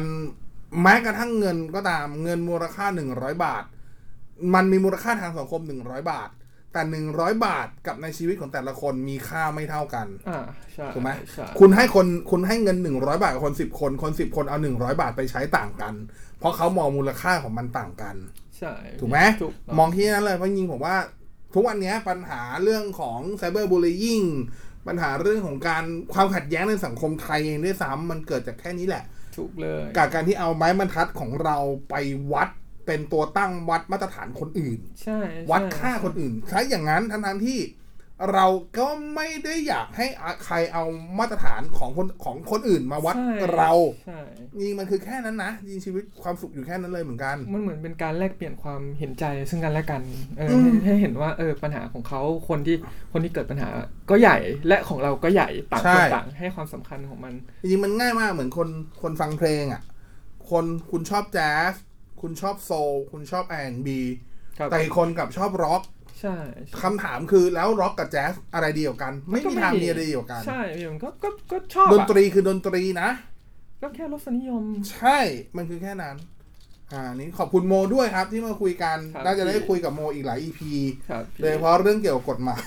S1: แม้กระทั่งเงินก็ตามเงินมูลค่า 100 บาท มันมีมูลค่าทางสังคม 100 บาท แต่ 100 บาทกับในชีวิตของแต่ละคนมีค่าไม่เท่ากัน
S2: อ่าใช่
S1: ถูกไหม
S2: ใช่
S1: คุณให้คนคุณให้เงิน 100 บาทกับคน 10 คน คน 10 คนเอา 100 บาทไปใช้ต่างกัน เพราะเขามองมูลค่าของมันต่างกัน
S2: ใช่
S1: ถูกไหม
S2: ถูก
S1: มองที่นั้นเลยเพราะจริงๆผมว่า ทุกวันเนี้ยปัญหาเรื่องของไซเบอร์บูล y ยิงปัญหาเรื่องของการความขัดแย้งในสังคมไทยเองด้วยซ้ำมันเกิดจากแค่นี้แหละ
S2: ถูกเลย
S1: กับการที่เอาไม้บรรทัดของเราไปวัดเป็นตัวตั้งวัดมาตรฐานคนอื่น
S2: ใช่
S1: วัด
S2: ใช่
S1: ค่าคนอื่นใช้อย่างนั้นทั้งนั้นที่เราก็ไม่ได้อยากให้ใครเอามาตรฐานของคนของคนอื่นมาวัด
S2: ใช่
S1: เรา
S2: ใช่
S1: จริงๆมันคือแค่นั้นนะจริงๆชีวิตความสุขอยู่แค่นั้นเลยเหมือนกัน
S2: มันเหมือนเป็นการแลกเปลี่ยนความเห็นใจซึ่งกันและกันเออ
S1: อืม
S2: ให้ให้เห็นว่าเออปัญหาของเขาคนที่คนที่เกิดปัญหาก็ใหญ่และของเราก็ใหญ่ต่างคนต่างให้ความสำคัญของมัน
S1: จริงๆมันง่ายมากเหมือนคนคนฟังเพลงอ่ะ คนคุณชอบแจ๊สคุณชอบโซลคุณชอบ R&B
S2: ครับ
S1: แต่อีกคนกลับชอบร็อก
S2: ใช่ใช่
S1: คำถามคือแล้วร็อกกับแจ๊สอะไรดีกว่ากัน ไม่มีทาง
S2: ก็ไม่มี
S1: มีอะไรดีกว่ากัน
S2: ใช่พี่ผมก็ก็ก็ชอบ
S1: ดน
S2: อะ
S1: ตรีคือดนตรีนะ
S2: ก็แค่รสนิยม
S1: ใช่ มันคือแค่นั้น อ่า นี้ขอบคุณโมด้วยครับ ที่มาคุยกัน
S2: ครับ
S1: น่าจะได้คุยกับโมอีกหลาย EP
S2: ครับ
S1: โดยเฉพาะเรื่องเกี่ยวกับกฎหมาย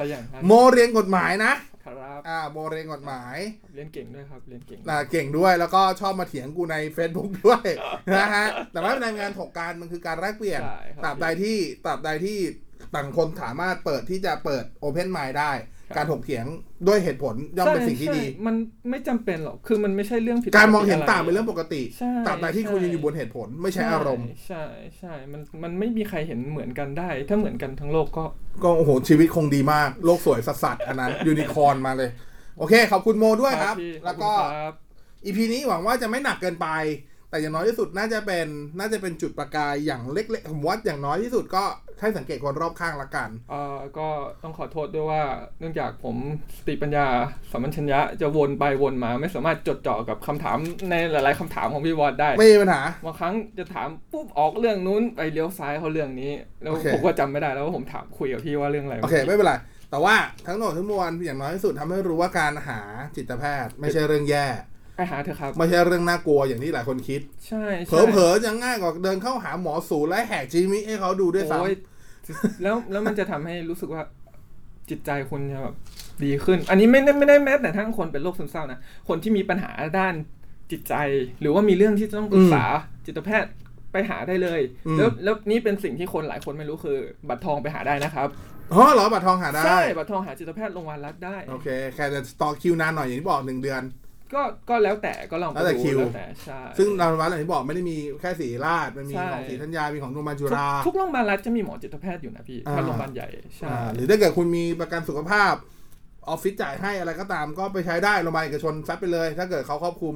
S2: สยามครับ
S1: โมเรียนกฎหมายนะ
S2: ครับ
S1: อ่า โมเรียนกฎหมาย
S2: เรียนเก่งด้วยครับเรียนเก่ง
S1: อ่าเก่งด้วย แล้วก็ชอบมาเถียงกูใน Facebook ด้วย นะฮะ แต่ว่าในงานถกการมันคือการแลกเปลี่ยน
S2: ใช่ค
S1: ตรา
S2: รับ
S1: ใดที่ตราบใดที่ ต่างคนสามารถเปิดที่จะเปิดโอเพนไม d ์ได้ การถกเถียงด้วยเหตุผลย่อมเป็นสิ่งที่
S2: ใช่
S1: ดี
S2: ใช่มันไม่จำเป็นหรอก คือมันไม่ใช่เรื่องผิด
S1: การมองเห็น
S2: ป
S1: ต่างเป็น
S2: อะไ
S1: เรื่องปกติ
S2: ใช่
S1: ตราบใดที่
S2: ใช่
S1: คุณยังอยู่บนเหตุผลไม่ใช่อารมณ์
S2: ใช่ใช่ มันมันไม่มีใครเห็นเหมือนกันได้ ถ้าเหมือนกันทั้งโลกก็
S1: ก็โอ้โห ชีวิตคงดีมาก โลกสวยสัสๆอันนั้น ยูนิคอร์นมาเลย โอเค ขอบคุณโมด้วยครับ
S2: พี่
S1: แล้วก็
S2: ขอบคุณครับ
S1: อีพีนี้หวังว่าจะไม่หนักเกินไป แต่อย่างน้อยที่สุดน่าจะเป็นน่าจะเป็นจุดประกายอย่างเล็กๆผมว่าอย่างน้อยที่สุดก็ให้สังเกตคนรอบข้างละกัน
S2: เอ่อก็ต้องขอโทษด้วยว่า เนื่องจากผมสติปัญญาสัมมัญชัญญะจะวนไปวนมาไม่สามารถจดจ่อกับคำถามในหลาย ๆคำถามของพี่วอดได้
S1: ไม่มีปัญหา
S2: บางครั้งจะถามปุ๊บออกเรื่องนู้นไปเลี้ยวซ้ายเขาเรื่องนี้ แล้ว
S1: โอเค
S2: ผมก็จำไม่ได้แล้วว่าผมถามคุยกับพี่ว่าเรื่องอะไร
S1: โอเค ไม่เป็นไร แต่ว่าทั้งหมดทั้งมวลอย่างน้อยที่สุดทำให้รู้ว่าการหาจิตแพทย์ ไม่ใช่เรื่องแย่
S2: ไปหาเถอะครับ
S1: ไม่ใช่เรื่องน่ากลัวอย่างที่หลายคนคิด
S2: ใช่
S1: เผ
S2: ใช่
S1: ลอๆจะง่ายกว่าเดินเข้าหาหมอสูและแหกจีมิให้เขาดูด้วยซ้
S2: โอ้ยแล้วแล้วมันจะทำให้รู้สึกว่าจิตใจคุณจะแบบดีขึ้น อันนี้ไม่ได้ไม่ได้แม้แต่ทั้งคนเป็นโรคซึมเศร้านะคนที่มีปัญหาด้านจิตใจ หรือว่ามีเรื่องที่จะต้องปรึกษาจิตแพทย์ไปหาได้เลย แล้วแล้วนี่เป็นสิ่งที่คนหลายคนไม่รู้คือ บัตรทองไปหาได้นะครับ
S1: ำอ๋อเหรอบัตรทองหาได้
S2: ใช่บัตรทองหาจิตแพทย์โรงพยาบาลรัฐได้
S1: โอเค แค่จะต่อคิวนานหน่อยอย่างที่บอกหนึ่งเดือน
S2: ก็ก็แล้วแต่ก็ลองไป
S1: แล้วแต่
S2: ดู
S1: คิว
S2: แล้วแต่ใช่
S1: ซึ่งรางวัลอย่างที่บอกไม่ได้มีแค่สีราชมันมี
S2: ใช่
S1: ของสีธัญญา มีของโรงพยาบาลจุ
S2: ทุก
S1: ฬา
S2: ทุกโรงพยาบาลรัฐจะมีหมอจิตแพทย์อยู่นะพี่ถ้า
S1: อ่า
S2: โรงพยาบาลใหญ่ใช่
S1: อ่าหรือถ้าเกิดคุณมีประกันสุขภาพ ออฟฟิศจ่ายให้อะไรก็ตามก็ไปใช้ได้โรงพยาบาลเอกชนซัดไปเลย ถ้าเกิดเขาครอบคลุม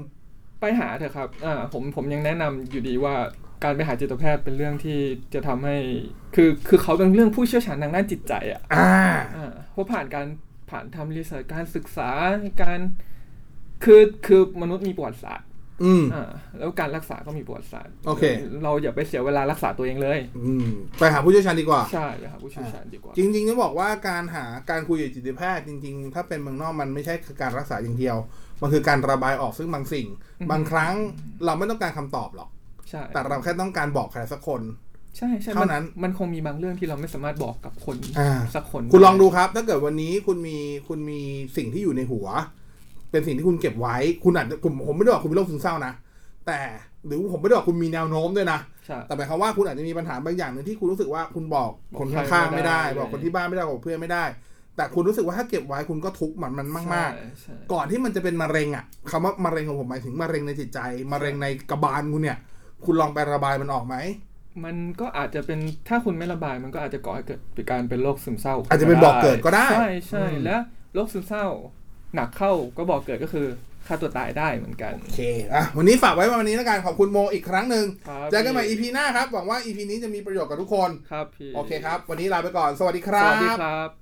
S2: ไปหาเถอะครับ อ่า ผม ผมยังแนะนำอยู่ดีว่าการไปหาจิตแพทย์เป็นเรื่องที่จะทำให้ คือ คือเขาเป็นเรื่องผู้เชี่ยวชาญทางด้านจิตใจอะ
S1: อ่า
S2: อ่าเพราะผ่านการ ผ่านทำรีเสิร์ชการศึกษา การ คือ คือมนุษย์มีประวัติศาสตร์
S1: อืม
S2: อ่า แล้วการรักษาก็มีประวัติศาสตร์
S1: โอเค
S2: เราอย่าไปเสียเวลารักษาตัวเองเลย
S1: อืม ไปหาผู้เชี่ยวชาญดีกว่า
S2: ใช่ไปหาผู้เชี่ยวชาญดีกว่า
S1: จริงๆต้องบอกว่าการหาการคุยกับจิตแพทย์จริงๆ ถ้าเป็นเมืองนอกมันไม่ใช่คือการรักษาอย่างเดียว มันคือการระบายออกซึ่งบางสิ่ง
S2: อืม
S1: บางครั้งเราไม่ต้องการคำตอบหรอก
S2: ใช่
S1: แต่เราแค่ต้องการบอกใครสักคน
S2: ใช่ใช่
S1: เท่านั้น
S2: มัมันคงมีบางเรื่องที่เราไม่สามารถบอกกับคน
S1: อ่า
S2: สักคน
S1: คุณลองดูครับ ถ้าเกิดวันนี้คุณมีคุณมีสิ่งที่อยู่ในหัว เป็นสิ่งที่คุณเก็บไว้ คุณอาจจะผมผมไม่ได้บอกคุณเป็นโรคซึมเศร้านะ แต่หรือผมไม่ได้บอกคุณมีแนวโน้มด้วยนะ
S2: ใช่
S1: แต่หมายความว่าคุณอาจจะมีปัญหาบางอย่างหนึ่งที่คุณรู้สึกว่าคุณบอก
S2: บอก
S1: คน
S2: ใคร
S1: ข้างๆ
S2: ไม่
S1: ไม่
S2: ได้
S1: ได้
S2: อะไร
S1: บอกคนที่บ้านไม่ได้บอกเพื่อนไม่ได้ แต่คุณรู้สึกว่าถ้าเก็บไว้คุณก็ทุกข์มันมันมาก
S2: ใช่ใช่
S1: ๆ ก่อนที่มันจะเป็นมะเร็งอ่ะคำว่ามะเร็งของผมหมายถึงมะเร็งในจิตใจมะเร็งในกระบาลคุณเนี่ย คุณลองไประบายมันออกไหม
S2: มันก็อาจจะเป็นถ้าคุณไม่ระบายมันก็อาจจะก่อให้เกิดการเป็นโรคซึมเศร้า
S1: อาจจะเป็นบอกเกิดก็ได้
S2: ใช่ใช่
S1: อืม
S2: และโรคซึมเศร้า หนักเข้าก็บอกเกิดก็คือฆ่าตัวตายได้เหมือนกัน
S1: โอเคอ่ะวันนี้ฝากไว้วันนี้แล้วกันขอบคุณโมอีกครั้งหนึ่ง
S2: ครับ
S1: เจอกันใหม่ EP หน้าครับหวังว่า EP นี้จะมีประโยชน์กับทุกคน
S2: ครับพี่
S1: โอเคครับ วันนี้ลาไปก่อน สวัสดีครั
S2: ส
S1: บ
S2: วัสดีครับ